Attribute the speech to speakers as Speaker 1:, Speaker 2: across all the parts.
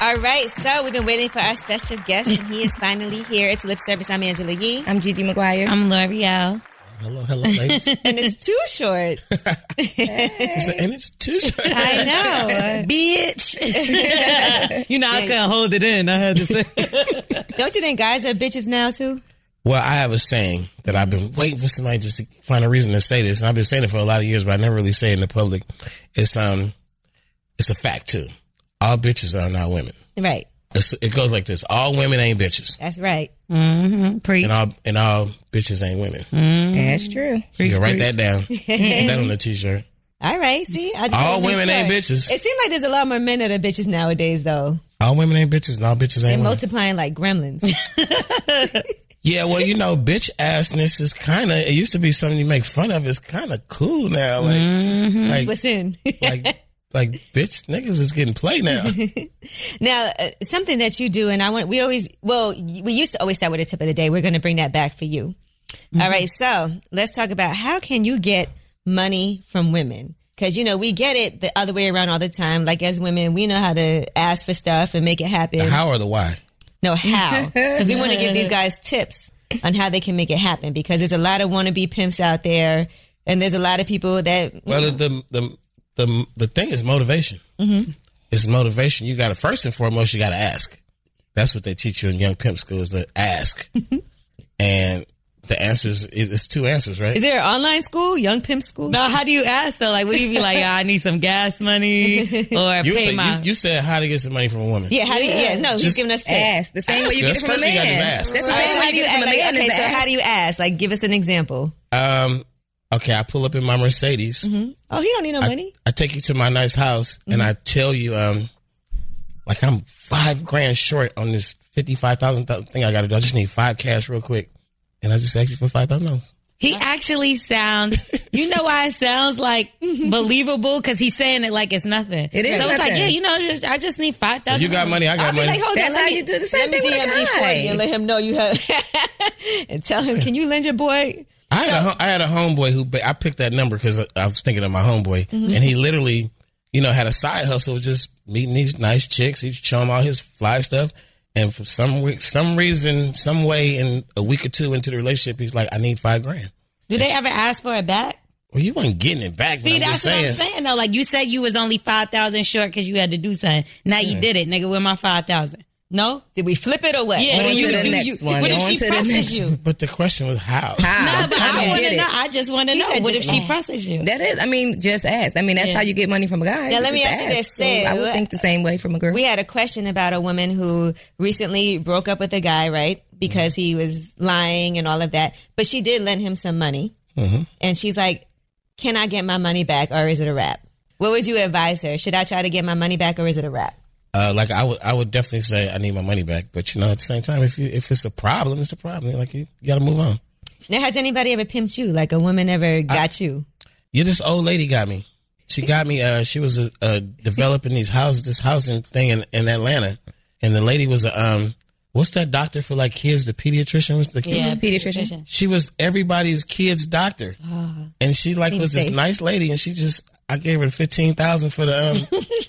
Speaker 1: All right, so we've been waiting for our special guest, and he is finally here. It's Lip Service. I'm Angela Yee.
Speaker 2: I'm Gigi McGuire.
Speaker 1: I'm L'Oreal.
Speaker 3: Hello, hello, ladies.
Speaker 1: And it's too short.
Speaker 3: and it's too short.
Speaker 1: I know. Bitch.
Speaker 4: You know, I couldn't hold it in. I had to say.
Speaker 1: Don't you think guys are bitches now, too?
Speaker 3: Well, I have a saying that I've been waiting for somebody just to find a reason to say this, and I've been saying it for a lot of years, but I never really say it in the public. It's um, it's a fact too. All bitches are not women.
Speaker 1: Right.
Speaker 3: It's, it goes like this: all women ain't bitches,
Speaker 1: That's right.
Speaker 3: and all and all bitches ain't women.
Speaker 1: Mm.
Speaker 2: That's true.
Speaker 3: You can write that down. Put that on a t-shirt.
Speaker 1: All right, see? I just
Speaker 3: All
Speaker 1: wanna make
Speaker 3: women ain't
Speaker 1: sure.
Speaker 3: bitches.
Speaker 1: It seems like there's a lot more men that are bitches nowadays, though.
Speaker 3: All women ain't bitches, and all bitches
Speaker 1: They're
Speaker 3: ain't women.
Speaker 1: multiplying like gremlins.
Speaker 3: Yeah, well, you know, bitch assness is kind of. It used to be something you make fun of. It's kind of cool now. Like,
Speaker 1: What's in?
Speaker 3: like, like, like, bitch, niggas is getting played now.
Speaker 1: Now, uh, something that you do, and I want, we always, well, y- we used to always start with a tip of the day. We're going to bring that back for you.
Speaker 3: Mm-hmm.
Speaker 1: All right. So let's talk about how can you get money from women? Cause you know, we get it the other way around all the time. Like as women, we know how to ask for stuff and make it happen.
Speaker 3: The how or the why?
Speaker 1: No, how? Cause we want to give these guys tips on how they can make it happen because there's a lot of wannabe pimps out there and there's a lot of people that,
Speaker 3: Well, the the the the, the thing is motivation. Mm-hmm. It's motivation. You got to first and foremost, you got to ask. That's what they teach you in young pimp school is to ask, and the answers is it's two answers, right?
Speaker 1: is there an online school, young pimp school?
Speaker 4: No, how do you ask though? Like, would you be like, "Yeah, I need some gas money or
Speaker 3: you,
Speaker 4: pay
Speaker 3: say,
Speaker 4: my?
Speaker 3: you, you said how to get some money from a woman.
Speaker 1: Yeah. How do you, yeah. No, he's
Speaker 3: Just
Speaker 1: giving us tips.
Speaker 2: Ass. The same
Speaker 3: Ask
Speaker 2: way you get
Speaker 3: us.
Speaker 2: it from a
Speaker 3: First thing I
Speaker 2: man.
Speaker 3: just asked.
Speaker 2: That's the
Speaker 1: All right,
Speaker 2: same
Speaker 1: so
Speaker 2: way
Speaker 1: how
Speaker 2: you
Speaker 1: do you
Speaker 2: get it from a
Speaker 1: act? Like,
Speaker 2: man.
Speaker 1: okay,
Speaker 2: is
Speaker 1: so
Speaker 2: ass.
Speaker 1: how do you ask? Like, give us an example.
Speaker 3: Um. Okay, I pull up in my Mercedes.
Speaker 1: Oh, he don't need no money.
Speaker 3: I take you to my nice house and
Speaker 4: Mm-hmm.
Speaker 3: I tell you, um, like I'm five grand short on this fifty five thousand thing I got to do. I just need five cash real quick, and I just ask you for five thousand dollars.
Speaker 4: He actually sounds, you know why it sounds like believable? Cause he's saying it like it's nothing.
Speaker 2: It is
Speaker 4: So it's like,
Speaker 2: nothing.
Speaker 4: yeah, you know, just, I just need 5,000.
Speaker 3: you got money, I got
Speaker 1: I'll be
Speaker 3: money.
Speaker 1: like, hold
Speaker 2: That's
Speaker 1: on, let
Speaker 2: how
Speaker 1: me-
Speaker 2: you do the same
Speaker 1: let
Speaker 2: thing
Speaker 1: me
Speaker 2: with a
Speaker 1: DM you for
Speaker 2: guy.
Speaker 1: you and let him know you have, and tell him, can you lend your boy?
Speaker 3: I had a hom- I had a homeboy who ba- I picked that number because I, I was thinking of my homeboy,
Speaker 4: Mm-hmm.
Speaker 3: and he literally, you know, had a side hustle was just meeting these nice chicks. He's showing all his fly stuff, and for some re- some reason, some way, in a week or two into the relationship, he's like, I need five grand.
Speaker 4: Do they ever ask for it back?
Speaker 3: Well, you weren't getting it back. but
Speaker 4: See,
Speaker 3: I'm
Speaker 4: that's
Speaker 3: just
Speaker 4: what
Speaker 3: saying.
Speaker 4: I'm saying though. Like you said, you was only 5,000 short cause you had to do something. Now you did it, nigga, with my 5,000. No?
Speaker 1: Did we flip it away?
Speaker 4: Yeah,
Speaker 2: On
Speaker 4: then
Speaker 2: to
Speaker 4: you
Speaker 2: the
Speaker 4: do
Speaker 2: next
Speaker 4: you,
Speaker 2: one.
Speaker 4: What if
Speaker 2: On
Speaker 4: she
Speaker 2: to the next
Speaker 4: presses you?
Speaker 3: But the question was how.
Speaker 2: How?
Speaker 4: No, but
Speaker 2: How do
Speaker 4: I
Speaker 2: you
Speaker 4: want
Speaker 2: get
Speaker 4: to
Speaker 2: it?
Speaker 4: know. I just want to
Speaker 1: He
Speaker 4: know.
Speaker 1: said
Speaker 4: What if
Speaker 1: just
Speaker 4: she
Speaker 1: ask.
Speaker 4: presses you?
Speaker 2: That is, I mean, just ask. I mean, that's how you get money from a guy.
Speaker 1: Now, let me
Speaker 2: just
Speaker 1: ask you this,
Speaker 2: So I would
Speaker 1: Sue.
Speaker 2: think the same way from a girl.
Speaker 1: We had a question about a woman who recently broke up with a guy, right? Because he was lying and all of that. But she did lend him some money. And she's like, can I get my money back or is it a wrap? What would you advise her? Should I try to get my money back or is it a wrap?
Speaker 3: Uh, like I would, I would definitely say I need my money back. But you know, at the same time, if you if it's a problem, it's a problem. Like you, got to move on.
Speaker 1: Now, has anybody ever pimped you? Like a woman ever got you?
Speaker 3: yeah, this old lady got me. She got me. Uh, she was uh, uh, developing these houses, this housing thing in, in Atlanta, and the lady was a um, what's that doctor for like kids? The pediatrician was the
Speaker 1: Yeah,
Speaker 2: pediatrician.
Speaker 3: She was everybody's kid's doctor,
Speaker 2: Uh-huh.
Speaker 3: and she like was this
Speaker 1: safe.
Speaker 3: nice lady, and she just I gave her fifteen thousand for the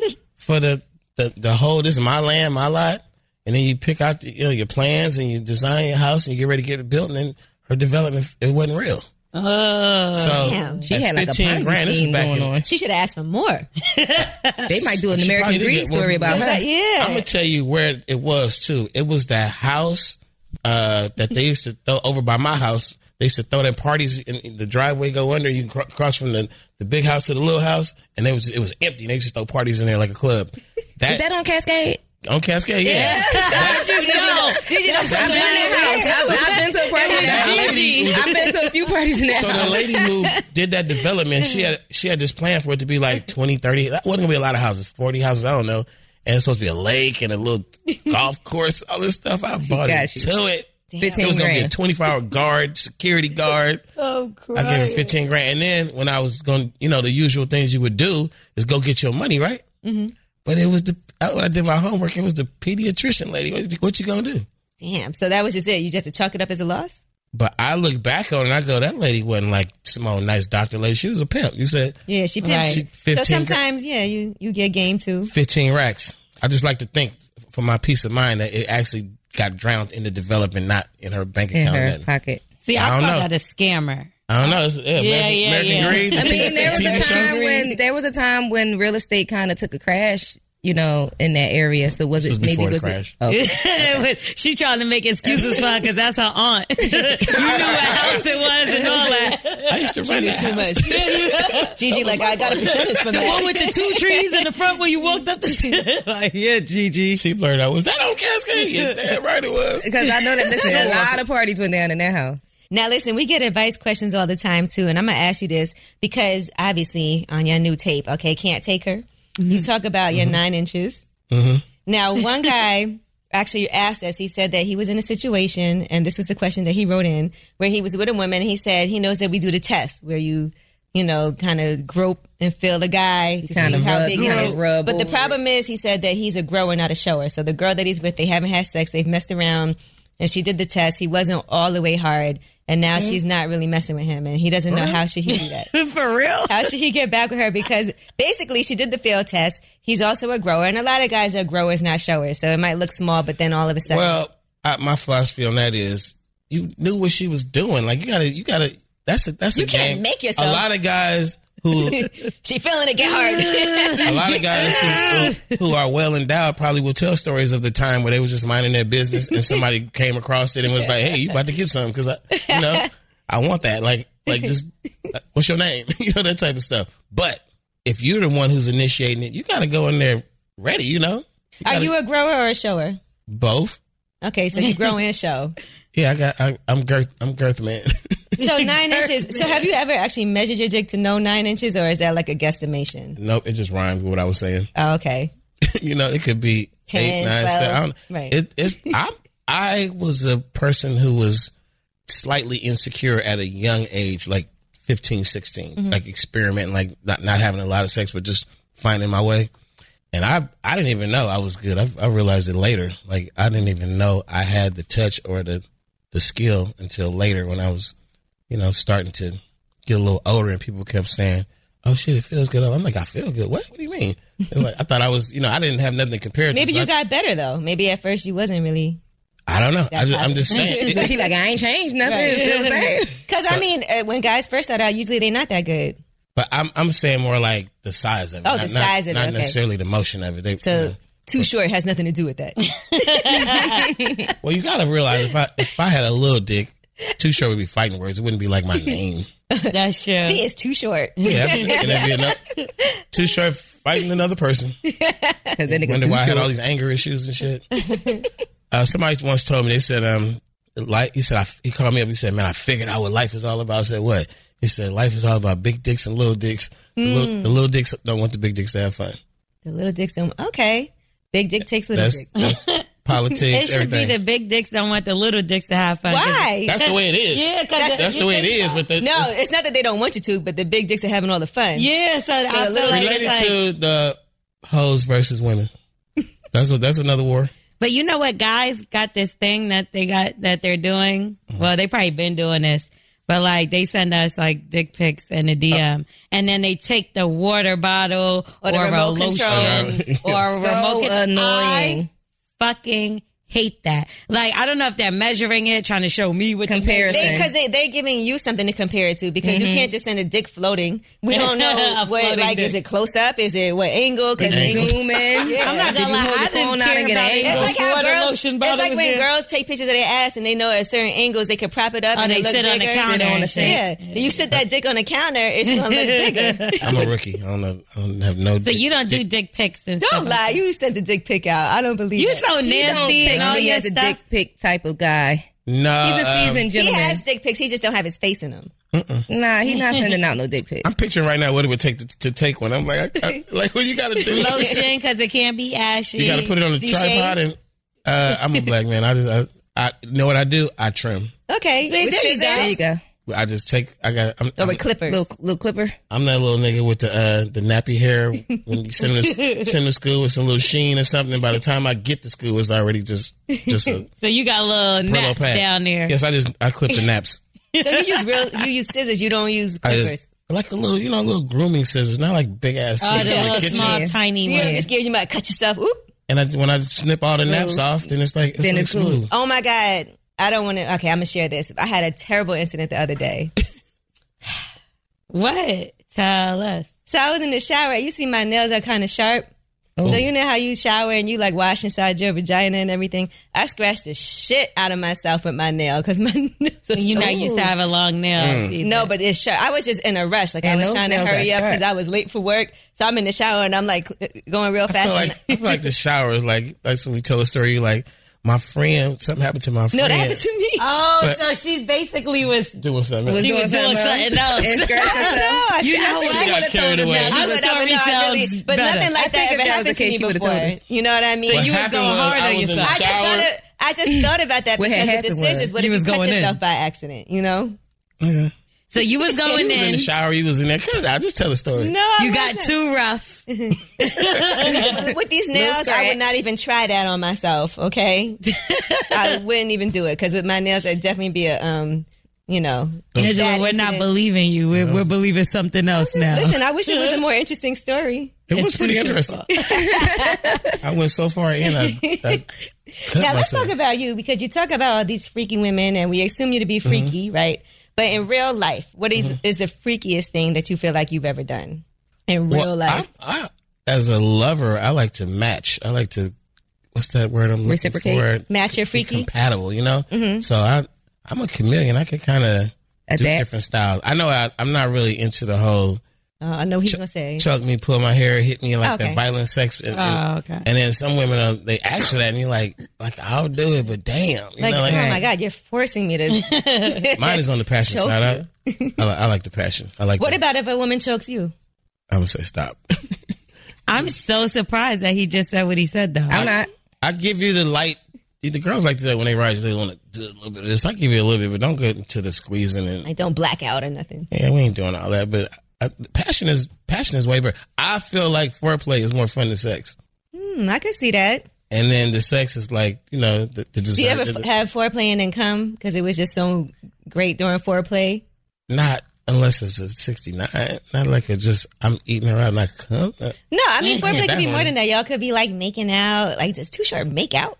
Speaker 3: um, for the, the the whole this is my land, my lot, and then you pick out the, you know, your plans and you design your house and you get ready to get it built, and then her development it wasn't real.
Speaker 1: Oh,
Speaker 3: So
Speaker 1: damn.
Speaker 2: She
Speaker 3: at
Speaker 2: had like a
Speaker 3: 15
Speaker 2: Ponzi
Speaker 3: grand, this is
Speaker 2: scheme
Speaker 3: back
Speaker 2: going
Speaker 3: in-
Speaker 2: on.
Speaker 1: she should have asked for more.
Speaker 2: They might do an
Speaker 3: She
Speaker 2: American
Speaker 3: probably did
Speaker 2: Greed
Speaker 3: get one.
Speaker 2: story about
Speaker 1: But
Speaker 2: her.
Speaker 1: yeah,
Speaker 3: I'm gonna tell you where it was too. It was that house uh, that they used to throw over by my house. They used to throw their parties in, in the driveway, go under. You can cro- cross from the, the big house to the little house, and it was it was empty. They used to throw parties in there like a club. That,
Speaker 2: Is that on Cascade?
Speaker 3: on Cascade, yeah.
Speaker 1: did you know? Did you know?
Speaker 2: I've been, in that house. I've been to a party.
Speaker 3: That lady-
Speaker 2: I've been to a few parties in that
Speaker 3: So the
Speaker 2: house.
Speaker 3: lady who did that development, she had she had this plan for it to be like 20, 30. That wasn't gonna be a lot of houses, forty houses, I don't know. And it's supposed to be a lake and a little golf course, all this stuff. I bought
Speaker 2: got
Speaker 3: it
Speaker 2: you.
Speaker 3: to it. It
Speaker 2: 15
Speaker 3: was gonna be a
Speaker 2: grand.
Speaker 3: 24 hour guard, security guard.
Speaker 1: Oh,
Speaker 3: I gave her
Speaker 1: crap.
Speaker 3: 15 grand. And then when I was going, you know, the usual things you would do is go get your money, right? Mm-hmm. But it was the, I- when I did my homework, it was the pediatrician lady. What, what you gonna do?
Speaker 1: Damn. So that was just it. You just had to chalk it up as a loss.
Speaker 3: But I look back on it and I go, that lady wasn't like some old nice doctor lady. She was a pimp. You said
Speaker 1: Yeah, she pimped.
Speaker 3: Right. She-
Speaker 1: you.
Speaker 3: 15
Speaker 1: so sometimes, yeah, you you get game too.
Speaker 3: 15 racks. I just like to think for my peace of mind that it actually got drowned in the development, not in her bank
Speaker 2: in
Speaker 3: account. or
Speaker 2: her
Speaker 3: nothing.
Speaker 2: pocket.
Speaker 4: See,
Speaker 3: I
Speaker 4: I
Speaker 3: don't
Speaker 4: call
Speaker 3: know.
Speaker 4: that a scammer.
Speaker 3: I don't know. It's, yeah, American,
Speaker 4: yeah,
Speaker 3: American
Speaker 4: yeah.
Speaker 3: Greed.
Speaker 2: I mean, there was
Speaker 3: TV
Speaker 2: a
Speaker 3: show.
Speaker 2: time when there was a time when real estate kind of took a crash, you know, in that area. So was
Speaker 3: This was
Speaker 2: it maybe
Speaker 3: before the
Speaker 2: was
Speaker 3: crash.
Speaker 2: it? Oh,
Speaker 4: she trying to make excuses for her because that's her aunt. you knew what house it was and all that.
Speaker 3: I used to run that
Speaker 1: Too
Speaker 3: house.
Speaker 1: much. Gigi, like I got a percentage from
Speaker 4: The one
Speaker 1: that.
Speaker 4: with the two trees in the front when you walked up the stairs. like, yeah, Gigi.
Speaker 3: She blurred out, was that on Cascade? Yeah, damn right it was.
Speaker 2: because I know that listen, a lot of parties went down in that house.
Speaker 1: Now, listen, we get advice questions all the time too, and I'm gonna ask you this because obviously on your new tape, okay, can't take her.
Speaker 4: Mm-hmm.
Speaker 1: You talk about your nine inches. Now, one guy actually asked us. He said that he was in a situation, and this was the question that he wrote in, where he was with a woman. He said he knows that we do the test where you, you know, kind of grope and feel the guy to
Speaker 2: kinda
Speaker 1: see how
Speaker 2: rub-
Speaker 1: big he
Speaker 2: grope,
Speaker 1: is.
Speaker 2: rub
Speaker 1: But the
Speaker 2: over
Speaker 1: problem is, he said that he's a grower, not a shower. So the girl that he's with, they haven't had sex. They've messed around, and she did the test. He wasn't all the way hard, and now
Speaker 2: Mm-hmm.
Speaker 1: she's not really messing with him, and he doesn't know how should he do that.
Speaker 4: For real?
Speaker 1: How should he get back with her? Because basically, she did the field test. He's also a grower, and a lot of guys are growers, not showers. So it might look small, but then all of a sudden,
Speaker 3: Well, I, my philosophy on that is you knew what she was doing. Like you gotta, you gotta. That's a that's a
Speaker 1: You can't
Speaker 3: game.
Speaker 1: make yourself.
Speaker 3: A lot of guys who,
Speaker 1: she feeling it get hard.
Speaker 3: a lot of guys who, who, who are well endowed probably will tell stories of the time where they was just minding their business and somebody came across it and was like, "Hey, you about to get something?" Because I, you know, I want that. Like, like just uh, what's your name? you know that type of stuff. But if you're the one who's initiating it, you gotta go in there ready. You know,
Speaker 1: are you a grower or a shower?
Speaker 3: both.
Speaker 1: Okay, so you grow and show.
Speaker 3: Yeah, I got. I, I'm girth. I'm girth man.
Speaker 1: So nine inches. So have you ever actually measured your dick to know nine inches, or is that like a guesstimation?
Speaker 3: nope, it just rhymed with what I was saying.
Speaker 1: Oh, okay.
Speaker 3: you know, it could be
Speaker 1: 10,
Speaker 3: eight, nine,
Speaker 1: 12,
Speaker 3: seven. I don't,
Speaker 1: right.
Speaker 3: It, it's I. I was a person who was slightly insecure at a young age, like 15, 16,
Speaker 1: Mm-hmm.
Speaker 3: like experimenting, like not not having a lot of sex, but just finding my way. And I I didn't even know I was good. I, I realized it later. Like I didn't even know I had the touch or the the skill until later when I was, you know, starting to get a little older and people kept saying, "Oh shit, it feels good." I'm like, "I feel good." What? What do you mean? And like I thought I was, you know, I didn't have nothing to compare it to.
Speaker 1: Maybe
Speaker 3: so
Speaker 1: you
Speaker 3: I-
Speaker 1: got better though. Maybe at first you wasn't really.
Speaker 3: I don't know. I just, I'm just saying. It-
Speaker 2: But he like I ain't changed nothing. It's still the same.
Speaker 1: Because I mean, uh, when guys first start out, usually they're not that good.
Speaker 3: But I'm I'm saying more like the size of it.
Speaker 1: Oh,
Speaker 3: not,
Speaker 1: the
Speaker 3: not-
Speaker 1: size of it,
Speaker 3: Not
Speaker 1: okay.
Speaker 3: necessarily the motion of it. They,
Speaker 1: So
Speaker 3: you know.
Speaker 1: too short has nothing to do with that.
Speaker 3: Well, you gotta realize if I if I had a little dick, too short would be fighting words. It wouldn't be like my name.
Speaker 4: That's true.
Speaker 1: he is too short.
Speaker 3: Yeah, and that'd be another, too short fighting another person.
Speaker 2: Because then it goes
Speaker 3: Wonder
Speaker 2: too
Speaker 3: why I had all
Speaker 2: short.
Speaker 3: these anger issues and shit. uh, somebody once told me they said um like he said I, he called me up he said man I figured out what life is all about. I said what? He said life is all about big dicks and little dicks. The,
Speaker 1: Hmm.
Speaker 3: little, the little dicks don't want the big dicks to have fun.
Speaker 1: The little dick's don't. Okay, big dick takes little
Speaker 3: That's,
Speaker 1: dick.
Speaker 3: that's politics,
Speaker 1: It should
Speaker 3: everything.
Speaker 1: be the big dicks don't want the little dicks to have fun. 'cause-
Speaker 4: Why?
Speaker 3: that's the way it is.
Speaker 1: Yeah, 'cause
Speaker 3: that's, the way it is. But the,
Speaker 4: no, it's not that they don't want you to, but the big dicks are having all the fun.
Speaker 1: Yeah, so I
Speaker 4: the little
Speaker 1: feel like
Speaker 3: related
Speaker 1: it's like,
Speaker 3: to the hoes versus women. That's what. That's another war.
Speaker 1: But you know what? Guys got this thing that they got that they're doing.
Speaker 3: Mm-hmm.
Speaker 1: Well, they probably been doing this, but like they send us like dick pics
Speaker 3: Oh.
Speaker 1: in a DM, and then they take the water bottle or,
Speaker 4: the
Speaker 1: a
Speaker 4: remote
Speaker 1: lotion
Speaker 3: control.
Speaker 1: or a remote.
Speaker 2: So
Speaker 1: control.
Speaker 2: annoying.
Speaker 1: I fucking hate that. Like I don't know if they're measuring it, trying to show me what the-
Speaker 2: Comparison.
Speaker 4: Because they, they, are giving you something to compare it to because you can't just send a dick floating. We don't know
Speaker 1: Mm-hmm. A
Speaker 4: what,
Speaker 1: floating
Speaker 4: like,
Speaker 1: dick.
Speaker 4: is it close up? Is it what angle? Because
Speaker 3: Angle.
Speaker 2: Zoom in.
Speaker 4: Yeah.
Speaker 1: I'm not
Speaker 2: Did
Speaker 1: gonna
Speaker 2: you
Speaker 1: lie. I
Speaker 2: hold your
Speaker 1: didn't
Speaker 2: phone out
Speaker 1: care
Speaker 2: and get
Speaker 1: about
Speaker 2: an
Speaker 1: it.
Speaker 2: angle?
Speaker 4: It's like how
Speaker 1: Water
Speaker 4: girls.
Speaker 1: lotion
Speaker 4: It's
Speaker 1: bottle
Speaker 4: like
Speaker 1: was
Speaker 4: when
Speaker 1: there.
Speaker 4: girls take pictures of their ass and they know at certain angles they can prop it up
Speaker 1: Oh,
Speaker 4: and
Speaker 1: they
Speaker 4: it look
Speaker 1: sit on the
Speaker 4: bigger.
Speaker 1: counter
Speaker 2: on
Speaker 1: and
Speaker 2: the
Speaker 1: shit.
Speaker 4: Yeah, you sit that dick on the counter, it's gonna look bigger.
Speaker 3: I'm a rookie. I don't know. I don't have no.
Speaker 1: So you don't do dick pics and stuff.
Speaker 4: Don't lie, you sent the dick pic out. I don't believe
Speaker 1: You
Speaker 4: it.
Speaker 1: so
Speaker 2: He don't
Speaker 1: nasty
Speaker 2: pick
Speaker 1: and all
Speaker 2: me
Speaker 1: your
Speaker 2: as a
Speaker 1: stuff.
Speaker 2: dick pic type of guy.
Speaker 3: No.
Speaker 2: He's a
Speaker 3: um,
Speaker 2: seasoned
Speaker 4: He
Speaker 2: gentleman.
Speaker 4: has dick pics, he just don't have his face in them.
Speaker 2: nah, he's not sending out no dick pics.
Speaker 3: I'm picturing right now what it would take to, to take one. I'm like, I, I, like what you got to do?
Speaker 1: lotion because it can't be ashy.
Speaker 3: You got to put it on a
Speaker 4: you shave?
Speaker 3: tripod. And uh, I'm a black man. I just, I, I you know what I do. I trim.
Speaker 1: See,
Speaker 4: Okay. with
Speaker 1: there you
Speaker 4: scissors
Speaker 2: There you go.
Speaker 3: I just take. I got. I'm,
Speaker 4: Or
Speaker 3: I'm,
Speaker 4: with clippers.
Speaker 2: Little, little clipper.
Speaker 3: I'm that little nigga with the uh, the nappy hair when you send him to, send him to school with some little sheen or something. By the time I get to school, it's already just just a
Speaker 1: So you got little
Speaker 3: pillow
Speaker 1: naps
Speaker 3: pad
Speaker 1: down there.
Speaker 3: Yes, I just I clip the naps.
Speaker 4: So you use real you use scissors, you don't use
Speaker 3: I
Speaker 4: clippers.
Speaker 3: just, like a little, you know, little grooming scissors, not like big ass
Speaker 1: Oh,
Speaker 3: scissors
Speaker 1: the
Speaker 3: in the
Speaker 1: little
Speaker 3: kitchen.
Speaker 1: small, tiny
Speaker 4: Yeah,
Speaker 1: ones.
Speaker 4: it's scared you might cut yourself. Oop.
Speaker 3: And I, when I snip all the naps off, then it's like it's,
Speaker 2: Then
Speaker 3: like
Speaker 2: it's cool.
Speaker 3: smooth.
Speaker 4: Oh my God. I don't want to. Okay, I'm gonna share this. I had a terrible incident the other day.
Speaker 1: What? Tell us.
Speaker 4: So I was in the shower. You see my nails are kind of sharp.
Speaker 3: Oh.
Speaker 4: So you know how you shower and you like wash inside your vagina and everything. I scratched the shit out of myself with my nail because my nails are
Speaker 1: You
Speaker 4: so
Speaker 1: know, you used to have a long nail. either.
Speaker 4: No, but it's sharp. I was just in a rush. Like I
Speaker 2: And
Speaker 4: was
Speaker 2: those
Speaker 4: trying to
Speaker 2: nails are
Speaker 4: hurry up
Speaker 2: sharp.
Speaker 4: because I was late for work. So I'm in the shower and I'm like going real
Speaker 3: I
Speaker 4: fast.
Speaker 3: feel like I feel like the shower is like like when we tell a story. you like my friend, something happened to my
Speaker 4: no,
Speaker 3: friend.
Speaker 4: that happened to me.
Speaker 1: Oh,
Speaker 3: But-
Speaker 1: so she basically was.
Speaker 3: Doing something.
Speaker 2: Was
Speaker 1: She was doing something else.
Speaker 2: And scratched herself.
Speaker 4: I
Speaker 2: you
Speaker 4: said-
Speaker 2: know
Speaker 4: Oh, I
Speaker 2: what?
Speaker 4: said-
Speaker 2: She would
Speaker 3: got
Speaker 2: have told
Speaker 3: carried
Speaker 2: us
Speaker 3: away.
Speaker 1: was
Speaker 2: that. She
Speaker 4: I would
Speaker 2: would've-
Speaker 4: have
Speaker 1: Sorry
Speaker 4: no, I
Speaker 1: sounds
Speaker 4: really, but
Speaker 1: better.
Speaker 4: nothing like
Speaker 2: I
Speaker 4: that
Speaker 2: think
Speaker 4: ever
Speaker 2: if that was the
Speaker 4: happened to
Speaker 2: case,
Speaker 4: me
Speaker 2: she would've
Speaker 4: before.
Speaker 2: told us.
Speaker 4: You know what I mean?
Speaker 3: What
Speaker 1: you was
Speaker 3: happened
Speaker 1: going
Speaker 3: was
Speaker 1: hard on
Speaker 3: I was in
Speaker 1: yourself.
Speaker 3: the
Speaker 4: I just
Speaker 3: shower.
Speaker 4: thought of, I just thought about that
Speaker 2: What
Speaker 4: because
Speaker 2: had
Speaker 4: with
Speaker 2: happened
Speaker 4: the
Speaker 2: was
Speaker 4: scissors, what
Speaker 1: you
Speaker 4: if
Speaker 1: was
Speaker 4: you cut
Speaker 1: going in.
Speaker 4: yourself by accident? You know?
Speaker 1: So you was
Speaker 3: You
Speaker 1: going
Speaker 3: was in
Speaker 1: in.
Speaker 3: the shower. You was in there. Cut it out. Just tell the story.
Speaker 4: No, I
Speaker 1: You got
Speaker 4: wasn't.
Speaker 1: too rough.
Speaker 4: with these nails, I would not even try that on myself. Okay, I wouldn't even do it because with my nails, it'd definitely be a um, you know.
Speaker 1: Angela,
Speaker 4: bad
Speaker 1: we're not
Speaker 4: incident.
Speaker 1: believing you. We're, we're believing something else now.
Speaker 4: Listen, I wish it was a more interesting story.
Speaker 3: It was
Speaker 1: It's
Speaker 3: pretty
Speaker 1: too
Speaker 3: interesting. I went so far in. I, I cut
Speaker 4: Now let's
Speaker 3: myself.
Speaker 4: talk about you because you talk about all these freaky women, and we assume you to
Speaker 3: Mm-hmm.
Speaker 4: be freaky, right? But in real life, what is is the freakiest thing that you feel like you've ever done in real
Speaker 3: Well,
Speaker 4: life?
Speaker 3: I, I, as a lover, I like to match. I like to. What's that word I'm looking
Speaker 2: Reciprocate?
Speaker 3: for?
Speaker 4: Match your
Speaker 3: Be
Speaker 4: freaky. Mm-hmm.
Speaker 3: compatible, you know. So I, I'm a chameleon. I can kind of do
Speaker 2: Adapt.
Speaker 3: different styles. I know I, I'm not really into the whole
Speaker 4: Oh, I know he's gonna say.
Speaker 3: choke me, pull my hair, hit me like
Speaker 4: Okay.
Speaker 3: that violent sex. And, and-
Speaker 1: Oh, okay.
Speaker 3: and then some women uh, they ask for that, and you're like, like I'll do it, but damn, you
Speaker 4: Like,
Speaker 3: know, like
Speaker 4: oh my God, you're forcing me to.
Speaker 3: mine is on the passion
Speaker 4: Choke
Speaker 3: side. I, I, li- I like the passion. I like.
Speaker 4: what
Speaker 3: the-
Speaker 4: about if a woman chokes you?
Speaker 3: I'm gonna say stop.
Speaker 1: I'm so surprised that he just said what he said, though.
Speaker 2: I'm not.
Speaker 3: I give you the light. The girls like to do that when they ride. They want to do a little bit of this. I give you a little bit, but don't get into the squeezing and
Speaker 4: Like, don't black out or nothing.
Speaker 3: yeah, we ain't doing all that. But I, passion is passion is way better. I feel like foreplay is more fun than sex,
Speaker 4: Hmm, I could see that.
Speaker 3: and then the sex is like you know the, the
Speaker 4: Do you
Speaker 3: desire.
Speaker 4: ever
Speaker 3: the-
Speaker 4: f- have foreplay and then come? Because it was just so great during foreplay.
Speaker 3: Not unless it's a 69. Not like a just, I'm eating her out and I come. Uh,
Speaker 4: No, I mean, foreplay could
Speaker 3: that
Speaker 4: be more
Speaker 3: one.
Speaker 4: than that. Y'all could be like making out. Like, it's too short. Make out.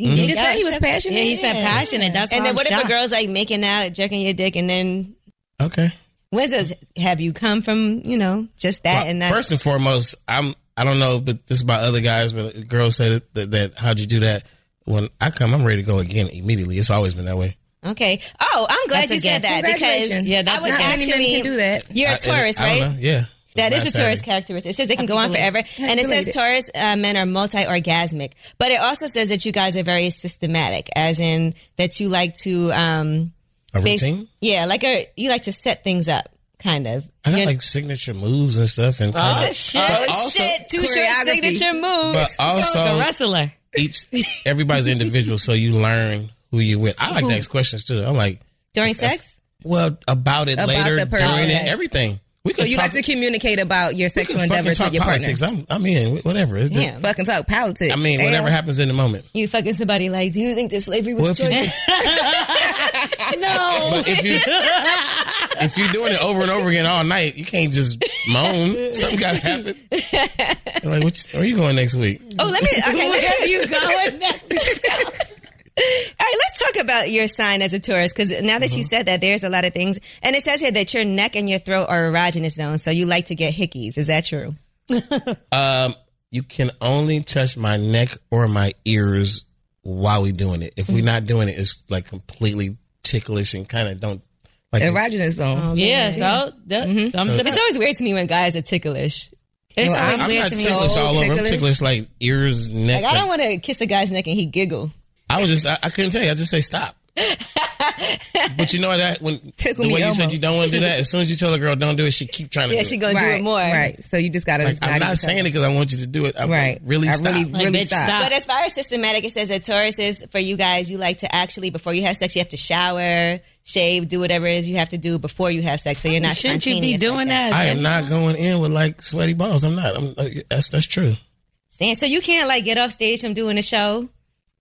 Speaker 3: Mm-hmm.
Speaker 4: You
Speaker 2: You just said he was passionate.
Speaker 1: yeah, he said passionate. That's
Speaker 4: And
Speaker 1: why
Speaker 4: then
Speaker 1: I'm
Speaker 4: what if
Speaker 1: shocked.
Speaker 4: a girl's like making out, jerking your dick, and then
Speaker 3: Okay.
Speaker 4: when's it, have you come from, you know, just that
Speaker 3: Well,
Speaker 4: and not?
Speaker 3: First and foremost, I'm, I don't know, but this is by other guys, but girls said it, that, that, how'd you do that? When I come, I'm ready to go again immediately. It's always been that way.
Speaker 4: okay. Oh, I'm glad
Speaker 1: That's a
Speaker 4: you said
Speaker 1: gift.
Speaker 4: that because
Speaker 2: Congratulations. Yeah,
Speaker 4: I
Speaker 1: that's
Speaker 4: was
Speaker 2: Not many
Speaker 4: actually.
Speaker 2: men can do that.
Speaker 4: You're
Speaker 3: I-
Speaker 4: a
Speaker 3: and
Speaker 4: Taurus,
Speaker 3: I don't
Speaker 4: right?
Speaker 3: know. Yeah.
Speaker 4: That is a
Speaker 3: Saturday.
Speaker 4: Taurus characteristic. It says they can go on forever. And it
Speaker 2: believe
Speaker 4: says
Speaker 2: it.
Speaker 4: Taurus uh, men are multi-orgasmic. But it also says that you guys are very systematic, as in that you like to, um,
Speaker 3: A
Speaker 4: bas-
Speaker 3: routine?
Speaker 4: yeah, like a, you like to set things up, kind of.
Speaker 3: I got
Speaker 4: You're-
Speaker 3: like signature moves and stuff. And
Speaker 4: Oh,
Speaker 3: kinda-
Speaker 4: shit.
Speaker 3: Uh, but
Speaker 4: Oh,
Speaker 3: also-
Speaker 4: shit. Two short
Speaker 2: Choreography.
Speaker 4: signature moves.
Speaker 3: But also,
Speaker 1: wrestler.
Speaker 3: each everybody's individual, so you learn who you with. I like to ask questions too. I'm like,
Speaker 4: During sex?
Speaker 3: well, about it
Speaker 2: About
Speaker 3: later,
Speaker 2: the person.
Speaker 3: during it,
Speaker 2: Okay.
Speaker 3: everything. We
Speaker 2: So
Speaker 3: could
Speaker 2: you
Speaker 3: talk,
Speaker 2: like to communicate about your
Speaker 3: we could
Speaker 2: sexual
Speaker 3: fucking
Speaker 2: endeavors
Speaker 3: talk
Speaker 2: with your
Speaker 3: politics.
Speaker 2: partner.
Speaker 3: I'm, I'm in. Whatever. It's just,
Speaker 4: Yeah.
Speaker 2: Fucking talk politics.
Speaker 3: I mean, whatever
Speaker 2: Damn.
Speaker 3: happens in the moment.
Speaker 4: You fucking somebody like, do you think that slavery was
Speaker 3: Well,
Speaker 4: a
Speaker 3: if you-
Speaker 4: choice? no.
Speaker 3: But if you if you're doing it over and over again all night, you can't just moan. Something got to happen. You're like, what, where are you going next week?
Speaker 4: Oh, let me. Okay, let's,
Speaker 1: Where you going next?
Speaker 4: all right, let's talk about your sign as a Taurus because now that you
Speaker 3: Mm-hmm.
Speaker 4: said that, there's a lot of things, and it says here that your neck and your throat are erogenous zones, so you like to get hickeys. Is that true?
Speaker 3: Um, you can only touch my neck or my ears while we doing it. If we're not doing it, it's like completely ticklish and kind of don't like.
Speaker 2: Erogenous zone.
Speaker 1: Yeah, so that, thumbs it up.
Speaker 4: Um, Mm-hmm. It's always weird to me when guys are ticklish.
Speaker 2: It's
Speaker 3: I,
Speaker 2: always
Speaker 3: am
Speaker 2: weird
Speaker 3: not
Speaker 2: to me.
Speaker 3: ticklish all over. I'm
Speaker 2: Ticklish.
Speaker 3: ticklish like ears, neck.
Speaker 4: Like, I
Speaker 3: like-
Speaker 4: don't want to kiss a guy's neck and he giggle.
Speaker 3: I was just I, I couldn't tell you. I just say stop. but you know that when
Speaker 2: Tickle
Speaker 3: the
Speaker 2: me
Speaker 3: way you said
Speaker 2: elbow.
Speaker 3: you don't want to do that, as soon as you tell a girl don't do it, she keep trying to.
Speaker 4: Yeah,
Speaker 3: do
Speaker 4: she
Speaker 3: it.
Speaker 4: gonna do it more.
Speaker 2: Right. So you just gotta.
Speaker 3: Like, I'm not saying it because I want you to do it. I'm
Speaker 2: Right.
Speaker 3: right. Really
Speaker 2: I
Speaker 3: stop.
Speaker 2: really,
Speaker 1: Like,
Speaker 2: really
Speaker 1: bitch,
Speaker 2: stop.
Speaker 1: stop.
Speaker 4: But as far as systematic, it says that Taurus is for you guys. You like to actually before you have sex, you have to shower, shave, do whatever it is you have to do before you have sex. So you're not.
Speaker 1: Shouldn't you be
Speaker 4: spontaneous like
Speaker 1: doing
Speaker 4: that?
Speaker 1: that?
Speaker 3: I am not going in with like sweaty balls. I'm not. I'm, uh, that's that's true.
Speaker 4: Saying- So you can't like get off stage from doing a show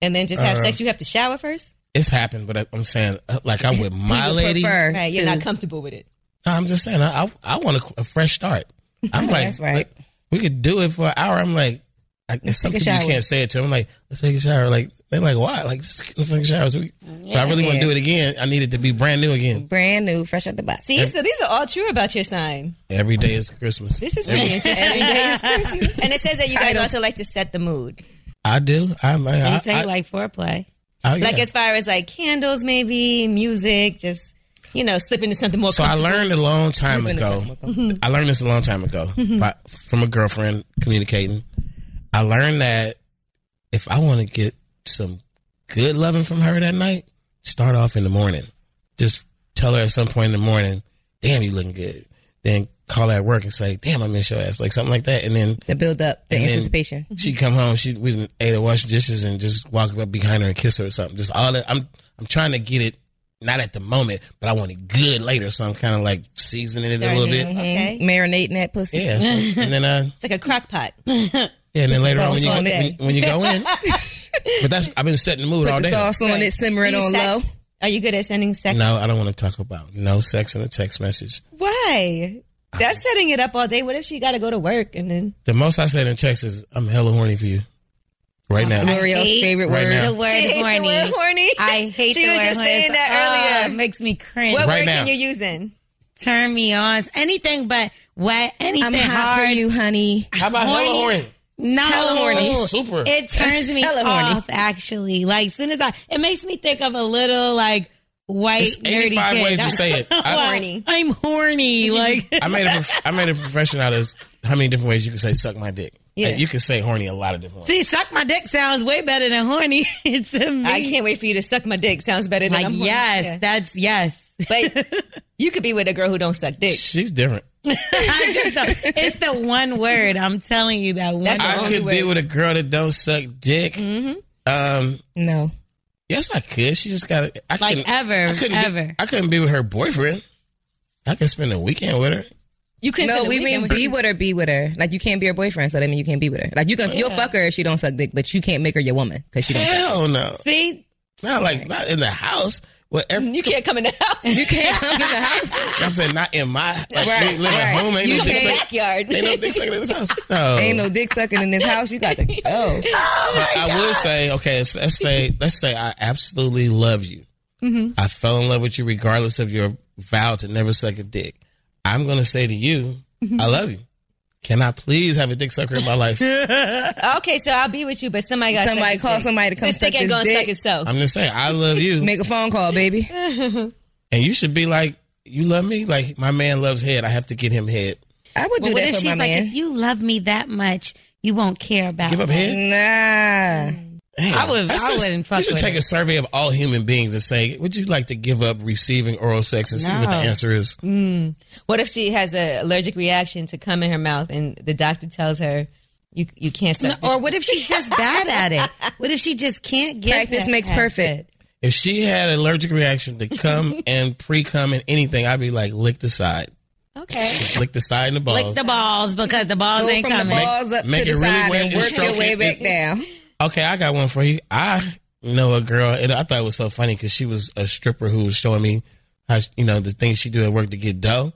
Speaker 4: and then just
Speaker 3: Uh-huh.
Speaker 4: have sex. You have to shower first.
Speaker 3: It's happened, but I, I'm saying uh, like I'm with my lady.
Speaker 2: Prefer
Speaker 4: Right, you're
Speaker 2: to-
Speaker 4: not comfortable with it.
Speaker 3: No, I'm just saying I I, I want a, a fresh start. I'm like,
Speaker 2: That's right.
Speaker 3: like, we could do it for an hour. I'm like, I, it's some
Speaker 2: take a
Speaker 3: people you
Speaker 2: shower.
Speaker 3: can't say it to. I'm like, let's take a shower. Like they're like, why? Like just get a fucking shower. So we, but I really want to do it again. I need it to be brand new again.
Speaker 2: brand new, fresh out the box.
Speaker 4: See, so these are all true about your sign.
Speaker 3: Every day is Christmas.
Speaker 4: This is really interesting. and it says that you guys also like to set the mood.
Speaker 3: I do. I'm like, I,
Speaker 1: They
Speaker 3: I,
Speaker 1: say like foreplay.
Speaker 3: I- yeah.
Speaker 4: Like as far as like candles, maybe music, just you know, slip into something more.
Speaker 3: So I
Speaker 4: comfortable.
Speaker 3: learned a long time ago. I learned this a long time ago by, from a girlfriend communicating. I learned that if I want to get some good loving from her that night, start off in the morning. Just tell her at some point in the morning, "Damn, you looking good." Then call her at work and say, "Damn, I miss your ass," like something like that. And then
Speaker 2: The build up, the
Speaker 3: and then
Speaker 2: anticipation.
Speaker 3: She come home. She we done ate her, wash dishes, and just walk up behind her and kiss her or something. Just all that. I'm I'm trying to get it not at the moment, but I want it good later. So I'm kind of like seasoning it a little bit.
Speaker 4: Okay,
Speaker 2: Marinating that pussy.
Speaker 3: Yeah, so- and then uh,
Speaker 4: it's like a crock pot.
Speaker 3: yeah, and then later on when you go,
Speaker 2: Sauce on
Speaker 3: when,
Speaker 2: that.
Speaker 3: when you go in, but that's I've been setting the mood all
Speaker 2: Put the
Speaker 3: day.
Speaker 2: sauce on it, simmer it
Speaker 4: Do you
Speaker 2: on low.
Speaker 4: sext? Are you good at sending sex?
Speaker 3: No, I don't want to talk about no sex in a text message.
Speaker 4: Why? That's setting it up all day. What if she got to go to work and then?
Speaker 3: The most I said in text is I'm hella horny for you right now.
Speaker 2: L'Oreal's
Speaker 1: hate
Speaker 2: favorite
Speaker 3: Right
Speaker 2: word.
Speaker 3: now.
Speaker 1: The word
Speaker 4: She hates
Speaker 1: horny.
Speaker 4: the word horny.
Speaker 1: I hate
Speaker 4: She
Speaker 1: the
Speaker 4: was
Speaker 1: word
Speaker 4: just
Speaker 1: horny.
Speaker 4: saying
Speaker 1: It's-
Speaker 4: that
Speaker 1: oh,
Speaker 4: earlier.
Speaker 1: it makes me cringe.
Speaker 4: What
Speaker 3: Right
Speaker 4: word
Speaker 3: now.
Speaker 4: can you use in?
Speaker 1: Turn me on. Anything but wet. Anything
Speaker 2: I'm hot for
Speaker 1: hard.
Speaker 2: you, honey.
Speaker 3: How about hella
Speaker 1: Horny.
Speaker 3: horny?
Speaker 1: No.
Speaker 2: Hella horny.
Speaker 3: Super.
Speaker 1: It turns me
Speaker 2: Hella horny.
Speaker 1: off, actually. Like, soon as I, it makes me think of a little, like, white,
Speaker 3: It's
Speaker 1: nerdy
Speaker 3: 85
Speaker 1: kid.
Speaker 3: ways to say it. I-
Speaker 1: Like,
Speaker 4: Horny.
Speaker 1: I'm horny. Like,
Speaker 3: I made a prof- I made a profession out of how many different ways you can say suck my dick. Yeah, you can say horny a lot of different ways.
Speaker 1: see, suck my dick sounds way better than horny to me.
Speaker 4: I can't wait for you to suck my dick. Sounds better than
Speaker 1: Like,
Speaker 4: I'm horny.
Speaker 1: yes,
Speaker 4: Yeah.
Speaker 1: that's yes.
Speaker 4: But you could be with a girl who don't suck dick.
Speaker 3: She's different.
Speaker 1: I just don't- it's the one word. I'm telling you that one.
Speaker 4: That's
Speaker 1: word.
Speaker 4: the
Speaker 3: I
Speaker 4: only
Speaker 3: could
Speaker 4: way.
Speaker 3: be with a girl that don't suck dick. Um,
Speaker 2: No.
Speaker 3: yes, I could. She just got to
Speaker 1: Like, ever,
Speaker 3: I couldn't Be,
Speaker 1: ever.
Speaker 3: I couldn't be with her boyfriend. I could spend a weekend with her.
Speaker 4: You couldn't.
Speaker 2: No,
Speaker 4: spend the
Speaker 2: we
Speaker 4: weekend
Speaker 2: mean
Speaker 4: with
Speaker 2: be
Speaker 4: her.
Speaker 2: with her, be with her. Like you can't be her boyfriend, so that means you can't be with her. Like you can, you'll fuck her if she don't suck dick, but you can't make her your woman because she don't. Suck.
Speaker 3: Hell no.
Speaker 1: See,
Speaker 3: Not like not in the house. Well, every,
Speaker 4: You can't come in the house.
Speaker 2: You can't come in the house.
Speaker 3: I'm saying not in my like,
Speaker 2: Right,
Speaker 3: little
Speaker 2: right.
Speaker 3: home. Ain't
Speaker 2: You
Speaker 3: no dick
Speaker 2: can't-
Speaker 3: suck-
Speaker 4: Backyard.
Speaker 3: ain't no dick sucking in this house. No.
Speaker 2: Ain't no dick sucking in this house. You got to go.
Speaker 3: But I will say, okay, so let's say let's say I absolutely love you.
Speaker 1: Mm-hmm.
Speaker 3: I fell in love with you regardless of your vow to never suck a dick. I'm gonna say to you,
Speaker 1: Mm-hmm.
Speaker 3: I love you. Can I please have a dick sucker in my life?
Speaker 4: Okay, so I'll be with you, but somebody got
Speaker 2: Somebody
Speaker 4: suck his
Speaker 2: call
Speaker 4: dick.
Speaker 2: somebody to come
Speaker 4: This
Speaker 2: suck
Speaker 4: dick ain't
Speaker 2: this
Speaker 4: gonna
Speaker 2: dick.
Speaker 4: suck
Speaker 1: Uh-huh.
Speaker 4: itself.
Speaker 3: I'm just saying, I love you,
Speaker 2: Make a phone call, baby.
Speaker 3: and you should be like, you love me, like my man loves head. I have to get him head.
Speaker 2: I would do
Speaker 1: but what
Speaker 2: that
Speaker 1: if
Speaker 2: for
Speaker 1: she's
Speaker 2: my
Speaker 1: like,
Speaker 2: man.
Speaker 1: if you love me that much, you won't care about
Speaker 3: Give up
Speaker 1: me."
Speaker 3: head.
Speaker 2: nah.
Speaker 3: Damn.
Speaker 1: I would-
Speaker 3: That's
Speaker 1: I
Speaker 3: just-
Speaker 1: wouldn't fuck
Speaker 3: You should
Speaker 1: with
Speaker 3: take
Speaker 1: it.
Speaker 3: a survey of all human beings and say, would you like to give up receiving oral sex and see what the
Speaker 1: No.
Speaker 3: answer is?
Speaker 4: What if she has an allergic reaction to cum in her mouth and the doctor tells her You you can't suck.
Speaker 1: Or what if she's just bad at it? What if she just can't get
Speaker 2: Practice
Speaker 1: that
Speaker 2: makes
Speaker 1: habit?
Speaker 2: perfect.
Speaker 3: If she had an allergic reaction to cum and pre cum and anything, I'd be like, lick the side.
Speaker 4: okay.
Speaker 3: Just lick the side and the balls.
Speaker 1: Lick the balls because the balls
Speaker 2: Go
Speaker 1: ain't
Speaker 2: from the
Speaker 1: coming.
Speaker 2: balls up
Speaker 3: make
Speaker 2: to
Speaker 3: it
Speaker 2: the
Speaker 3: really
Speaker 2: side
Speaker 3: wet
Speaker 2: and
Speaker 3: and
Speaker 2: work
Speaker 3: stroke
Speaker 2: your way
Speaker 3: it.
Speaker 2: back down.
Speaker 3: Okay, I got one for you. I know a girl, and I thought it was so funny because she was a stripper who was showing me how you know the things she do at work to get dough,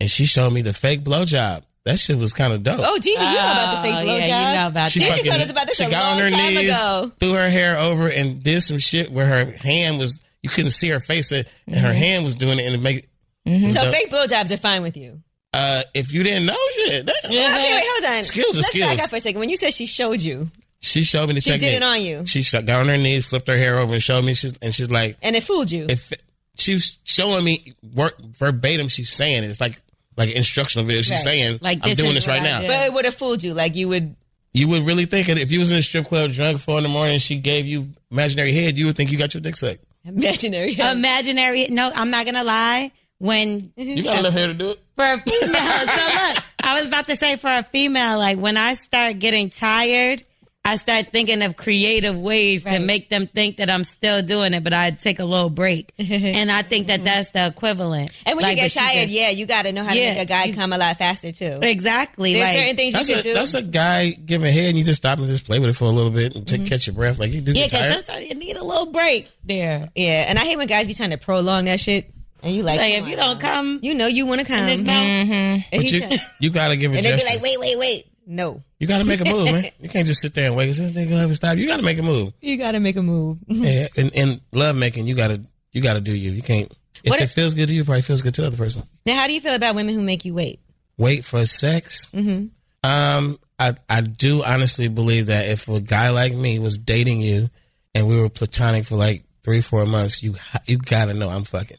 Speaker 3: and she showed me the fake blowjob. That shit was kind of dope.
Speaker 4: Oh, Gigi, you know about the fake
Speaker 1: Oh,
Speaker 4: blowjob.
Speaker 1: Yeah, you know about
Speaker 3: She
Speaker 1: that.
Speaker 3: fucking-
Speaker 4: told us about this
Speaker 3: she
Speaker 4: a
Speaker 3: got on
Speaker 4: long
Speaker 3: her
Speaker 4: time
Speaker 3: knees,
Speaker 4: ago.
Speaker 3: threw her hair over, and did some shit where her hand was. You couldn't see her face, and and her hand was doing it, and it make.
Speaker 4: Mm-hmm. So fake blowjobs are fine with you.
Speaker 3: Uh, if you didn't know shit, that-
Speaker 1: Uh-huh.
Speaker 4: Okay, wait, hold on.
Speaker 3: Skills are
Speaker 4: Let's back
Speaker 3: skills.
Speaker 4: up for a second. When you said she showed you,
Speaker 3: she showed me the
Speaker 4: She did
Speaker 3: technique.
Speaker 4: it on you.
Speaker 3: She sh- got on her knees, flipped her hair over, and showed me. She's and she's like,
Speaker 4: and it fooled you.
Speaker 3: if she's showing me work verbatim, she's saying it. It's like like an instructional video. She's saying,
Speaker 1: Like,
Speaker 3: "I'm
Speaker 1: this
Speaker 3: doing
Speaker 1: is
Speaker 3: this
Speaker 1: what
Speaker 3: right
Speaker 1: I
Speaker 3: now."
Speaker 1: did.
Speaker 4: but it would have fooled you. Like you would.
Speaker 3: You would really think it if you was in a strip club drunk four in the morning. and She gave you imaginary head. You would think you got your dick sucked.
Speaker 4: Imaginary.
Speaker 1: Imaginary. No, I'm not gonna lie. When
Speaker 3: You got enough hair to do it.
Speaker 1: for a female, so look, I was about to say for a female, like when I start getting tired, I start thinking of creative ways to make them think that I'm still doing it, but I take a little break, and I think that that's the equivalent.
Speaker 4: and when
Speaker 1: Like, but
Speaker 4: you get
Speaker 1: she
Speaker 4: tired,
Speaker 1: just-
Speaker 4: yeah, you got to know how to
Speaker 1: Yeah,
Speaker 4: make a guy come a lot faster too.
Speaker 1: exactly.
Speaker 4: There's
Speaker 1: like,
Speaker 4: certain things you
Speaker 3: That's
Speaker 4: can
Speaker 3: a,
Speaker 4: do.
Speaker 3: that's a guy giving head, and you just stop and just play with it for a little bit and
Speaker 4: Mm-hmm.
Speaker 3: take, catch your breath. Like you do
Speaker 1: yeah,
Speaker 3: get
Speaker 1: because
Speaker 3: tired.
Speaker 1: sometimes you need a little break there.
Speaker 4: yeah, and I hate when guys be trying to prolong that shit. And you like,
Speaker 1: Like
Speaker 4: come
Speaker 1: if you
Speaker 4: on
Speaker 1: don't
Speaker 4: now.
Speaker 1: come,
Speaker 4: you know you want to come. Mm-hmm.
Speaker 1: this mouth,
Speaker 4: and,
Speaker 3: But
Speaker 4: he
Speaker 3: you
Speaker 4: try-
Speaker 3: you gotta give a
Speaker 4: and they be
Speaker 3: gesture.
Speaker 4: like, wait, wait, wait. No,
Speaker 3: you gotta make a move, man. You can't just sit there and wait. Is this nigga gonna ever stop? You gotta make a move.
Speaker 4: you got to make a move.
Speaker 3: Yeah, and, and love making, you gotta you gotta do you. You can't. If
Speaker 4: What
Speaker 3: it
Speaker 4: if-
Speaker 3: feels good to you, it probably feels good to the other person.
Speaker 4: Now, how do you feel about women who make you wait?
Speaker 3: wait for sex. Um, I I do honestly believe that if a guy like me was dating you and we were platonic for like three four months, you ha- you gotta know I'm fucking.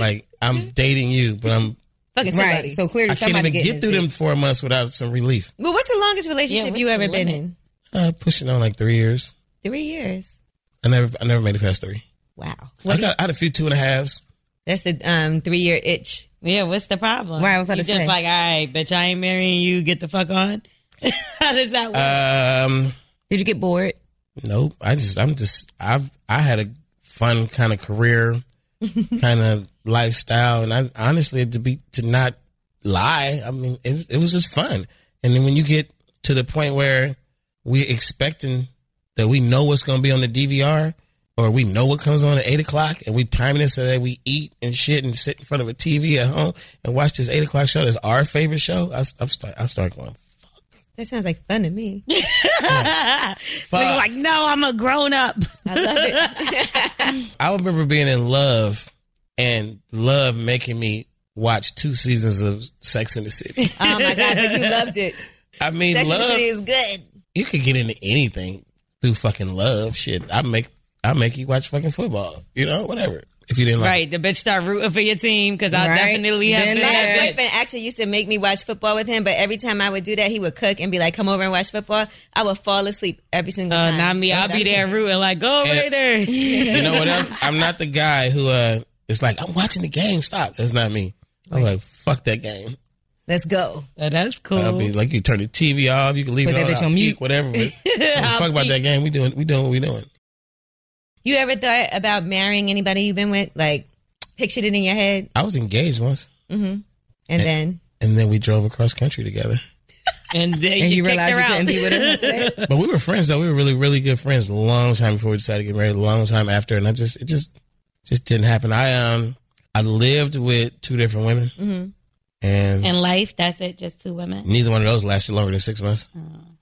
Speaker 3: like I'm dating you, but I'm
Speaker 4: Fucking somebody.
Speaker 2: Right. So clearly,
Speaker 3: I can't
Speaker 2: somebody
Speaker 3: even
Speaker 2: getting
Speaker 3: get through
Speaker 2: this
Speaker 3: them four months without some relief.
Speaker 4: Well, what's the longest relationship
Speaker 1: what's
Speaker 4: you ever
Speaker 1: the
Speaker 4: been
Speaker 1: limit?
Speaker 4: in?
Speaker 3: Uh, pushing on like three years.
Speaker 4: Three years.
Speaker 3: I never I never made it past three.
Speaker 4: Wow,
Speaker 3: I got I had a few two and a halves.
Speaker 4: that's the um, three year itch.
Speaker 1: yeah. What's the problem?
Speaker 2: Right, I was about
Speaker 1: you
Speaker 2: to
Speaker 1: just
Speaker 2: say.
Speaker 1: like, all right, bitch, I ain't marrying you. Get the fuck on. How does that work?
Speaker 3: Um.
Speaker 2: Did you get bored?
Speaker 3: Nope. I just I'm just I've I had a fun kind of career, kind of lifestyle, and I honestly to be to not lie. I mean, it, it was just fun. And then when you get to the point where we're expecting that we know what's going to be on the DVR. Or we know what comes on at eight o'clock, and we timing it so that we eat and shit, and sit in front of a TV at home and watch this eight o'clock show. That's our favorite show. I, I start, I start going,
Speaker 4: That sounds like fun to me. Oh
Speaker 3: fuck.
Speaker 1: You're like, no, I'm a grown up.
Speaker 3: I remember being in love and love making me watch two seasons of Sex in the City.
Speaker 4: Oh my god, but you loved it.
Speaker 3: I mean,
Speaker 4: Sex and the
Speaker 3: love,
Speaker 4: City is good.
Speaker 3: you could get into anything through fucking love. Shit, I make, I make you watch fucking football, you know, whatever. If you didn't like
Speaker 1: Right, the bitch start rooting for your team because I
Speaker 2: Right.
Speaker 1: definitely have
Speaker 2: Been
Speaker 1: been
Speaker 4: My
Speaker 2: there.
Speaker 1: that
Speaker 2: Yeah.
Speaker 1: bitch.
Speaker 4: ex-boyfriend actually used to make me watch football with him, but every time I would do that, he would cook and be like, "Come over and watch football." I would fall asleep every single
Speaker 1: Uh,
Speaker 4: time.
Speaker 1: not me. I'll be there rooting like, go
Speaker 3: And-
Speaker 1: Raiders.
Speaker 3: you know what else? I'm not the guy who uh is like, I'm watching the game, stop. That's not me. I'm like, fuck that game.
Speaker 4: Let's go.
Speaker 1: Oh, that's cool.
Speaker 3: I'll be like, you turn the TV off, you can leave
Speaker 2: Put that
Speaker 3: it on,
Speaker 2: bitch
Speaker 3: I'll
Speaker 2: on mute.
Speaker 3: peek, whatever. but fuck about that game. We doing, we doing what we doing.
Speaker 4: You ever thought about marrying anybody you've been with? Like, pictured it in your head,
Speaker 3: I was engaged once,
Speaker 4: and then
Speaker 3: and then we drove across country together.
Speaker 1: and then
Speaker 2: And
Speaker 1: you,
Speaker 2: you,
Speaker 1: kicked
Speaker 2: realize
Speaker 1: her
Speaker 2: you
Speaker 1: out.
Speaker 2: couldn't be with him.
Speaker 3: But we were friends though. We were really, really good friends. Long time before we decided to get married. Long time after, and I just, it just, just didn't happen. I um, I lived with two different women, and,
Speaker 1: In life, that's it. Just two women.
Speaker 3: neither one of those lasted longer than six months.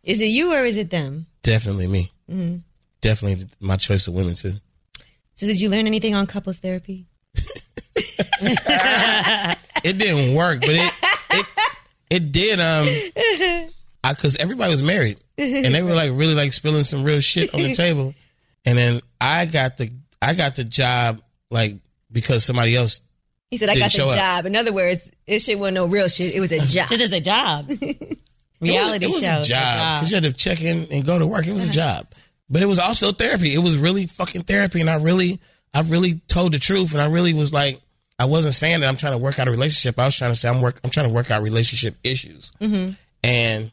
Speaker 4: is it you or is it them?
Speaker 3: Definitely me. Definitely my choice of women too.
Speaker 4: So did you learn anything on couples therapy?
Speaker 3: It didn't work, but it, it, it did. Um, I because everybody was married, and they were like really like spilling some real shit on the table, and then I got the, I got the job like because somebody else
Speaker 4: He said, "I
Speaker 3: Didn't
Speaker 4: got
Speaker 3: show
Speaker 4: the
Speaker 3: up.
Speaker 4: job." In other words, this shit wasn't no real shit. It was a job.
Speaker 1: It is a job. Reality
Speaker 3: it was
Speaker 1: show.
Speaker 3: a job because you had to check in and go to work. It was a job, but it was also therapy. It was really fucking therapy, and I really, I really told the truth, and I really was like, I wasn't saying that I'm trying to work out a relationship. I was trying to say I'm work, I'm trying to work out relationship issues, And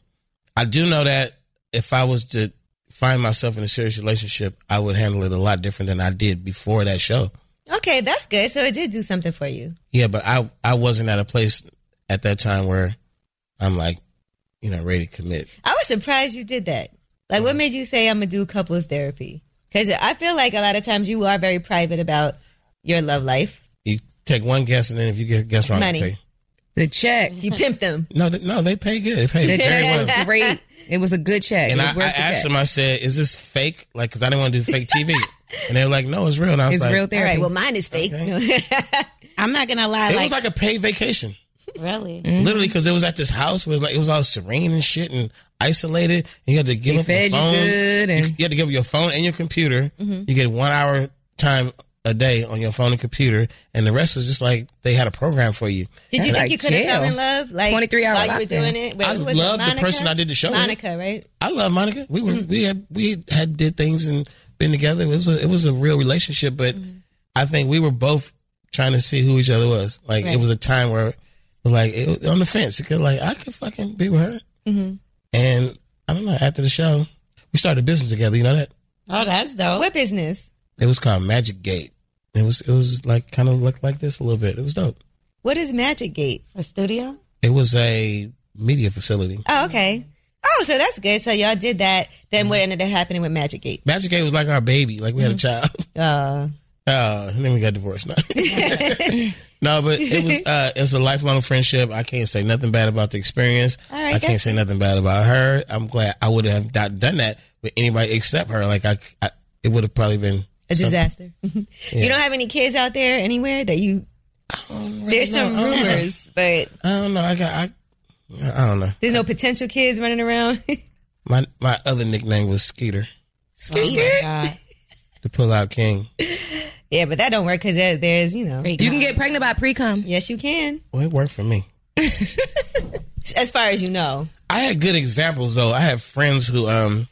Speaker 3: I do know that if I was to find myself in a serious relationship, I would handle it a lot different than I did before that show.
Speaker 1: Okay, that's good. So it did do something for you.
Speaker 3: Yeah, but I I wasn't at a place at that time where I'm like, you know, ready to commit.
Speaker 1: I was surprised you did that. Like,
Speaker 3: Mm.
Speaker 1: what made you say I'm gonna do couples therapy? Because I feel like a lot of times you are very private about your love life.
Speaker 3: You take one guess, and then if you get guess wrong,
Speaker 1: Money.
Speaker 3: they pay.
Speaker 2: The check.
Speaker 1: You pimp them.
Speaker 3: No, th- no, they pay good. They pay
Speaker 2: The
Speaker 3: very
Speaker 2: check
Speaker 3: well.
Speaker 2: was great. It was a good check.
Speaker 3: And
Speaker 2: it
Speaker 3: I,
Speaker 2: was
Speaker 3: I
Speaker 2: worth the check.
Speaker 3: asked them, I said, "Is this fake?" Like, because I didn't want to do fake TV, and they were like, "No, it's real." And I was
Speaker 2: it's
Speaker 3: like,
Speaker 2: real
Speaker 1: All
Speaker 2: therapy.
Speaker 1: right, well, mine is fake.
Speaker 4: I'm not gonna lie.
Speaker 3: It
Speaker 4: like,
Speaker 3: was like a paid vacation,
Speaker 4: really,
Speaker 2: Mm-hmm.
Speaker 3: literally, because it was at this house where like it was all serene and shit and isolated. And you had to give
Speaker 2: They
Speaker 3: up your
Speaker 2: fed you
Speaker 3: phone.
Speaker 2: good and- Mm-hmm.
Speaker 3: you, you had to give up your phone and your computer. You get one hour time a day on your phone and computer, and the rest was just like they had a program for you.
Speaker 1: Did you
Speaker 2: That's
Speaker 1: think
Speaker 2: like
Speaker 1: you could have fell
Speaker 2: jail.
Speaker 1: in love? Like
Speaker 2: 23 hour
Speaker 1: while you were
Speaker 2: lockdown.
Speaker 1: doing it. Wait,
Speaker 3: I
Speaker 1: who was it?
Speaker 3: loved the
Speaker 1: Monica?
Speaker 3: person I did the show with.
Speaker 1: Monica, right?
Speaker 3: I love Monica. We were we had we had did things and been together. It was a, it was a real relationship, but I think we were both trying to see who each other was. Like it was a time where it was like it was on the fence. It could like I could fucking be with her. And I don't know. After the show, we started a business together. You know that
Speaker 4: oh, that's dope.
Speaker 1: What business?
Speaker 3: it was called Magic Gate. It was it was like kind of looked like this a little bit. It was dope.
Speaker 1: What is Magic Gate?
Speaker 4: A studio?
Speaker 3: It was a media facility.
Speaker 1: Oh, okay. Oh, so that's good. So y'all did that.
Speaker 3: Mm.
Speaker 1: Then what ended up happening with Magic Gate?
Speaker 3: Magic Gate was like our baby. Like we had a child.
Speaker 1: Uh,
Speaker 3: Uh, and then we got divorced. No, no but it was uh, it was a lifelong friendship. I can't say nothing bad about the experience.
Speaker 1: All right,
Speaker 3: I can't
Speaker 1: that's-
Speaker 3: say nothing bad about her. I'm glad I would have not done that with anybody except her. Like I, I it would have probably been
Speaker 1: a
Speaker 3: some-
Speaker 1: disaster. You don't have any kids out there anywhere that you. There's some
Speaker 3: know. I don't know.
Speaker 1: rumors, but
Speaker 3: I don't know. I got I, I don't know.
Speaker 1: there's no potential kids running around.
Speaker 3: My my other nickname was Skeeter,
Speaker 4: Oh my God.
Speaker 3: the pullout king.
Speaker 1: yeah, but that don't work because there's you know.
Speaker 2: you can get pregnant by pre cum.
Speaker 1: Yes, you can.
Speaker 3: Well, it worked for me.
Speaker 1: As far as you know,
Speaker 3: I had good examples though. I had friends who um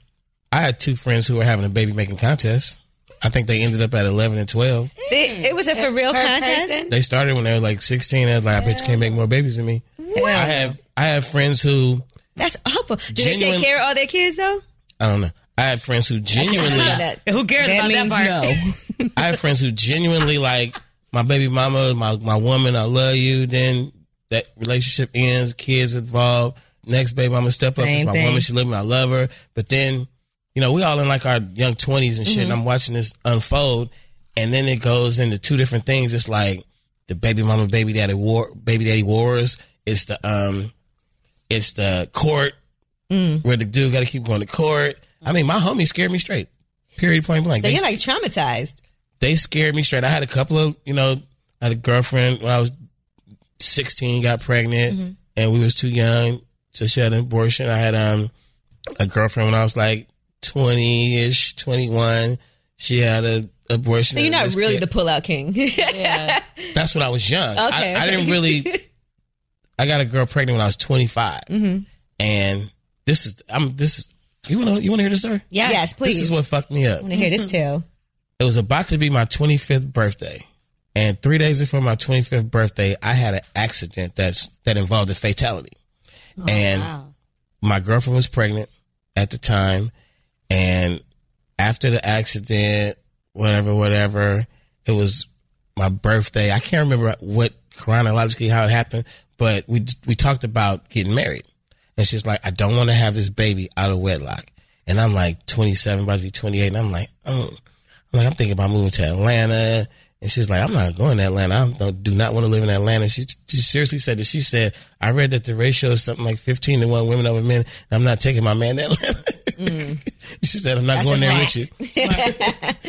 Speaker 3: I had two friends who were having a baby making contest. I think they ended up at eleven and twelve.
Speaker 1: They- it was Hmm. a for real contest.
Speaker 3: They started when they were like sixteen and like I bet you can't make more babies than me. I have I have friends who
Speaker 1: That's awful. Did they
Speaker 3: Genuine-
Speaker 1: take care of all their kids though?
Speaker 3: I don't know. I have friends who genuinely
Speaker 1: That-
Speaker 4: Who cares
Speaker 2: That
Speaker 4: about
Speaker 2: means
Speaker 4: that part?
Speaker 2: no.
Speaker 3: I have friends who genuinely like my baby mama, my my woman, I love you. Then that relationship ends, kids involved. Next baby mama step up, it's
Speaker 2: Same
Speaker 3: my
Speaker 2: thing.
Speaker 3: woman, she love me, I love her. But then, you know, we all in like our young twenties and shit, and
Speaker 1: Mm-hmm.
Speaker 3: I'm watching this unfold, and then it goes into two different things. It's like the baby mama, baby daddy war, baby daddy wars. It's the um, it's the court
Speaker 1: Mm.
Speaker 3: where the dude got to keep going to court. I mean, my homie scared me straight. Period, point blank.
Speaker 1: So
Speaker 3: They
Speaker 1: you're like traumatized.
Speaker 3: they scared me straight. I had a couple of, you know, I had a girlfriend when I was 16, got pregnant,
Speaker 1: Mm-hmm.
Speaker 3: and we was too young, so she had an abortion. I had um a girlfriend when I was like 20 ish, 21. She had a abortion.
Speaker 1: So you're not
Speaker 3: This
Speaker 1: really
Speaker 3: kid-
Speaker 1: the pullout king.
Speaker 3: That's when I was young. I-
Speaker 1: Okay,
Speaker 3: I,
Speaker 1: okay.
Speaker 3: didn't really. I got a girl pregnant when I was 25,
Speaker 1: Mm-hmm.
Speaker 3: and this is I'm this is you want to you want to hear this story?
Speaker 1: yes, please.
Speaker 3: This is what fucked me up.
Speaker 1: I want to hear this tale.
Speaker 3: it was about to be my 25th birthday. And three days before my 25th birthday, I had an accident that's, that involved a fatality. and my girlfriend was pregnant at the time. And after the accident, whatever, whatever, it was my birthday. I can't remember what chronologically how it happened, but we, we talked about getting married. And she's like, I don't want to have this baby out of wedlock. And I'm like 27, about to be 28. And I'm like, oh, I'm like, I'm thinking about moving to Atlanta. And she's like, I'm not going to Atlanta. I don't, do not want to live in Atlanta. She, she seriously said that. She said, I read that the ratio is something like 15 to 1 women over men. And I'm not taking my man to Atlanta. she said, I'm not going there with you.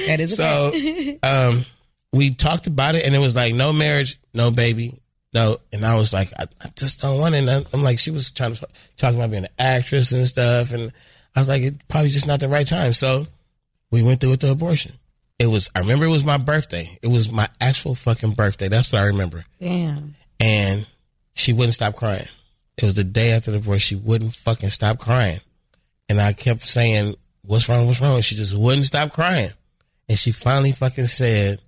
Speaker 2: That is a
Speaker 3: So um, we talked about it and it was like, no marriage, no baby. No, and I was like, I, I just don't want it. And I- I'm like, she was trying to talk about being an actress and stuff, and I was like, it probably just not the right time. So we went through with the abortion. It was, I remember it was my birthday. It was my actual fucking birthday. That's what I remember.
Speaker 4: Damn.
Speaker 3: And she wouldn't stop crying. It was the day after the abortion. She wouldn't fucking stop crying. And I kept saying, what's wrong? What's wrong? And she just wouldn't stop crying. And she finally fucking said,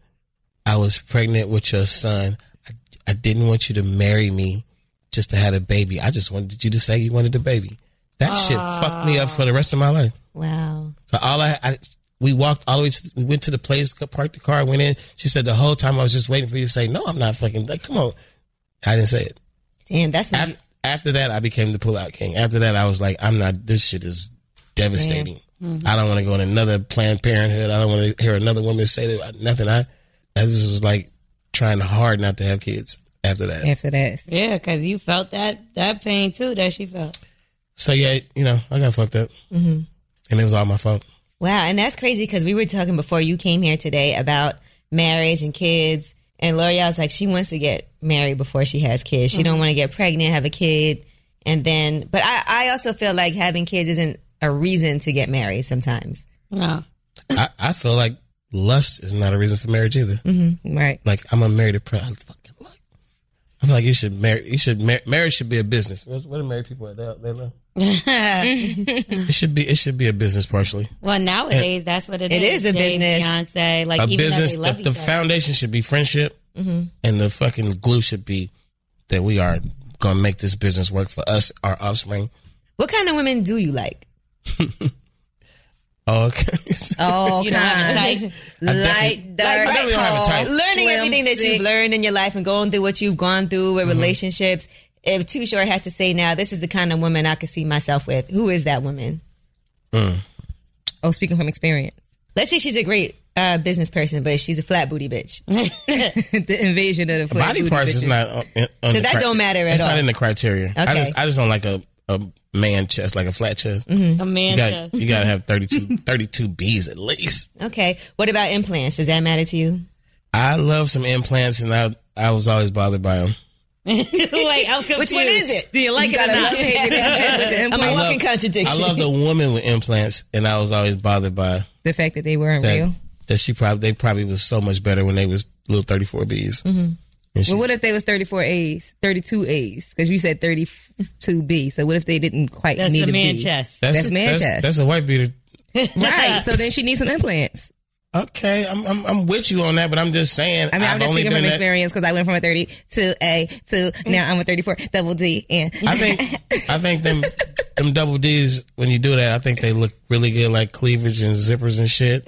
Speaker 3: I was pregnant with your son. I, I didn't want you to marry me just to have a baby. I just wanted you to say you wanted a baby. That shit fucked me up for the rest of my life.
Speaker 4: Wow.
Speaker 3: So all I, I we walked all the way. To, we went to the place, parked the car, went in. She said the whole time I was just waiting for you to say no. I'm not fucking. Like, come on. I didn't say it.
Speaker 4: Damn, that's what
Speaker 3: After, after that, I became the pullout king. After that, I was like, I'm not. This shit is devastating. I don't want to go in another Planned Parenthood. I don't want to hear another woman say that, nothing. I, I just was like trying hard not to have kids after that.
Speaker 2: after that.
Speaker 1: Yeah, because you felt that that pain too that she felt.
Speaker 3: So yeah, you know, I got fucked up, and it was all my fault.
Speaker 4: Wow, and that's crazy because we were talking before you came here today about marriage and kids, and L'Oreal's like she wants to get married before she has kids. She
Speaker 1: Mm-hmm.
Speaker 4: don't want to get pregnant, have a kid, and then. But I, I also feel like having kids isn't a reason to get married. Sometimes
Speaker 1: No.
Speaker 3: I, I feel like lust is not a reason for marriage either.
Speaker 1: Mm-hmm.
Speaker 2: Right.
Speaker 3: Like I'm unmarried. Pro- I fucking like. I feel like you should marry. You should mar- marriage should be a business. What what are married people at? They, they love. it should be. It should be a business partially.
Speaker 1: Well, nowadays that's what
Speaker 4: It is a
Speaker 1: Jay,
Speaker 4: business.
Speaker 1: Beyonce, like
Speaker 3: a
Speaker 1: even
Speaker 3: business.
Speaker 1: though they love
Speaker 3: The, the
Speaker 1: each other. Mm-hmm.
Speaker 3: foundation should be friendship, and the fucking glue should be that we are gonna make this business work for us, our offspring.
Speaker 4: what kind of women do you like?
Speaker 3: Oh, okay.
Speaker 2: All
Speaker 1: You don't have a
Speaker 2: kinds.
Speaker 1: type.
Speaker 2: Light, dark,
Speaker 3: I really don't have a
Speaker 2: tall.
Speaker 3: type.
Speaker 4: Learning
Speaker 2: slim,
Speaker 4: everything that
Speaker 2: thick.
Speaker 4: you've learned in your life and going through what you've gone through with relationships. If Too Short had to say now, this is the kind of woman I could see myself with. Who is that woman?
Speaker 2: Oh, speaking from experience,
Speaker 4: Let's say she's a great uh, business person, but she's a flat booty bitch.
Speaker 2: the invasion of the flat
Speaker 3: body
Speaker 2: booty
Speaker 3: parts is
Speaker 2: bitches.
Speaker 3: not. uh, On, on the
Speaker 4: that don't matter at
Speaker 3: it's
Speaker 4: all.
Speaker 3: not in the criteria. I
Speaker 4: Okay.
Speaker 3: just I just don't like a a man chest, like a flat chest.
Speaker 2: Mm-hmm.
Speaker 1: A man
Speaker 3: You
Speaker 1: does.
Speaker 3: got you got to have 32, 32 B's at least.
Speaker 4: Okay. What about implants? Does that matter to you?
Speaker 3: I love some implants, and I I was always bothered by them.
Speaker 1: Wait, I'm confused.
Speaker 4: Which one is it?
Speaker 1: Do you like it or
Speaker 2: Gotta
Speaker 1: not?
Speaker 2: love hate relationship with the
Speaker 4: I'm
Speaker 2: implant.
Speaker 4: a
Speaker 3: love-
Speaker 4: walking
Speaker 3: I
Speaker 4: contradiction.
Speaker 3: love the woman with implants, and I was always bothered by
Speaker 2: the fact that they weren't
Speaker 3: that.
Speaker 2: real.
Speaker 3: That she probably they probably was so much better when they was little thirty four B's. Mm-hmm. And she,
Speaker 2: But what if they was 34 A's, 32 A's? Because you said 32 B. So what if they didn't quite
Speaker 1: That's
Speaker 2: need
Speaker 1: the
Speaker 2: a
Speaker 1: man
Speaker 2: B?
Speaker 1: chest.
Speaker 3: that's
Speaker 2: that's man
Speaker 3: that's,
Speaker 2: chest.
Speaker 3: that's a white beater.
Speaker 2: Right. so then she needs some implants.
Speaker 3: Okay, I'm, I'm I'm with you on that, but I'm just saying.
Speaker 2: I mean, I'm
Speaker 3: have
Speaker 2: just
Speaker 3: only
Speaker 2: speaking
Speaker 3: been
Speaker 2: from
Speaker 3: in that-
Speaker 2: experience because I went from a 30 to a to now I'm a 34 double D and
Speaker 3: I think I think them them double D's when you do that, I think they look really good, like cleavage and zippers and shit.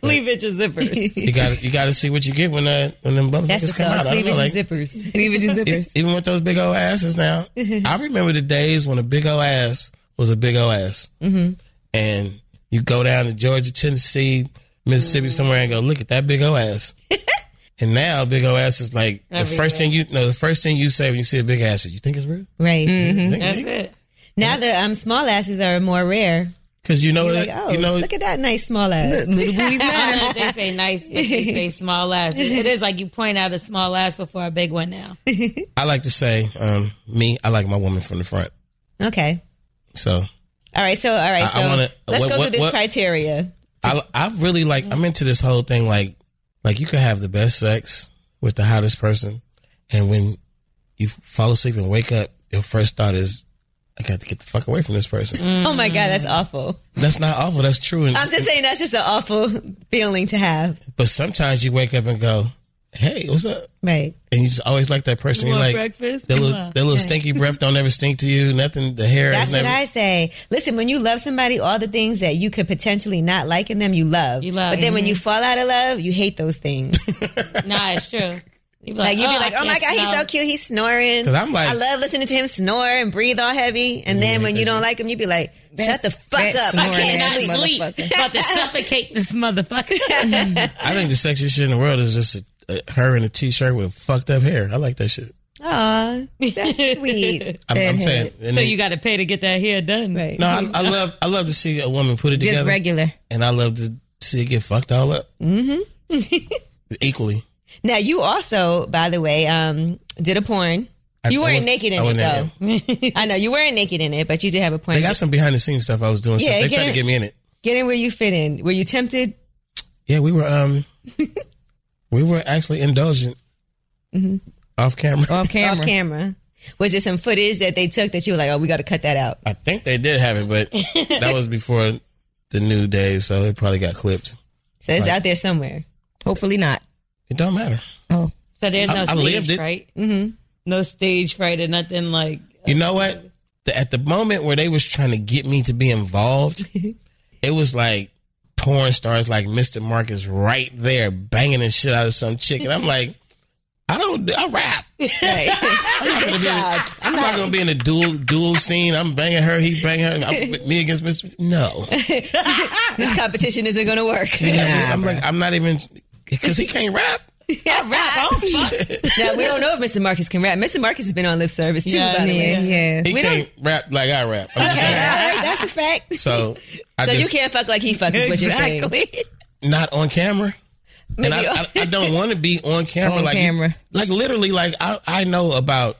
Speaker 1: Cleavage and zippers.
Speaker 3: You got to you got to see what you get when uh, when them
Speaker 4: That's the
Speaker 3: motherfuckers come out.
Speaker 4: song.
Speaker 3: I don't know,
Speaker 4: Cleavage
Speaker 3: like,
Speaker 4: and zippers.
Speaker 2: cleavage and
Speaker 3: e-
Speaker 2: zippers.
Speaker 3: even with those big old asses now, I remember the days when a big old ass was a big old ass, mm-hmm. and you go down to Georgia, Tennessee,
Speaker 4: Mm-hmm.
Speaker 3: Mississippi, somewhere, and go look at that big old ass. and now, big old ass is like the first thing you no, the first thing you say when you see a big ass is, "You think it's real?"
Speaker 4: Right. Mm-hmm.
Speaker 3: Think-
Speaker 1: That's it.
Speaker 4: Now the um, small asses are more rare.
Speaker 3: Cause you know,
Speaker 4: You're
Speaker 3: it-
Speaker 4: like, oh,
Speaker 3: you know,
Speaker 4: look at that nice small ass.
Speaker 2: Little booties
Speaker 1: I don't
Speaker 2: matter.
Speaker 1: know if they say nice, but they say small ass. It is like you point out a small ass before a big one now.
Speaker 3: I like to say, um, me, I like my woman from the front.
Speaker 4: Okay.
Speaker 3: So
Speaker 4: All right. So, all right.
Speaker 3: I-
Speaker 4: So
Speaker 3: I wanna-
Speaker 4: let's
Speaker 3: what-
Speaker 4: go
Speaker 3: what-
Speaker 4: through this
Speaker 3: what-
Speaker 4: criteria.
Speaker 3: I, I really like, I'm into this whole thing. Like, like you could have the best sex with the hottest person. And when you fall asleep and wake up, your first thought is, I got to get the fuck away from this person.
Speaker 4: Oh my God, that's awful.
Speaker 3: That's not awful. That's true. And,
Speaker 4: I'm just saying that's just an awful feeling to have.
Speaker 3: but sometimes you wake up and go, Hey, what's up?
Speaker 4: Right.
Speaker 3: And you just always like that person.
Speaker 1: You
Speaker 3: You're
Speaker 1: want
Speaker 3: like,
Speaker 1: breakfast?
Speaker 3: Their
Speaker 1: Come
Speaker 3: little,
Speaker 1: on.
Speaker 3: their little stinky breath don't ever stink to you. Nothing. The hair
Speaker 4: That's
Speaker 3: is
Speaker 4: what
Speaker 3: never.
Speaker 4: I say. Listen, when you love somebody, all the things that you could potentially not like in them, you love.
Speaker 1: You love.
Speaker 4: But then when you fall out of love, you hate those things.
Speaker 1: Nah, it's true. You be
Speaker 4: Like you'd be like,
Speaker 1: I
Speaker 4: oh my
Speaker 1: can't
Speaker 4: god, he's
Speaker 1: smell."
Speaker 4: so cute, he's snoring.
Speaker 3: 'Cause I'm like-
Speaker 4: I love listening to him snore and breathe all heavy. And then when you don't like him, you'd be like, shut the fuck
Speaker 2: that's
Speaker 4: up, I
Speaker 2: snoring
Speaker 4: can't
Speaker 2: ass
Speaker 4: sleep.
Speaker 1: Cannot sleep.
Speaker 2: motherfucker.
Speaker 1: About to suffocate this motherfucker.
Speaker 3: I think the sexiest shit in the world is just a, a, her in a t-shirt with fucked up hair. I like that shit.
Speaker 4: Aw, that's sweet.
Speaker 3: I'm, I'm saying. and
Speaker 1: so
Speaker 3: then-
Speaker 1: you got to pay to get that hair done. Right.
Speaker 3: no, I, I love. I love to see a woman put it
Speaker 2: Just
Speaker 3: together,
Speaker 2: regular.
Speaker 3: and I love to see it get fucked all up. Mm-hmm. Equally.
Speaker 4: Now you also, by the way, um, did a porn.
Speaker 3: I-
Speaker 4: You
Speaker 3: I
Speaker 4: weren't
Speaker 3: was-
Speaker 4: naked
Speaker 3: I
Speaker 4: in it
Speaker 3: wasn't naked.
Speaker 4: though. I know you weren't naked in it, but you did have a porn.
Speaker 3: They got some behind the scenes stuff I was doing. so
Speaker 4: Yeah,
Speaker 3: they
Speaker 4: get
Speaker 3: tried to
Speaker 4: it.
Speaker 3: get me in it.
Speaker 4: Get in where you fit in. Were you tempted?
Speaker 3: Yeah, we were. Um, we were actually indulgent
Speaker 4: Mm-hmm.
Speaker 3: off camera.
Speaker 2: Off camera.
Speaker 4: Off camera. Was there some footage that they took that you were like, oh, we got to cut that out?
Speaker 3: I think they did have it, but that was before the new days, so it probably got clipped.
Speaker 4: So it's out there somewhere.
Speaker 2: Hopefully not.
Speaker 3: It don't matter.
Speaker 2: Oh.
Speaker 1: So there's no
Speaker 3: I- I
Speaker 1: sleeves,
Speaker 3: lived it.
Speaker 1: right?
Speaker 4: no stage fright or nothing like.
Speaker 3: You know what? The, at the moment where they was trying to get me to be involved, it was like porn stars like Mr. Marcus right there banging the shit out of some chick, and I'm like, I don't, I rap. I'm not, gonna be, in- I'm not gonna be in a dual dual scene. I'm banging her, he banging her, and I'm, me against Mr. No,
Speaker 1: This competition isn't going to work.
Speaker 3: I'm like, I'm not even because he can't rap.
Speaker 1: Yeah, rap. now we don't know if Mr. Marcus can rap. Mr. Marcus has been on lip service too, by the way.
Speaker 2: Yeah, yeah.
Speaker 3: He can't rap like I rap. I'm just saying.
Speaker 1: All right, that's a fact. So
Speaker 3: So I just
Speaker 1: you can't fuck like he fucks is what you're saying.
Speaker 3: not on camera. and I, I, I don't want to be on camera.
Speaker 2: On
Speaker 3: like,
Speaker 2: camera.
Speaker 3: like literally, like I, I know about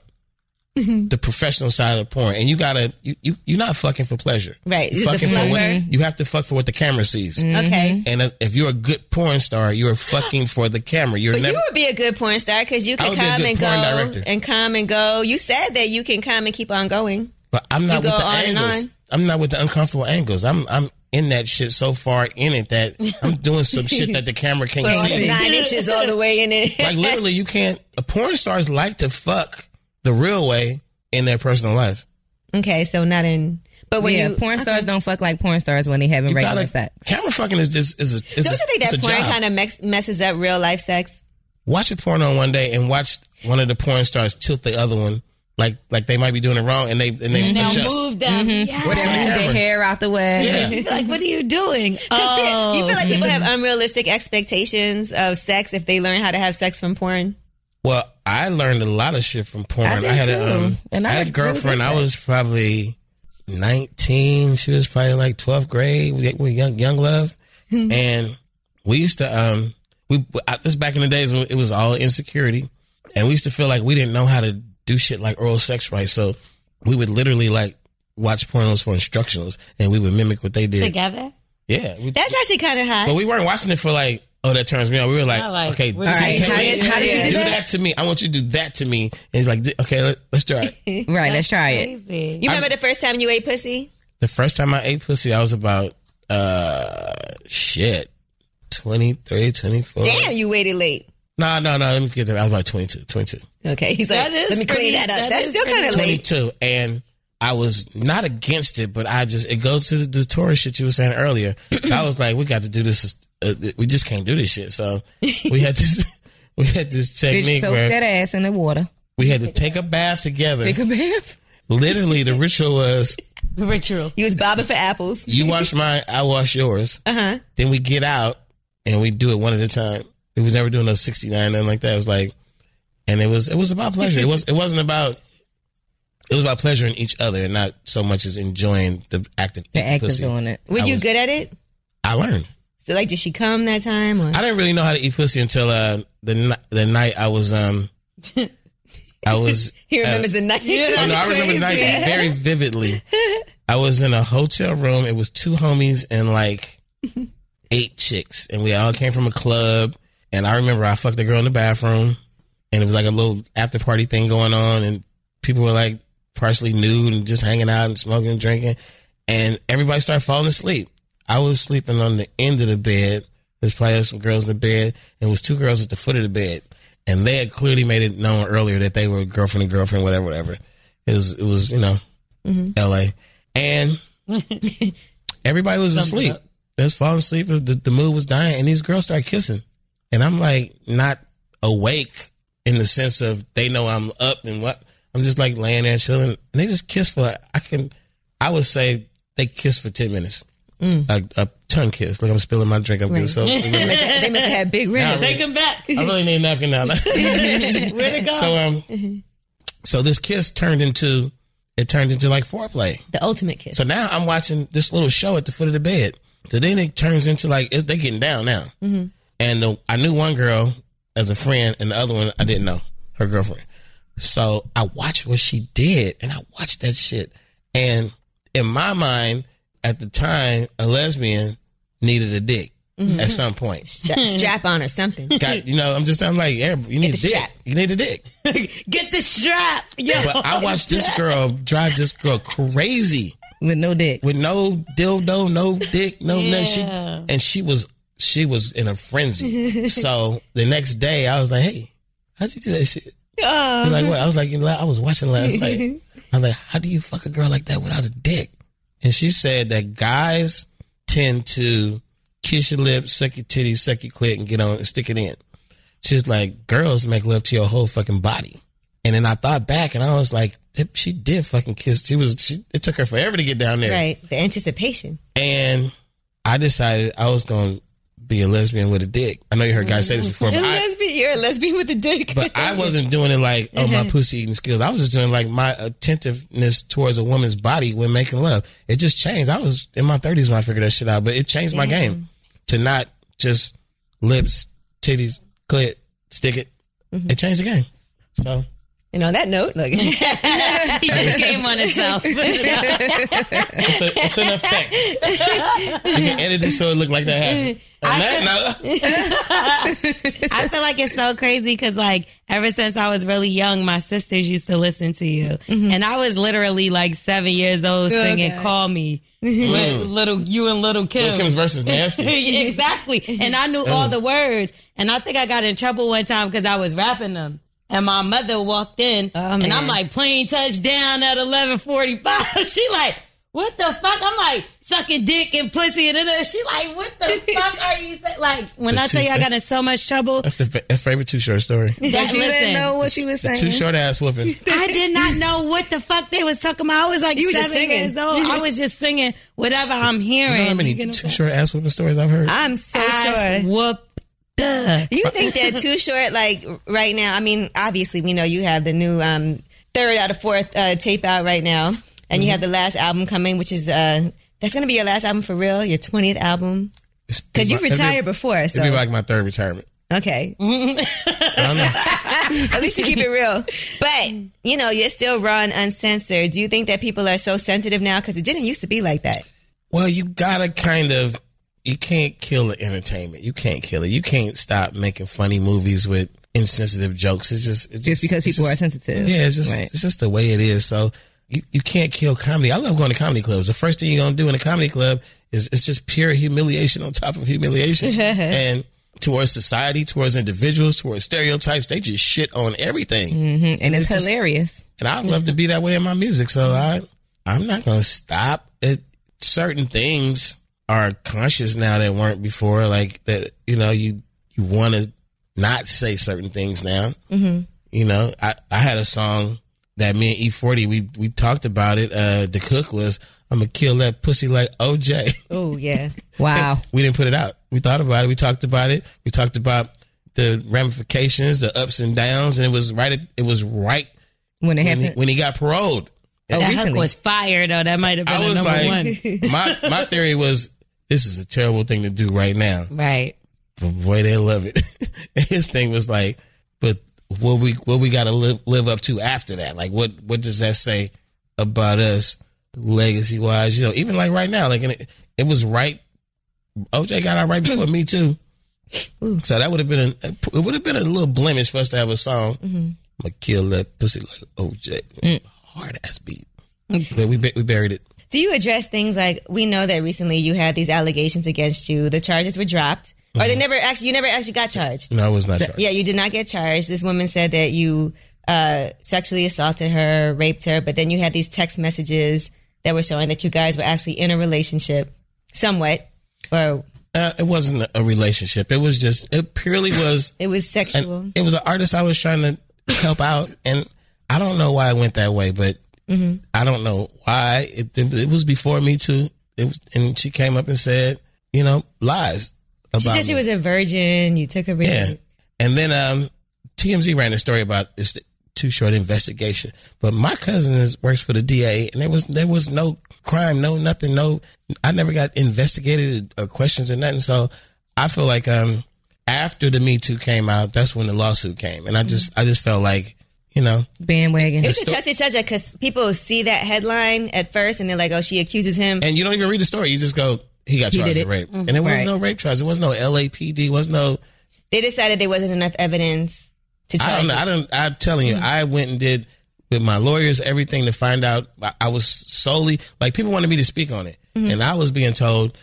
Speaker 3: the professional side of porn, and you gotta you, you you're not fucking for pleasure,
Speaker 1: Right,
Speaker 3: You're
Speaker 1: it's a
Speaker 3: fucking for
Speaker 1: flubber.
Speaker 3: what, you have to fuck for what the camera sees.
Speaker 4: Mm-hmm.
Speaker 1: Okay.
Speaker 3: And if- if you're a good porn star, you're fucking for the camera. You're
Speaker 1: But
Speaker 3: never.
Speaker 1: you would be a good porn star because you
Speaker 3: I
Speaker 1: can
Speaker 3: would be a
Speaker 1: come
Speaker 3: good
Speaker 1: and go
Speaker 3: porn director.
Speaker 1: and come and go. You said that you can come and keep on going.
Speaker 3: but I'm not
Speaker 1: you
Speaker 3: with
Speaker 1: go
Speaker 3: the
Speaker 1: on and
Speaker 3: angles.
Speaker 1: on.
Speaker 3: I'm not with the uncomfortable angles. I'm I'm in that shit so far in it that I'm doing some shit that the camera can't
Speaker 1: Oh,
Speaker 3: see.
Speaker 1: Nine inches all the way in it.
Speaker 3: Like literally, you can't. uh, Porn stars like to fuck the real way in their personal lives.
Speaker 1: Okay, so not in. But when
Speaker 2: yeah,
Speaker 1: you
Speaker 2: porn stars don't fuck like porn stars when they having
Speaker 3: You
Speaker 2: regular
Speaker 3: gotta-
Speaker 2: sex.
Speaker 3: Camera fucking is just is a. Is
Speaker 1: don't
Speaker 3: a,
Speaker 1: you think that porn kind
Speaker 3: of
Speaker 1: of mex- messes up real life sex?
Speaker 3: watch a porn on one day and watch one of the porn stars tilt the other one like like they might be doing it wrong and they and they
Speaker 4: And they'll
Speaker 3: adjust.
Speaker 4: move them.
Speaker 3: What's
Speaker 2: They
Speaker 3: on the
Speaker 2: move their
Speaker 3: camera?
Speaker 2: hair out the way.
Speaker 3: Yeah.
Speaker 4: Like, what are you doing?
Speaker 1: Because
Speaker 4: Oh,
Speaker 1: you feel like people have unrealistic expectations of sex if they learn how to have sex from porn.
Speaker 3: Well, I learned a lot of shit from porn.
Speaker 2: I
Speaker 3: I,
Speaker 2: did
Speaker 3: had a
Speaker 2: too.
Speaker 3: um,
Speaker 2: And I
Speaker 3: I had a
Speaker 2: agree with
Speaker 3: girlfriend. I
Speaker 2: that.
Speaker 3: was probably nineteen. She was probably like twelfth grade. We we young young love,
Speaker 2: Hmm.
Speaker 3: and we used to um we I, this back in the days when it was all insecurity, and we used to feel like we didn't know how to do shit like oral sex right. So we would literally like watch pornos for instructionals, and we would mimic what they did.
Speaker 4: together.
Speaker 3: Yeah, we,
Speaker 1: That's actually kind of hot.
Speaker 3: but we weren't watching it for like, oh, that turns me on. We were like,
Speaker 4: I like-
Speaker 3: okay,
Speaker 4: All
Speaker 3: so
Speaker 2: right,
Speaker 3: take
Speaker 2: how
Speaker 3: me-
Speaker 2: did- how did you do
Speaker 3: do
Speaker 2: that?
Speaker 3: that to me? I want you to do that to me. And he's like, okay, let, us try it.
Speaker 2: Right, let's try it.
Speaker 4: Crazy.
Speaker 1: You remember the first time you ate pussy?
Speaker 3: the first time I ate pussy, I was about, uh, shit, 23, 24.
Speaker 1: Damn, you waited late.
Speaker 3: No, no, no, let me get there. I was about 22, 22.
Speaker 1: Okay, he's like,
Speaker 4: That is
Speaker 1: let me
Speaker 4: pretty-
Speaker 1: clean that up.
Speaker 4: that
Speaker 1: That's
Speaker 4: is
Speaker 1: still
Speaker 4: pretty
Speaker 1: kind of late.
Speaker 3: 22. And I was not against it, but I just, it goes to the, the Taurus shit you were saying earlier. So I was like, we got to do this. Uh, we just can't do this shit. So we had this, we had this
Speaker 2: Bitch,
Speaker 3: technique
Speaker 2: soak
Speaker 3: where
Speaker 2: that ass in the water.
Speaker 3: We had to take a bath together.
Speaker 2: Take a bath.
Speaker 3: Literally, the ritual was
Speaker 4: Ritual.
Speaker 1: You was bobbing for apples.
Speaker 3: you wash mine, I wash yours.
Speaker 1: Uh
Speaker 2: Uh-huh.
Speaker 1: huh.
Speaker 3: Then we get out and we do it one at a time. It was never doing a sixty nine, nothing like that. It was like, and it was it was about pleasure. It was it wasn't about. It was about pleasuring each other and not so much as enjoying the act of
Speaker 2: The
Speaker 3: eating
Speaker 2: act
Speaker 3: pussy.
Speaker 2: of doing it.
Speaker 1: Were
Speaker 3: I
Speaker 1: you
Speaker 3: was-
Speaker 1: good at it?
Speaker 3: I learned.
Speaker 1: So like, did she come that time? Or?
Speaker 3: I didn't really know how to eat pussy until uh, the ni- the night I was um. I was.
Speaker 1: He
Speaker 3: uh,
Speaker 1: remembers the night.
Speaker 3: Oh, no, I remember the night very vividly. I was in a hotel room. It was two homies and like eight chicks, and we all came from a club. And I remember I fucked a girl in the bathroom, and it was like a little after party thing going on, and people were like partially nude and just hanging out and smoking and drinking, and everybody started falling asleep. I was sleeping on the end of the bed. There's probably some girls in the bed, and it was two girls at the foot of the bed, and they had clearly made it known earlier that they were girlfriend and girlfriend, whatever, whatever. It was, it was, you know, L.A. and everybody was asleep. They was falling asleep. The, the mood was dying, and these girls start kissing, and I'm like not awake in the sense of they know I'm up and what. I'm just like laying there chilling, and they just kiss for like I can. I would say they kissed for ten minutes. A, a tongue kiss. Like I'm spilling my drink. I'm getting so.
Speaker 1: They must have- they must have had big rims.
Speaker 3: Nah,
Speaker 4: Take him back.
Speaker 3: I really need a napkin now.
Speaker 4: Where'd it go?
Speaker 3: so um, so this kiss turned into it turned into like foreplay.
Speaker 1: the ultimate kiss.
Speaker 3: So now I'm watching this little show at the foot of the bed. So then it turns into like it, they getting down now.
Speaker 1: Mm-hmm.
Speaker 3: And the, I knew one girl as a friend, and the other one I didn't know her girlfriend. So I watched what she did, and I watched that shit. And in my mind, at the time, a lesbian needed a dick
Speaker 1: Mm-hmm.
Speaker 3: at some point.
Speaker 1: St- strap on or something.
Speaker 3: Got, you know, I'm just I'm like, yeah, you need a dick.
Speaker 1: strap.
Speaker 3: You need a dick.
Speaker 4: Get the strap. Yeah.
Speaker 3: But I watched this girl drive this girl crazy
Speaker 2: With no dick.
Speaker 3: with no dildo, no dick, no nothing. She, and she was she was in a frenzy. so the next day, I was like, "Hey, how'd you do that shit?" He's like, what? I was like, you know, I was watching last night. I'm like, how do you fuck a girl like that without a dick? And she said that guys tend to kiss your lips, suck your titties, suck your clit, and get on and stick it in. She was like, girls make love to your whole fucking body. And then I thought back, and I was like, "Yep, she did fucking kiss. She was. She, it took her forever to get down there.
Speaker 1: Right. The anticipation.
Speaker 3: And I decided I was going to be a lesbian with a dick. I know you heard guys say this before, but I,
Speaker 1: lesbian, you're a lesbian with a dick.
Speaker 3: but I wasn't doing it like oh my pussy eating skills. I was just doing like my attentiveness towards a woman's body when making love. It just changed. I was in my thirties when I figured that shit out, but it changed my game to not just lips, titties, clit, stick it. It changed the game. So
Speaker 1: and on that note, look,
Speaker 4: He just came on himself.
Speaker 3: it's, a, it's an effect. you can edit it so it look like that happened. And that- no.
Speaker 4: I feel like it's so crazy because, like, ever since I was really young, my sisters used to listen to you, and I was literally like seven years old singing "Call Me." with little you and little Kim,
Speaker 3: Kim's verse is nasty.
Speaker 4: exactly. And I knew all the words. And I think I got in trouble one time because I was rapping them. And my mother walked in and I'm like, plane touchdown at 1145. she like, what the fuck? I'm like, sucking dick and pussy. And da-da. she like, what the fuck are you saying? Like, when
Speaker 3: The
Speaker 4: I tell
Speaker 3: two-
Speaker 4: you I got in so much trouble,
Speaker 3: That's the fa- that's favorite too short story.
Speaker 4: that,
Speaker 2: You
Speaker 4: listen,
Speaker 2: didn't know what she was
Speaker 3: Too
Speaker 2: saying.
Speaker 3: short ass whooping.
Speaker 4: I did not know what the fuck they was talking about. I was like
Speaker 1: You was
Speaker 4: seven
Speaker 1: just singing.
Speaker 4: years old. I was just singing whatever I'm hearing.
Speaker 3: You know how many
Speaker 4: You know,
Speaker 3: too short ass whooping stories I've heard?
Speaker 1: I'm so
Speaker 4: ass
Speaker 1: sure.
Speaker 4: Whoop. the.
Speaker 1: You think that too short? Like right now, I mean, obviously we know you have the new um, third out of fourth uh, tape out right now, and
Speaker 2: Mm-hmm.
Speaker 1: you have the last album coming, which is uh, that's gonna be your last album for real, your twentieth album.
Speaker 3: It's-
Speaker 1: Because you
Speaker 3: it'd be-
Speaker 1: retired before, so
Speaker 3: It'd be like my third retirement.
Speaker 1: okay.
Speaker 3: I
Speaker 2: Um,
Speaker 3: don't know.
Speaker 1: At least you keep it real. But you know, you're still raw and uncensored. Do you think that people are so sensitive now? Because it didn't used to be like that.
Speaker 3: Well, you gotta kind of. You can't kill the entertainment. You can't kill it. You can't stop making funny movies with insensitive jokes. It's just it's
Speaker 2: Just because
Speaker 3: it's
Speaker 2: people are
Speaker 3: just-
Speaker 2: sensitive.
Speaker 3: Yeah, it's just
Speaker 2: Right.
Speaker 3: it's just the way it is. So you, you can't kill comedy. I love going to comedy clubs. The first thing you're gonna do in a comedy club is it's just pure humiliation on top of humiliation. and towards society, towards individuals, towards stereotypes, they just shit on everything.
Speaker 2: Mm, And it's hilarious.
Speaker 3: and I love to be that way in my music. So I, I'm not gonna stop. It, certain things are conscious now that weren't before. Like that, you know, you you want to not say certain things now. Mm-hmm. You know, I I had a song that me and E40 we we talked about it. Uh, the cook was I'm gonna kill that pussy like OJ.
Speaker 1: Oh yeah.
Speaker 2: Wow.
Speaker 3: we didn't put it out. We thought about it. We talked about it. We talked about the ramifications, the ups and downs, and it was right. At, it was right
Speaker 2: When it
Speaker 3: when he,
Speaker 2: happened.
Speaker 3: when he got paroled.
Speaker 2: Oh,
Speaker 4: That hook
Speaker 2: recently.
Speaker 4: was fire though. That might have been
Speaker 3: I
Speaker 4: a
Speaker 3: was
Speaker 4: number
Speaker 3: like,
Speaker 4: one.
Speaker 3: my my theory was this is a terrible thing to do right now,
Speaker 4: Right.
Speaker 3: but boy, they love it. His thing was like, but what we what we got to live live up to after that? Like, what what does that say about us legacy wise? You know, even like right now, like and it, it was right. OJ got out right before me too. So that would have been a, it would have been a little blemish for us to have a song.
Speaker 4: Mm-hmm.
Speaker 3: I'm gonna kill that pussy like OJ,
Speaker 4: Mm.
Speaker 3: hard ass beat. But we bu- we buried it.
Speaker 1: Do you address things like we know that recently you had these allegations against you? The charges were dropped, or
Speaker 3: Mm-hmm.
Speaker 1: they never actually you never actually got charged.
Speaker 3: No, it was not. charged.
Speaker 1: Yeah, you did not get charged. This woman said that you uh, sexually assaulted her, raped her, but then you had these text messages that were showing that you guys were actually in a relationship, somewhat, or
Speaker 3: Uh, it wasn't a relationship. It was just it purely was.
Speaker 1: it was
Speaker 3: an-
Speaker 1: sexual.
Speaker 3: it was an artist I was trying to help out, and I don't know why it went that way, but
Speaker 1: Mm-hmm.
Speaker 3: I don't know why it, it, was before me too. It was, and she came up and said, you know, lies. About
Speaker 1: She said she
Speaker 3: me.
Speaker 1: was a virgin. You took her.
Speaker 3: Yeah. And then um, TMZ ran a story about it's the too short investigation. But my cousin is, works for the DA, and there was there was no crime, no nothing, no. I never got investigated or questions or nothing. So I feel like um, after the Me Too came out, that's when the lawsuit came, and I just I just felt like you know
Speaker 2: Bandwagon.
Speaker 1: It's a touchy subject because people see that headline at first and they're like, "Oh, she accuses him."
Speaker 3: and you don't even read the story. You just go, he got charged
Speaker 2: did
Speaker 3: with
Speaker 2: it. Mm-hmm.
Speaker 3: rape, and there was no rape charge. There was no LAPD. Was no.
Speaker 1: They decided there wasn't enough evidence to charge.
Speaker 3: I don't know.
Speaker 1: you.
Speaker 3: I don't. I'm telling you, I went and did with my lawyers everything to find out. I, I was solely like people wanted me to speak on it, and I was being told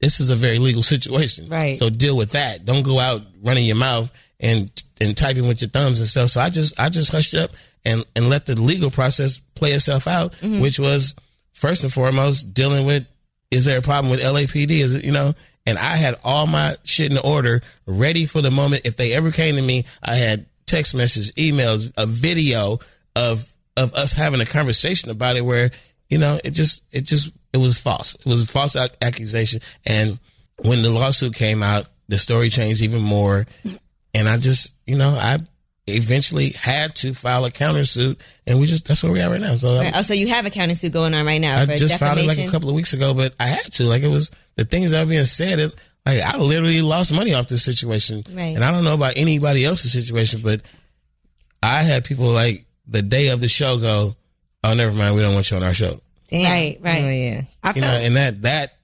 Speaker 3: this is a very legal situation.
Speaker 4: Right.
Speaker 3: So deal with that. Don't go out running your mouth and and typing with your thumbs and stuff. So I just I just hushed up and and let the legal process play itself out, which was first and foremost dealing with is there a problem with LAPD? Is it you know? And I had all my shit in order, ready for the moment if they ever came to me. I had text messages, emails, a video of of us having a conversation about it where you know it just it just it was false it was a false ac- accusation and when the lawsuit came out the story changed even more and i just you know i eventually had to file a countersuit and we just that's where we are right now so I'm-
Speaker 1: Right. Oh, so you have a counting suit going on right now
Speaker 3: i
Speaker 1: for
Speaker 3: just filed it
Speaker 1: defamation.
Speaker 3: like a couple of weeks ago but i had to like it was the things that were being said it like i literally lost money off this situation
Speaker 1: Right.
Speaker 3: and i don't know about anybody else's situation but i had people like the day of the show go oh never mind we don't want you on our show
Speaker 1: Damn. Right, right.
Speaker 2: Oh yeah.
Speaker 1: I
Speaker 3: you know,
Speaker 1: felt-
Speaker 3: and that that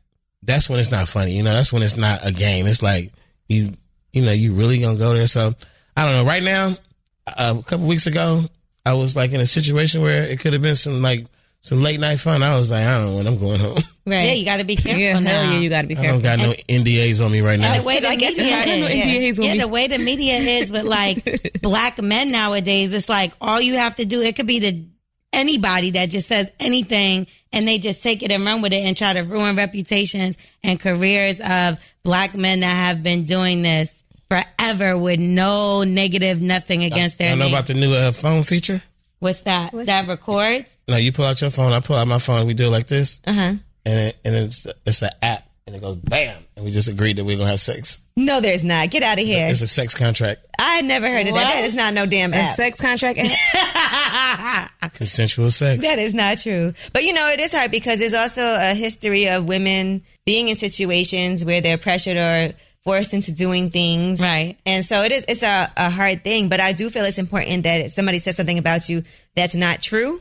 Speaker 3: that's when it's not funny. You know, that's when it's not a game. It's like you you know you really gonna go there. So I don't know. Right now, a a couple weeks ago, I was like in a situation where it could have been some like some late night fun. I was like, I don't know when I'm going home.
Speaker 1: right.
Speaker 4: Yeah, you got to be careful
Speaker 2: Yeah,
Speaker 4: now.
Speaker 2: hell yeah, you gotta be
Speaker 3: I don't
Speaker 2: careful.
Speaker 3: got no NDAs on me right now.
Speaker 4: the way
Speaker 1: Because
Speaker 4: the
Speaker 1: I guess it's
Speaker 4: media
Speaker 1: not-
Speaker 4: is,
Speaker 1: I don't know
Speaker 2: NDAs on
Speaker 4: yeah,
Speaker 2: me.
Speaker 4: the way the media is with like black men nowadays, it's like all you have to do. It could be the anybody that just says anything and they just take it and run with it and try to ruin reputations and careers of black men that have been doing this forever with no negative, nothing
Speaker 3: I
Speaker 4: against their
Speaker 3: don't know
Speaker 4: name.
Speaker 3: about the new uh, phone feature.
Speaker 4: What's that? that records.
Speaker 3: No, you pull out your phone. I pull out my phone. We do it like this, uh-huh. and it, and it's it's an app, and it goes bam, and we just agreed that we're gonna have sex.
Speaker 1: no, there's not. Get out of here.
Speaker 3: It's a sex contract,
Speaker 1: I had never heard of that. That
Speaker 4: What?
Speaker 1: is not no damn app.
Speaker 2: Sex contract.
Speaker 3: consensual sex.
Speaker 1: That is not true. But you know, it is hard because there's also a history of women being in situations where they're pressured or forced into doing things.
Speaker 4: Right.
Speaker 1: And so it is, it's a, a hard thing, but I do feel it's important that if somebody says something about you that's not true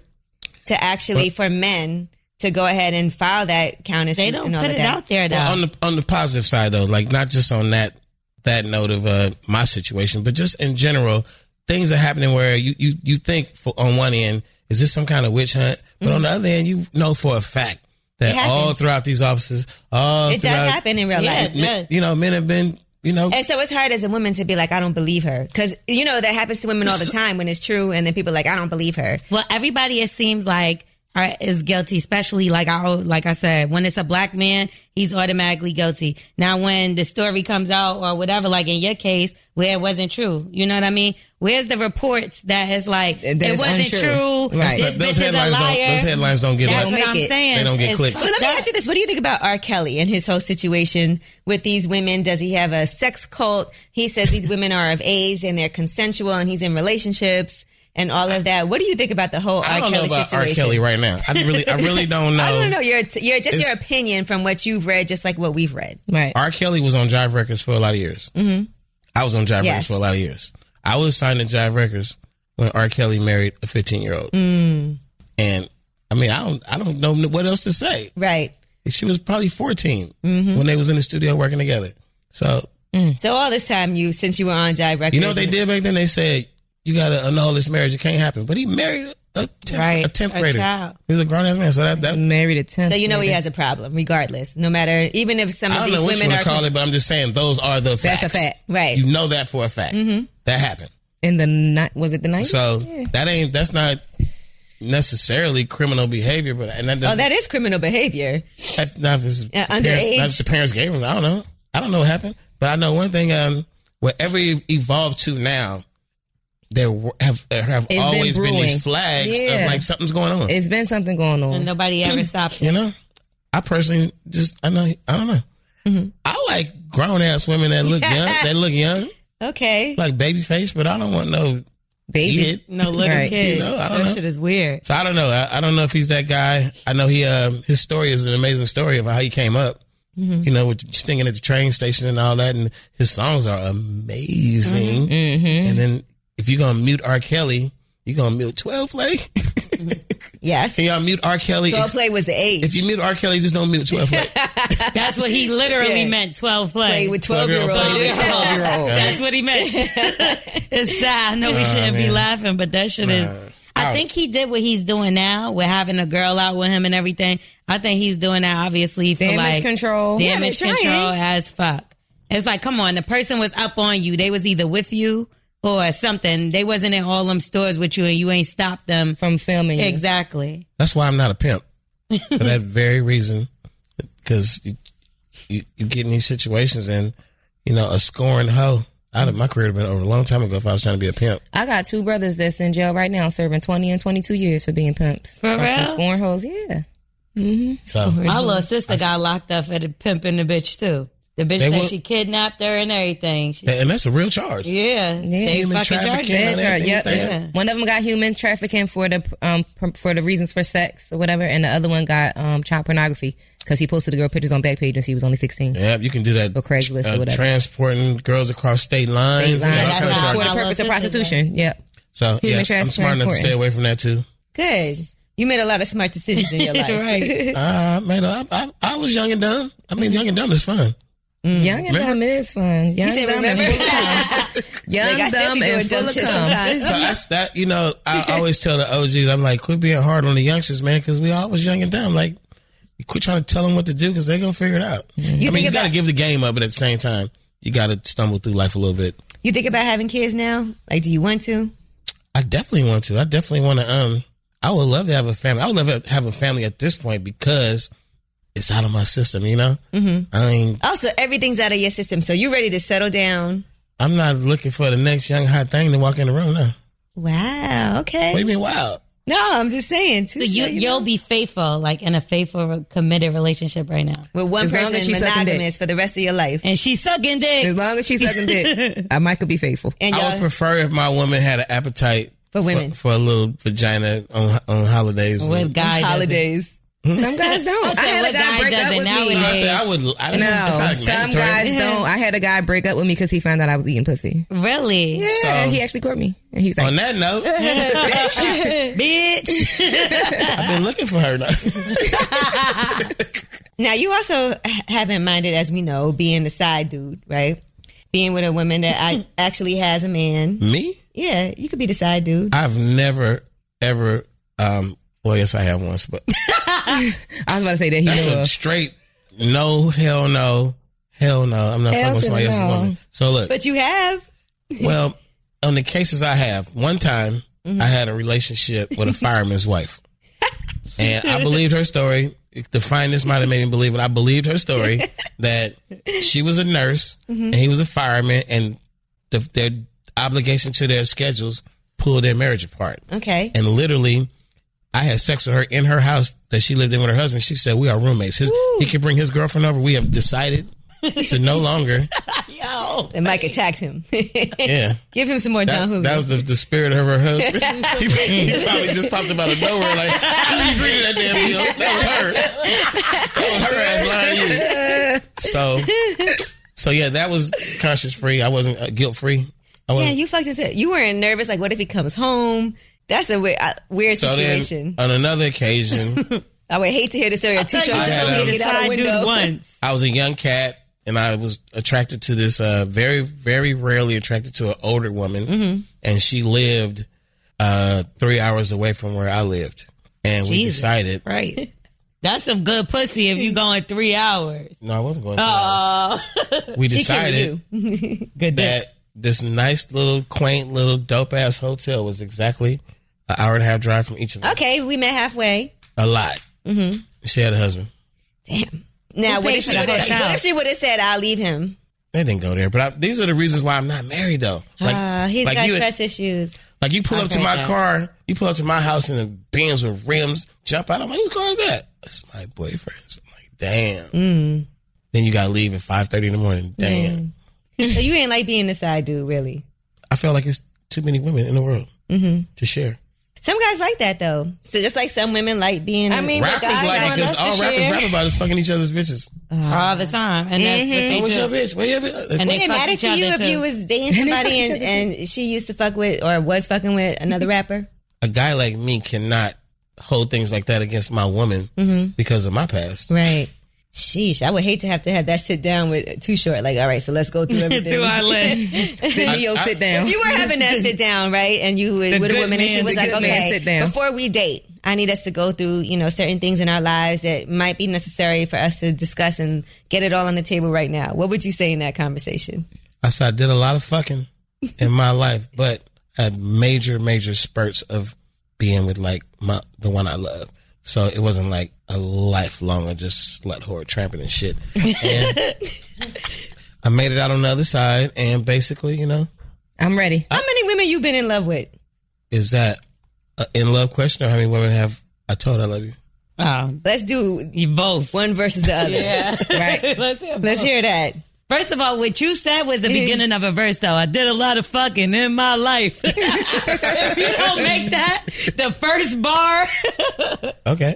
Speaker 1: to actually, for men to go ahead and file that counter
Speaker 4: They
Speaker 1: suit
Speaker 4: don't
Speaker 1: and all
Speaker 4: put
Speaker 1: of
Speaker 4: it
Speaker 1: that.
Speaker 4: out there though.
Speaker 3: Well, on the on the positive side though, like not just on that that note of uh, my situation, but just in general, things are happening where you you you think for, on one end is this some kind of witch hunt, but on the other end, you know for a fact that
Speaker 1: Mm-hmm. It happens.
Speaker 3: all throughout these offices, all
Speaker 1: It does
Speaker 3: throughout-
Speaker 1: happen in real
Speaker 4: Yeah,
Speaker 1: life.
Speaker 4: it does.
Speaker 3: You know, men have been you know
Speaker 1: And so it's hard as a woman to be like, I don't believe her. Cause you know, that happens to women all the time when it's true. And then people are like, I don't believe her.
Speaker 4: Well, everybody it seems like are, is guilty, especially like I al- like I said, when it's a black man, he's automatically guilty. Now, when the story comes out or whatever, like in your case where it wasn't true, you know what I mean? Where's the reports that it's like
Speaker 2: That
Speaker 4: it
Speaker 2: it's
Speaker 4: wasn't
Speaker 2: untrue.
Speaker 4: true?
Speaker 2: Right.
Speaker 4: This
Speaker 3: but those
Speaker 4: bitch is a
Speaker 3: headlines don't
Speaker 4: liar.
Speaker 3: those headlines don't get
Speaker 4: That's
Speaker 3: like
Speaker 4: what I'm
Speaker 2: it.
Speaker 4: saying.
Speaker 3: They don't get
Speaker 4: It's
Speaker 3: clicks.
Speaker 1: So let me ask you this: What do you think about R. Kelly and his whole situation with these women? Does he have a sex cult? He says these women are of age and they're consensual, and he's in relationships and all of that. What do you think about the whole
Speaker 3: I
Speaker 1: R.
Speaker 3: don't know
Speaker 1: Kelly
Speaker 3: about
Speaker 1: situation?
Speaker 3: R. Kelly right now. I really I really don't know.
Speaker 1: I don't know your, t- your just
Speaker 3: Um, It's-
Speaker 1: your opinion from what you've read, just like what we've read.
Speaker 2: Right.
Speaker 3: R. Kelly was on Jive Records for a lot of years. Mm-hmm. I was on
Speaker 1: Yes.
Speaker 3: Jive Records for a lot of years. I was signed to Jive Records when R. Kelly married a 15 year old. Mm. And I mean, I don't, I don't know what else to say.
Speaker 1: Right.
Speaker 3: She was probably 14 when they was in the studio working together. So
Speaker 1: So all this time, you since you were on Jive Records,
Speaker 3: Mm. you know what they did back then? They said you got to annul this marriage. It can't happen. But he married a tenth,
Speaker 4: Right.
Speaker 3: a tenth
Speaker 4: A
Speaker 3: grader.
Speaker 4: child.
Speaker 3: He's a grown ass man. So that, that
Speaker 2: Married a tenth.
Speaker 1: So you know he has a problem, regardless. No matter even if some
Speaker 3: I
Speaker 1: of
Speaker 3: don't
Speaker 1: these
Speaker 3: know what you
Speaker 1: women
Speaker 3: want
Speaker 1: are
Speaker 3: to call it, but I'm just saying those are the facts.
Speaker 2: That's a fact.
Speaker 1: right.
Speaker 3: You know that for a fact. That happened.
Speaker 2: In the night was it the night?
Speaker 3: So that ain't that's not necessarily criminal behavior, but and that
Speaker 1: oh,
Speaker 3: doesn't
Speaker 1: that is criminal behavior.
Speaker 3: that's not if it's
Speaker 1: Yeah,
Speaker 3: the parents,
Speaker 1: underage.
Speaker 3: not if the parents gave him. I don't know. I don't know what happened, but I know one thing. Um, whatever you've evolved to now, there were- have there have
Speaker 2: been
Speaker 3: always been,
Speaker 2: brewing.
Speaker 3: these flags
Speaker 2: Yeah.
Speaker 3: of like something's going on.
Speaker 2: it's been something going on.
Speaker 4: And nobody ever stopped.
Speaker 3: you know, I personally just I know I don't know.
Speaker 4: Mm-hmm.
Speaker 3: I like grown ass women that look young. That look young,
Speaker 1: Okay.
Speaker 3: like baby face, but I don't want no
Speaker 2: Baby.
Speaker 3: kid.
Speaker 4: No little
Speaker 2: Right.
Speaker 4: kid.
Speaker 3: You know, I don't
Speaker 4: that
Speaker 3: know.
Speaker 4: shit is weird.
Speaker 3: So I don't know. I, I don't know if he's that guy. I know he. Uh, his story is an amazing story of how he came up.
Speaker 4: Mm-hmm.
Speaker 3: You know, with stinging at the train station and all that, and his songs are amazing.
Speaker 4: Mm-hmm.
Speaker 3: And then if you're gonna mute R. Kelly, you're gonna mute Twelve Play.
Speaker 4: Mm-hmm.
Speaker 1: Yes.
Speaker 3: Can y'all mute R. Kelly?
Speaker 1: Twelve play was the age.
Speaker 3: If you mute R. Kelly, just don't mute Twelve Play.
Speaker 4: That's what he literally
Speaker 1: Yeah.
Speaker 4: meant. Twelve play.
Speaker 1: play with 12 year
Speaker 3: Play
Speaker 1: olds.
Speaker 3: with 12 year old.
Speaker 4: That's what he meant. it's sad. I know we shouldn't be
Speaker 3: man.
Speaker 4: laughing, but that shit is. I think he did what he's doing now with having a girl out with him and everything. I think he's doing that obviously for
Speaker 2: Damage
Speaker 4: like
Speaker 2: control.
Speaker 4: damage
Speaker 1: they're trying.
Speaker 4: control as fuck. It's like, come on, the person was up on you. They was either with you or something. They wasn't in all them stores with you, and you ain't stopped them.
Speaker 2: from filming. you.
Speaker 4: Exactly.
Speaker 3: That's why I'm not a pimp for that very reason, because you, you, you get in these situations and you know a scoring hoe. I'd have, my career would have been over a long time ago if I was trying to be a pimp.
Speaker 2: I got two brothers that's in jail right now, serving twenty and twenty two years for being pimps.
Speaker 4: For
Speaker 2: From some
Speaker 4: real?
Speaker 2: Scoring hoes, yeah.
Speaker 3: So
Speaker 4: My little sister got locked up for the pimping the bitch too. The bitch
Speaker 3: They
Speaker 4: said
Speaker 3: will-
Speaker 4: she kidnapped her and everything. She,
Speaker 3: and that's a real charge.
Speaker 4: yeah, they
Speaker 3: Human
Speaker 4: fucking charged
Speaker 3: trafficking
Speaker 4: her.
Speaker 3: and everything.
Speaker 2: Yep.
Speaker 4: Yeah.
Speaker 2: One of them got human trafficking for the um pr- for the reasons for sex or whatever, and the other one got um child pornography because he posted the girl pictures on Backpage and she was only sixteen.
Speaker 3: Yeah, you can do that. uh,
Speaker 2: Or Craigslist or whatever.
Speaker 3: Transporting girls across state lines. and
Speaker 2: Yeah,
Speaker 3: all
Speaker 4: that's
Speaker 3: kind of
Speaker 4: how I
Speaker 3: charges.
Speaker 2: For the
Speaker 4: Child
Speaker 2: purpose of
Speaker 4: prostitution,
Speaker 2: prostitution. Yep.
Speaker 3: So
Speaker 2: Human
Speaker 3: yeah, I'm
Speaker 2: trafficking,
Speaker 3: smart enough to
Speaker 2: transporting.
Speaker 3: stay away from that too.
Speaker 1: Good. You made a lot of smart decisions in your life.
Speaker 4: Right.
Speaker 3: Uh, man, I, I, I was young and dumb. I mean, young and dumb is fun.
Speaker 2: Young and
Speaker 3: Remember-
Speaker 2: dumb is fun. Young,
Speaker 1: said,
Speaker 2: dumb, and
Speaker 1: remember?
Speaker 2: full of cum. Young,
Speaker 1: Like, I still
Speaker 2: dumb,
Speaker 1: be doing
Speaker 2: and
Speaker 1: dumb
Speaker 2: full of
Speaker 1: shit
Speaker 2: cum.
Speaker 1: sometimes.
Speaker 3: So that's that. You know, I always tell the OGs, I'm like, quit being hard on the youngsters, man, because we all was young and dumb. Like, you quit trying to tell them what to do because they gonna figure it out.
Speaker 1: Mm-hmm.
Speaker 3: I mean, you got to give the game up, but at the same time, you got to stumble through life a little bit.
Speaker 1: You think about having kids now? Like, do you want to?
Speaker 3: I definitely want to. I definitely want to. Um, I would love to have a family. I would love to have a family at this point because it's out of my system. You know, mm-hmm. I mean,
Speaker 1: Also, everything's out of your system, so you're ready to settle down.
Speaker 3: I'm not looking for the next young hot thing to walk in the room. No,
Speaker 1: Wow.
Speaker 3: what do
Speaker 1: Okay.
Speaker 3: you mean? Wow.
Speaker 1: No, I'm just saying.
Speaker 4: So you, you'll be faithful, like in a faithful, committed relationship right now.
Speaker 1: with one
Speaker 2: As long
Speaker 1: person
Speaker 2: as she's sucking dick.
Speaker 1: monogamous for the rest of your life.
Speaker 4: And she's sucking
Speaker 2: As
Speaker 4: dick.
Speaker 2: long as she's sucking dick, I might could be faithful.
Speaker 1: And
Speaker 3: I would
Speaker 1: y'all,
Speaker 3: prefer if my woman had an appetite
Speaker 1: For women.
Speaker 3: for, a little vagina on on holidays.
Speaker 4: With guy doesn't.
Speaker 1: holidays.
Speaker 2: Some guys don't. I,
Speaker 4: said,
Speaker 2: had
Speaker 4: what
Speaker 2: a guy
Speaker 4: guy
Speaker 2: break up
Speaker 4: doesn't
Speaker 2: with me.
Speaker 3: I
Speaker 4: nowadays?
Speaker 3: said I would. I don't know.
Speaker 2: No,
Speaker 3: It's not
Speaker 2: some
Speaker 3: mandatory.
Speaker 2: guys don't. I had a guy break up with me because he found out I was eating pussy.
Speaker 4: Really?
Speaker 2: Yeah, and he actually caught me. And he was
Speaker 3: On
Speaker 2: like,
Speaker 3: that note,
Speaker 1: Bitch.
Speaker 3: I've been looking for her. Now.
Speaker 1: Now, you also haven't minded, as we know, being the side dude, right? Being with a woman that I actually has a man.
Speaker 3: Me?
Speaker 1: Yeah, you could be the side dude.
Speaker 3: I've never ever. um Well, yes, I have once, but
Speaker 2: I was about to say that he
Speaker 3: that's
Speaker 2: knew.
Speaker 3: a
Speaker 2: of.
Speaker 3: straight no. Hell no. Hell no. I'm not fucking
Speaker 2: Hell
Speaker 3: with somebody else's
Speaker 2: no.
Speaker 3: woman. So look.
Speaker 1: But you have.
Speaker 3: Well, on the cases I have, one time I had a relationship with a fireman's wife. And I believed her story. The fineness might have made me believe it. I believed her story that she was a nurse and he was a fireman, and the, their obligation to their schedules pulled their marriage apart.
Speaker 1: Okay.
Speaker 3: And literally, I had sex with her in her house that she lived in with her husband. She said, "We are roommates. His, he can bring his girlfriend over. We have decided to no longer."
Speaker 1: And Mike attacked him.
Speaker 3: Yeah.
Speaker 1: Give him some more John
Speaker 3: That,
Speaker 1: Hulu.
Speaker 3: that was the, the spirit of her husband. he, he probably just popped up out of nowhere like, "Who you agree to that damn deal? That was her. That was her ass lying to you." So, so yeah, that was conscience free. I wasn't uh, guilt free. I
Speaker 1: yeah,
Speaker 3: wasn't.
Speaker 1: you fucked said You weren't nervous. Like, what if he comes home? That's a weird, uh, weird
Speaker 3: so
Speaker 1: situation.
Speaker 3: then, uh, on another occasion,
Speaker 1: I would hate to hear the story of two
Speaker 4: thought you
Speaker 1: strangers
Speaker 3: just
Speaker 1: coming
Speaker 3: only
Speaker 1: to get out a
Speaker 4: side dude
Speaker 1: window.
Speaker 4: once.
Speaker 3: I was a young cat and I was attracted to this uh, very, very rarely attracted to an older woman,
Speaker 1: Mm-hmm.
Speaker 3: and she lived uh, three hours away from where I lived, and we
Speaker 4: Jesus.
Speaker 3: decided.
Speaker 4: Right. That's some good pussy if you going three hours.
Speaker 3: No, I wasn't going. three
Speaker 1: Oh.
Speaker 3: hours. we decided
Speaker 4: Good day.
Speaker 3: that this nice little quaint little dope ass hotel was exactly an hour and a half drive from each of us.
Speaker 1: Okay, we met halfway.
Speaker 3: A lot. Mm-hmm. She had a husband.
Speaker 1: Now, what if,
Speaker 4: paid
Speaker 1: she
Speaker 4: for the
Speaker 1: would've-
Speaker 4: hotel?
Speaker 1: what if she would have said, I'll leave him?
Speaker 3: They didn't go there, but I, these are the reasons why I'm not married though. Like,
Speaker 1: Uh, he's
Speaker 3: like
Speaker 1: got
Speaker 3: you,
Speaker 1: trust issues.
Speaker 3: Like you pull up to
Speaker 1: Okay,
Speaker 3: my
Speaker 1: yeah.
Speaker 3: car, you pull up to my house in a Benz with rims, jump out. I'm like, whose car is that? It's my boyfriend's. I'm like, damn.
Speaker 1: Mm.
Speaker 3: Then you got to leave at 5:30 in the morning. Damn.
Speaker 1: So you ain't like being the side dude, really.
Speaker 3: I felt like it's too many women in the world
Speaker 1: Mm-hmm.
Speaker 3: to share.
Speaker 1: Some guys like that though. So just like some women like being.
Speaker 2: I mean, but
Speaker 3: Rappers
Speaker 2: guys
Speaker 3: like it
Speaker 2: want
Speaker 3: because
Speaker 2: us
Speaker 3: all
Speaker 2: to
Speaker 3: rappers
Speaker 2: share.
Speaker 3: rap about is fucking each other's bitches.
Speaker 1: Uh,
Speaker 4: all the time. And that's
Speaker 1: Mm-hmm.
Speaker 3: Hey,
Speaker 4: what
Speaker 3: what's
Speaker 4: they
Speaker 3: your
Speaker 4: do.
Speaker 3: bitch? Where your bitch?
Speaker 4: And
Speaker 1: they
Speaker 4: they
Speaker 1: get
Speaker 4: fuck
Speaker 1: mad
Speaker 4: each
Speaker 1: at you
Speaker 4: other,
Speaker 1: if you
Speaker 4: too.
Speaker 1: was dating somebody and, and she used to fuck with or was fucking with another rapper.
Speaker 3: a guy like me cannot hold things like that against my woman because of my past.
Speaker 1: Right. Sheesh, I would hate to have to have that sit down with too short. Like, all right, so let's go through everything.
Speaker 4: through our list.
Speaker 2: Then Neo
Speaker 3: I-
Speaker 2: sit down.
Speaker 1: you were having that sit down, right? And you was
Speaker 4: The
Speaker 1: with a
Speaker 4: good
Speaker 1: woman, and she
Speaker 4: man,
Speaker 1: was
Speaker 4: the
Speaker 1: like,
Speaker 2: good man
Speaker 1: okay,
Speaker 2: sit down.
Speaker 1: before we date, I need us to go through, you know, certain things in our lives that might be necessary for us to discuss and get it all on the table right now. What would you say in that conversation?
Speaker 3: I said I did a lot of fucking in my life, but I had major, major spurts of being with like my the one I love. So it wasn't like a lifelong of just slut whore tramping and shit. And I made it out on the other side, and basically, you know,
Speaker 2: I'm ready.
Speaker 1: How many women you been in love with?
Speaker 3: is that a in love question or how many women have I told I love you?
Speaker 4: Oh,
Speaker 1: Let's do
Speaker 4: you both.
Speaker 1: one versus the other.
Speaker 2: Right.
Speaker 4: Let's hear both.
Speaker 1: Let's hear that.
Speaker 4: First of all, what you said was the beginning of a verse, though. I did a lot of fucking in my life. if you don't make that the first bar,
Speaker 3: Okay.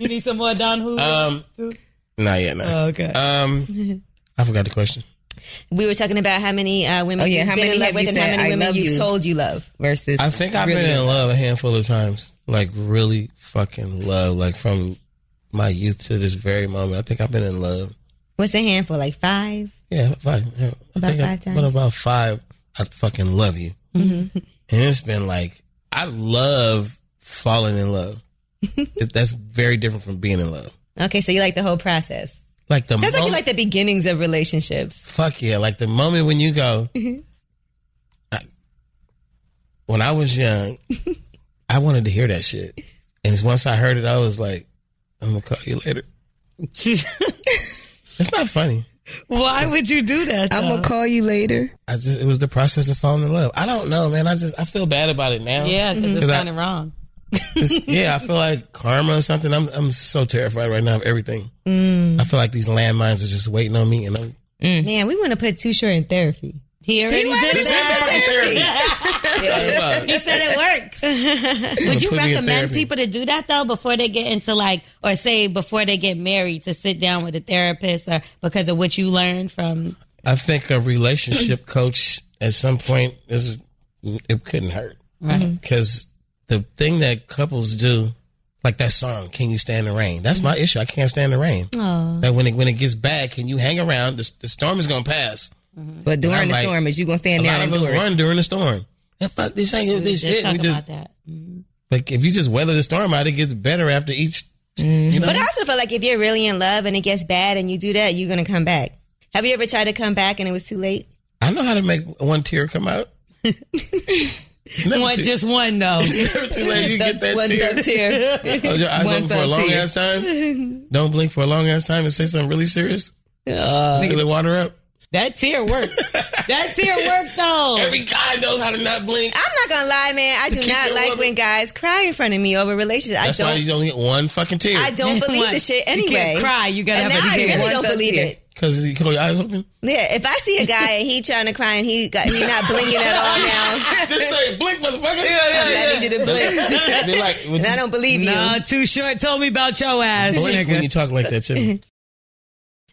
Speaker 4: you need some more Don Hoover.
Speaker 3: Um, not yet,
Speaker 1: Oh,
Speaker 3: man.
Speaker 4: okay.
Speaker 3: Um, I forgot the question.
Speaker 1: We were talking about how many uh, women
Speaker 2: Oh, yeah,
Speaker 1: you've
Speaker 2: how
Speaker 1: been
Speaker 2: many
Speaker 1: in love
Speaker 2: have
Speaker 1: with
Speaker 2: you
Speaker 1: and how
Speaker 2: said,
Speaker 1: many
Speaker 2: "I
Speaker 1: women
Speaker 2: love
Speaker 1: you,
Speaker 2: you"?
Speaker 1: told you love.
Speaker 2: Versus.
Speaker 3: I think I've
Speaker 2: really-
Speaker 3: been in love a handful of times. Like really fucking love. Like from my youth to this very moment. I think I've been in love.
Speaker 1: What's a handful? Like five?
Speaker 3: Yeah, five. yeah. I
Speaker 1: About five
Speaker 3: think I,
Speaker 1: times. Mm-hmm.
Speaker 3: But about five, I fucking love you. And it's been like I love falling in love. It- That's very different from being in love.
Speaker 1: Okay, so you like the whole process.
Speaker 3: Like the
Speaker 1: Sounds like you
Speaker 3: moment-
Speaker 1: like the beginnings of relationships.
Speaker 3: Fuck yeah! Like the moment when you go.
Speaker 4: Mm-hmm.
Speaker 3: I, when I was young, I wanted to hear that shit, and once I heard it, I was like, "I'm gonna call you later." It's not funny.
Speaker 4: Why would you do that?
Speaker 2: I'm
Speaker 3: uh,
Speaker 2: gonna call you later.
Speaker 3: I just it was the process of falling in love. I don't know, man. I just I feel bad about it now.
Speaker 4: yeah, because it's
Speaker 1: Mm-hmm.
Speaker 3: 'Cause I-
Speaker 4: kind of wrong.
Speaker 3: It's- yeah, I feel like karma or something. I'm I'm so terrified right now of everything.
Speaker 4: Mm.
Speaker 3: I feel like these landmines are just waiting on me, and I'm
Speaker 1: Man, we want to put Too Short in therapy.
Speaker 4: He already did
Speaker 3: This ain't
Speaker 4: that.
Speaker 3: fucking therapy. Talk about it.
Speaker 4: He said it works. Would you
Speaker 3: put me in
Speaker 4: recommend
Speaker 3: therapy.
Speaker 4: people to do that though before they get into like, or say before they get married to sit down with a therapist or because of what you learned from?
Speaker 3: I think a relationship coach at some point is it couldn't hurt
Speaker 4: Right.
Speaker 3: because the thing that couples do, like that song "Can You Stand the Rain," that's
Speaker 4: Mm-hmm.
Speaker 3: my issue. I can't stand the rain. That when it when it gets bad, can you hang around? The, the storm is gonna pass.
Speaker 2: But during
Speaker 3: I'm
Speaker 2: the
Speaker 3: like-
Speaker 2: storm, is you gonna
Speaker 3: A
Speaker 2: stand there
Speaker 3: lot
Speaker 2: and
Speaker 3: of us
Speaker 2: endure it?
Speaker 3: run during the storm. And fuck this ain't this
Speaker 4: Just
Speaker 3: shit.
Speaker 4: talk
Speaker 3: We just
Speaker 4: about that. Mm-hmm.
Speaker 3: like if you just weather the storm out, it gets better after each.
Speaker 4: Mm-hmm.
Speaker 3: You know,
Speaker 1: But I also feel like if you're really in love and it gets bad and you do that, you're going to come back. Have you ever tried to come back and it was too late?
Speaker 3: I know how to make one tear come out. It's never
Speaker 4: One,
Speaker 3: too-
Speaker 4: just one though.
Speaker 3: never too late. You get that
Speaker 1: One
Speaker 3: tear.
Speaker 1: thug tear.
Speaker 3: Close your eyes
Speaker 2: One
Speaker 3: open for a
Speaker 2: thug
Speaker 3: long
Speaker 2: tear.
Speaker 3: ass time. Don't blink for a long ass time and say something really serious
Speaker 1: Uh,
Speaker 3: until they water up.
Speaker 4: That tear worked. that tear worked though.
Speaker 1: Oh.
Speaker 3: Every guy knows how to not blink.
Speaker 1: I'm not going to lie, man. I do
Speaker 3: keep
Speaker 1: not
Speaker 3: your
Speaker 1: like
Speaker 3: woman.
Speaker 1: when guys cry in front of me over relationships.
Speaker 3: That's
Speaker 1: I
Speaker 3: why
Speaker 1: don't.
Speaker 3: you only get one fucking
Speaker 1: I
Speaker 3: tear
Speaker 1: don't believe
Speaker 4: What?
Speaker 1: the shit anyway.
Speaker 4: You can't cry. You gotta
Speaker 1: And
Speaker 4: have
Speaker 1: now
Speaker 4: a
Speaker 1: I
Speaker 4: tear.
Speaker 1: really
Speaker 2: One
Speaker 1: don't
Speaker 2: thug
Speaker 1: believe
Speaker 2: tear.
Speaker 1: it.
Speaker 3: because you close your eyes open.
Speaker 1: Yeah, if I see a guy and he trying to cry and he got he not blinking at all now,
Speaker 3: Just say blink, motherfucker.
Speaker 1: I need you to blink.
Speaker 3: They're like, well,
Speaker 1: And I
Speaker 3: just
Speaker 1: don't believe
Speaker 4: No,
Speaker 1: you.
Speaker 4: too short. Told me about your ass,
Speaker 3: blink when you
Speaker 4: nigga.
Speaker 3: talk like that too.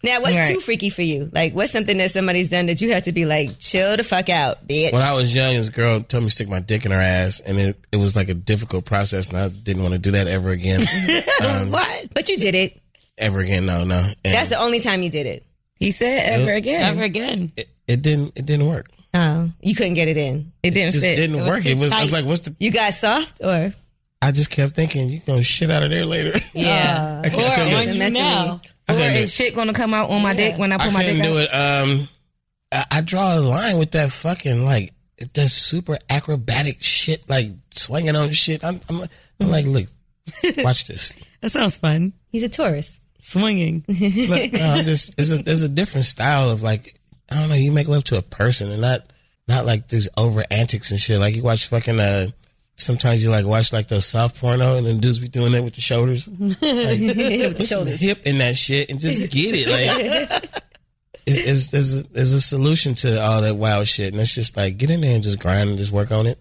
Speaker 1: Now, what's
Speaker 2: Right.
Speaker 1: too freaky for you? Like, what's something that somebody's done that you have to be like, chill the fuck out, bitch?
Speaker 3: When I was young, this girl told me to stick my dick in her ass, and it, it was like a difficult process, and I didn't want to do that ever again.
Speaker 1: what? But you did it.
Speaker 3: ever again, no, no. And
Speaker 1: That's the only time you did it.
Speaker 2: He said ever again.
Speaker 4: Never again.
Speaker 3: it, it didn't. It didn't work.
Speaker 1: Oh, you couldn't get it in.
Speaker 2: It didn't
Speaker 3: just
Speaker 2: fit.
Speaker 3: didn't work. It was, I was
Speaker 4: tight.
Speaker 3: like, what's the?
Speaker 1: You got soft or
Speaker 3: I just kept thinking, you gonna shit out of there later.
Speaker 4: Yeah.
Speaker 1: Oh.
Speaker 3: I
Speaker 4: or
Speaker 3: couldn't do
Speaker 4: on
Speaker 3: it.
Speaker 4: you
Speaker 1: Mentally.
Speaker 4: now.
Speaker 3: I
Speaker 2: Or
Speaker 3: couldn't do it.
Speaker 2: is shit gonna come out on my dick when I
Speaker 3: I
Speaker 2: put my
Speaker 3: couldn't
Speaker 2: dick
Speaker 3: do
Speaker 2: out?
Speaker 3: it. Um, I, I draw a line with that fucking like that super acrobatic shit, like swinging on shit. I'm, I'm, like- I'm like, look, watch this.
Speaker 4: That sounds fun.
Speaker 1: he's a Taurus.
Speaker 4: Swinging.
Speaker 3: No, I'm just um, there's a there's a different style of like I don't know. You make love to a person and not not like this over antics and shit. Like you watch fucking uh. Sometimes you like watch like those soft porno and then dudes be doing that with the shoulders, like, with the shoulders, hip and that shit, and just get it. Like, it- it's, there's a, there's a solution to all that wild shit, and it's just like get in there and just grind and just work on it.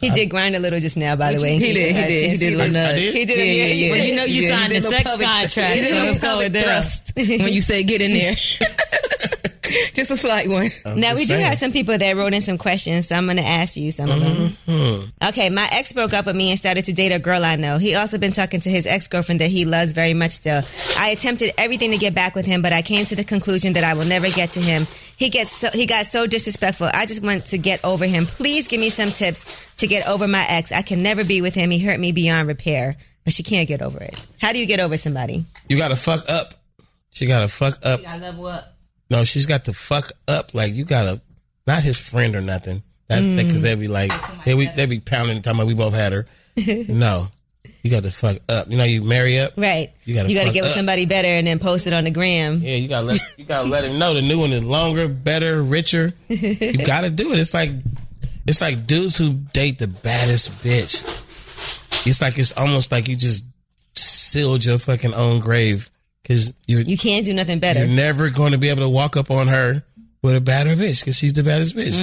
Speaker 1: He did grind a little just now, by the way. in
Speaker 2: He
Speaker 1: case you
Speaker 2: did. He
Speaker 1: guys
Speaker 2: did. He
Speaker 1: didn't
Speaker 2: did
Speaker 1: see
Speaker 2: a little
Speaker 1: that.
Speaker 2: nudge.
Speaker 1: He did. Yeah, yeah, yeah.
Speaker 4: You know you
Speaker 2: Yeah, he
Speaker 4: signed
Speaker 2: did
Speaker 4: a
Speaker 2: little
Speaker 4: sex
Speaker 2: pelvic-
Speaker 4: contract,
Speaker 2: He did
Speaker 4: so
Speaker 2: a little
Speaker 4: it's going
Speaker 2: pelvic
Speaker 4: down.
Speaker 2: thrust when you say get in there. Just a slight one.
Speaker 1: now we
Speaker 3: just
Speaker 1: do
Speaker 3: saying.
Speaker 1: have some people that wrote in some questions, so I'm going to ask you some of them.
Speaker 3: Mm-hmm.
Speaker 1: Okay, my ex broke up with me and started to date a girl I know. He also been talking to his ex girlfriend that he loves very much still. I attempted everything to get back with him, but I came to the conclusion that I will never get to him. He gets so he got so disrespectful. I just want to get over him. Please give me some tips to get over my ex. I can never be with him. He hurt me beyond repair. But she can't get over it. How do you get over somebody?
Speaker 3: You gotta fuck up. She gotta fuck up.
Speaker 2: I love what?
Speaker 3: No, she's got to fuck up. Like you gotta, not his friend or nothing. That because they'd be like, they we they be pounding talking about we both had her. no, you got to fuck up. You know you marry up.
Speaker 1: Right.
Speaker 3: You gotta
Speaker 1: gotta
Speaker 3: fuck
Speaker 1: get with
Speaker 3: up.
Speaker 1: somebody better and then post it on the gram.
Speaker 3: Yeah, you gotta let you gotta let him know the new one is longer, better, richer. You gotta do it. It's like it's like dudes who date the baddest bitch. It's like it's almost like you just sealed your fucking own grave because you're
Speaker 1: You can't do nothing better.
Speaker 3: You're never going to be able to walk up on her with a badder bitch because she's the baddest bitch.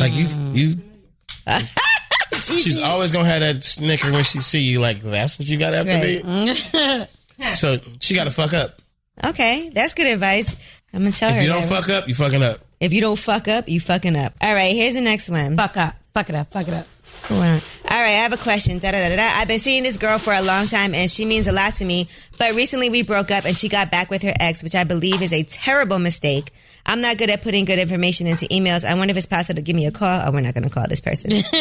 Speaker 3: Like you, you. she's always gonna have that snicker when she see you. Like that's what you got after
Speaker 1: Right.
Speaker 3: me. so she got to fuck up.
Speaker 1: Okay, that's good advice. I'm gonna tell her.
Speaker 3: If you don't
Speaker 1: that.
Speaker 3: fuck up, you fucking up.
Speaker 1: if you don't fuck up, you fucking up. All right, here's the next one.
Speaker 4: Fuck up. Fuck it up. Fuck it up.
Speaker 1: Hold on. All right, I have a question. Da, da, da, da, da. I've been seeing this girl for a long time, and she means a lot to me. But recently, we broke up, and she got back with her ex, which I believe is a terrible mistake. I'm not good at putting good information into emails. I wonder if it's possible to give me a call. Oh, we're not going to call this person.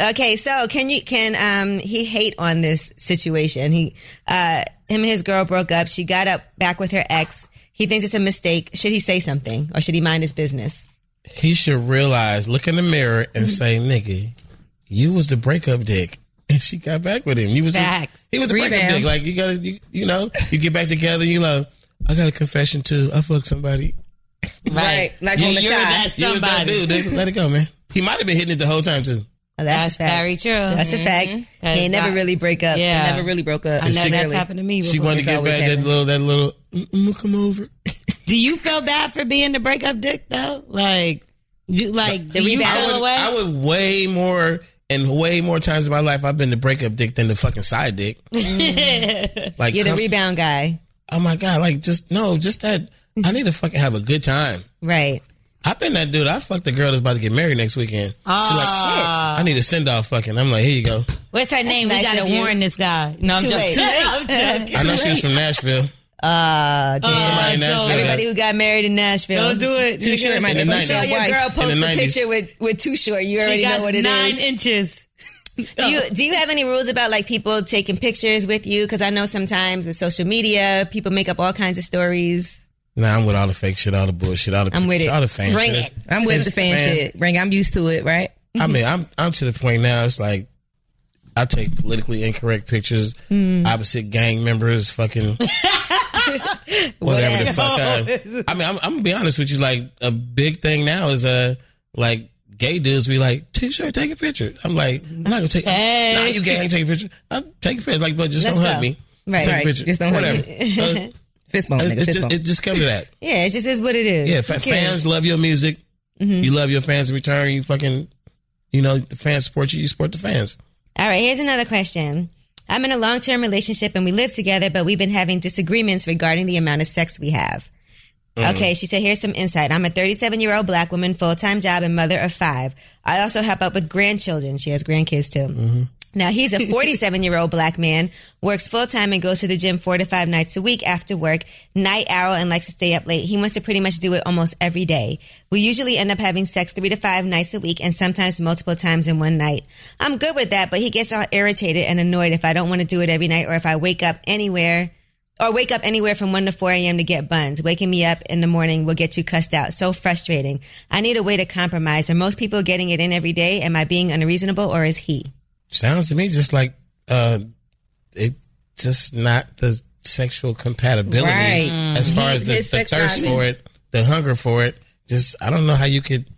Speaker 1: okay, so can you can um he hate on this situation? He uh him and his girl broke up. She got up back with her ex. He thinks it's a mistake. Should he say something or should he mind his business?
Speaker 3: He should realize, look in the mirror, and say, "Nigga, you was the breakup dick." And she got back with him. You was just,
Speaker 4: Facts.
Speaker 3: he was the breakup
Speaker 2: Rebound.
Speaker 3: dick. Like you gotta, you, you know, you get back together. You know, I got a confession too. I fucked somebody.
Speaker 2: Right. Like on the
Speaker 4: you're
Speaker 2: side.
Speaker 4: that
Speaker 3: You was that
Speaker 4: somebody.
Speaker 3: dude, nigga. Let it go, man. He might have been hitting it the whole time too.
Speaker 1: Oh, that's,
Speaker 4: That's
Speaker 1: a fact.
Speaker 4: very true.
Speaker 1: That's a fact.
Speaker 4: That's
Speaker 1: They never
Speaker 4: not-
Speaker 1: really break up.
Speaker 4: Yeah.
Speaker 2: Never really broke up.
Speaker 4: I know
Speaker 3: She-
Speaker 4: that's
Speaker 2: Really.
Speaker 4: happened to me.
Speaker 3: She
Speaker 4: before.
Speaker 3: wanted to
Speaker 2: It's
Speaker 3: get
Speaker 2: always
Speaker 3: back that
Speaker 2: happening.
Speaker 3: little that little "Mm-mm, come over.
Speaker 4: Do you feel bad for being the breakup dick though? Like, do like the do you
Speaker 1: rebound.
Speaker 3: I
Speaker 4: feel
Speaker 3: would,
Speaker 4: away?
Speaker 3: I would way more and way more times in my life I've been the breakup dick than the fucking side dick. like
Speaker 1: You're the
Speaker 3: come-
Speaker 1: rebound guy.
Speaker 3: oh my god, like just no, just that I need to fucking have a good time.
Speaker 1: Right.
Speaker 3: I've been that dude. I fucked the girl that's about to get married next weekend. She's like, shit.
Speaker 4: Ah.
Speaker 3: I need a send off fucking. I'm like, here you go.
Speaker 4: What's her name?
Speaker 1: nice
Speaker 4: we gotta
Speaker 1: of you.
Speaker 4: warn this guy. No, I'm
Speaker 1: Too
Speaker 4: joking.
Speaker 1: late.
Speaker 4: I'm joking.
Speaker 3: I know she was from Nashville.
Speaker 1: Uh, damn.
Speaker 3: Somebody in
Speaker 4: no,
Speaker 3: Nashville.
Speaker 1: Everybody who got married in Nashville.
Speaker 4: Don't do it.
Speaker 2: Too short, my
Speaker 3: In the
Speaker 2: nigga.
Speaker 1: So
Speaker 2: Your
Speaker 3: 90s.
Speaker 1: your
Speaker 2: wife.
Speaker 1: girl posts
Speaker 3: In the
Speaker 1: a
Speaker 3: 90s.
Speaker 1: picture with, with too short. You already
Speaker 4: She
Speaker 1: know
Speaker 4: got
Speaker 1: what it is.
Speaker 4: nine inches.
Speaker 1: Do you do you have any rules about like people taking pictures with you? Because I know sometimes with social media, people make up all kinds of stories.
Speaker 3: Nah, I'm with all the fake shit, all the bullshit, all the
Speaker 1: I'm with it.
Speaker 3: all the fan
Speaker 1: Bring
Speaker 3: shit.
Speaker 1: it.
Speaker 2: I'm with
Speaker 3: It's-
Speaker 2: the fan
Speaker 3: man,
Speaker 2: shit. Ring, I'm used to it, right?
Speaker 3: I mean, I'm I'm to the point now. It's like I take politically incorrect pictures,
Speaker 2: Hmm.
Speaker 3: opposite gang members, fucking whatever the fuck. I, I mean, I'm, I'm gonna be honest with you. Like a big thing now is uh like gay dudes be like t-shirt, take a picture. I'm like, I'm not gonna take.
Speaker 4: Hey.
Speaker 3: Nah, you gang, take a picture. I take a picture, like, but just
Speaker 1: Let's
Speaker 3: don't hug
Speaker 1: go.
Speaker 3: me.
Speaker 1: Right.
Speaker 3: Take
Speaker 2: Right.
Speaker 3: a picture.
Speaker 2: Just don't hug
Speaker 3: whatever. So,
Speaker 2: Fist bump,
Speaker 3: it,
Speaker 2: nigga.
Speaker 3: it's
Speaker 2: Fist
Speaker 3: just
Speaker 2: bump.
Speaker 3: it just come to that.
Speaker 1: Yeah, it just is what it is.
Speaker 3: Yeah, fa-
Speaker 1: Who cares?
Speaker 3: fans love your music. You love your fans in return. You fucking, you know, the fans support you. You support the fans.
Speaker 1: All right, here's another question. I'm in a long term relationship and we live together, but we've been having disagreements regarding the amount of sex we have.
Speaker 3: Mm.
Speaker 1: Okay, she said, here's some insight. I'm a 37 year old black woman, full time job, and mother of five. I also help out with grandchildren. She has grandkids too. Now he's a 47 year old black man, works full time and goes to the gym four to five nights a week after work, night owl and likes to stay up late. He wants to pretty much do it almost every day. We usually end up having sex three to five nights a week and sometimes multiple times in one night. I'm good with that, but he gets all irritated and annoyed if I don't want to do it every night or if I wake up anywhere or wake up anywhere from 1 to 4 a.m. to get buns. Waking me up in the morning will get you cussed out. So frustrating. I need a way to compromise. Are most people getting it in every day? Am I being unreasonable or is he?
Speaker 3: Sounds to me just like uh, it just not the sexual compatibility
Speaker 2: Right.
Speaker 3: as far
Speaker 2: His-
Speaker 3: as the,
Speaker 2: his
Speaker 3: the
Speaker 2: sex
Speaker 3: thirst
Speaker 2: drive.
Speaker 3: for it, the hunger for it. Just I don't know how you could.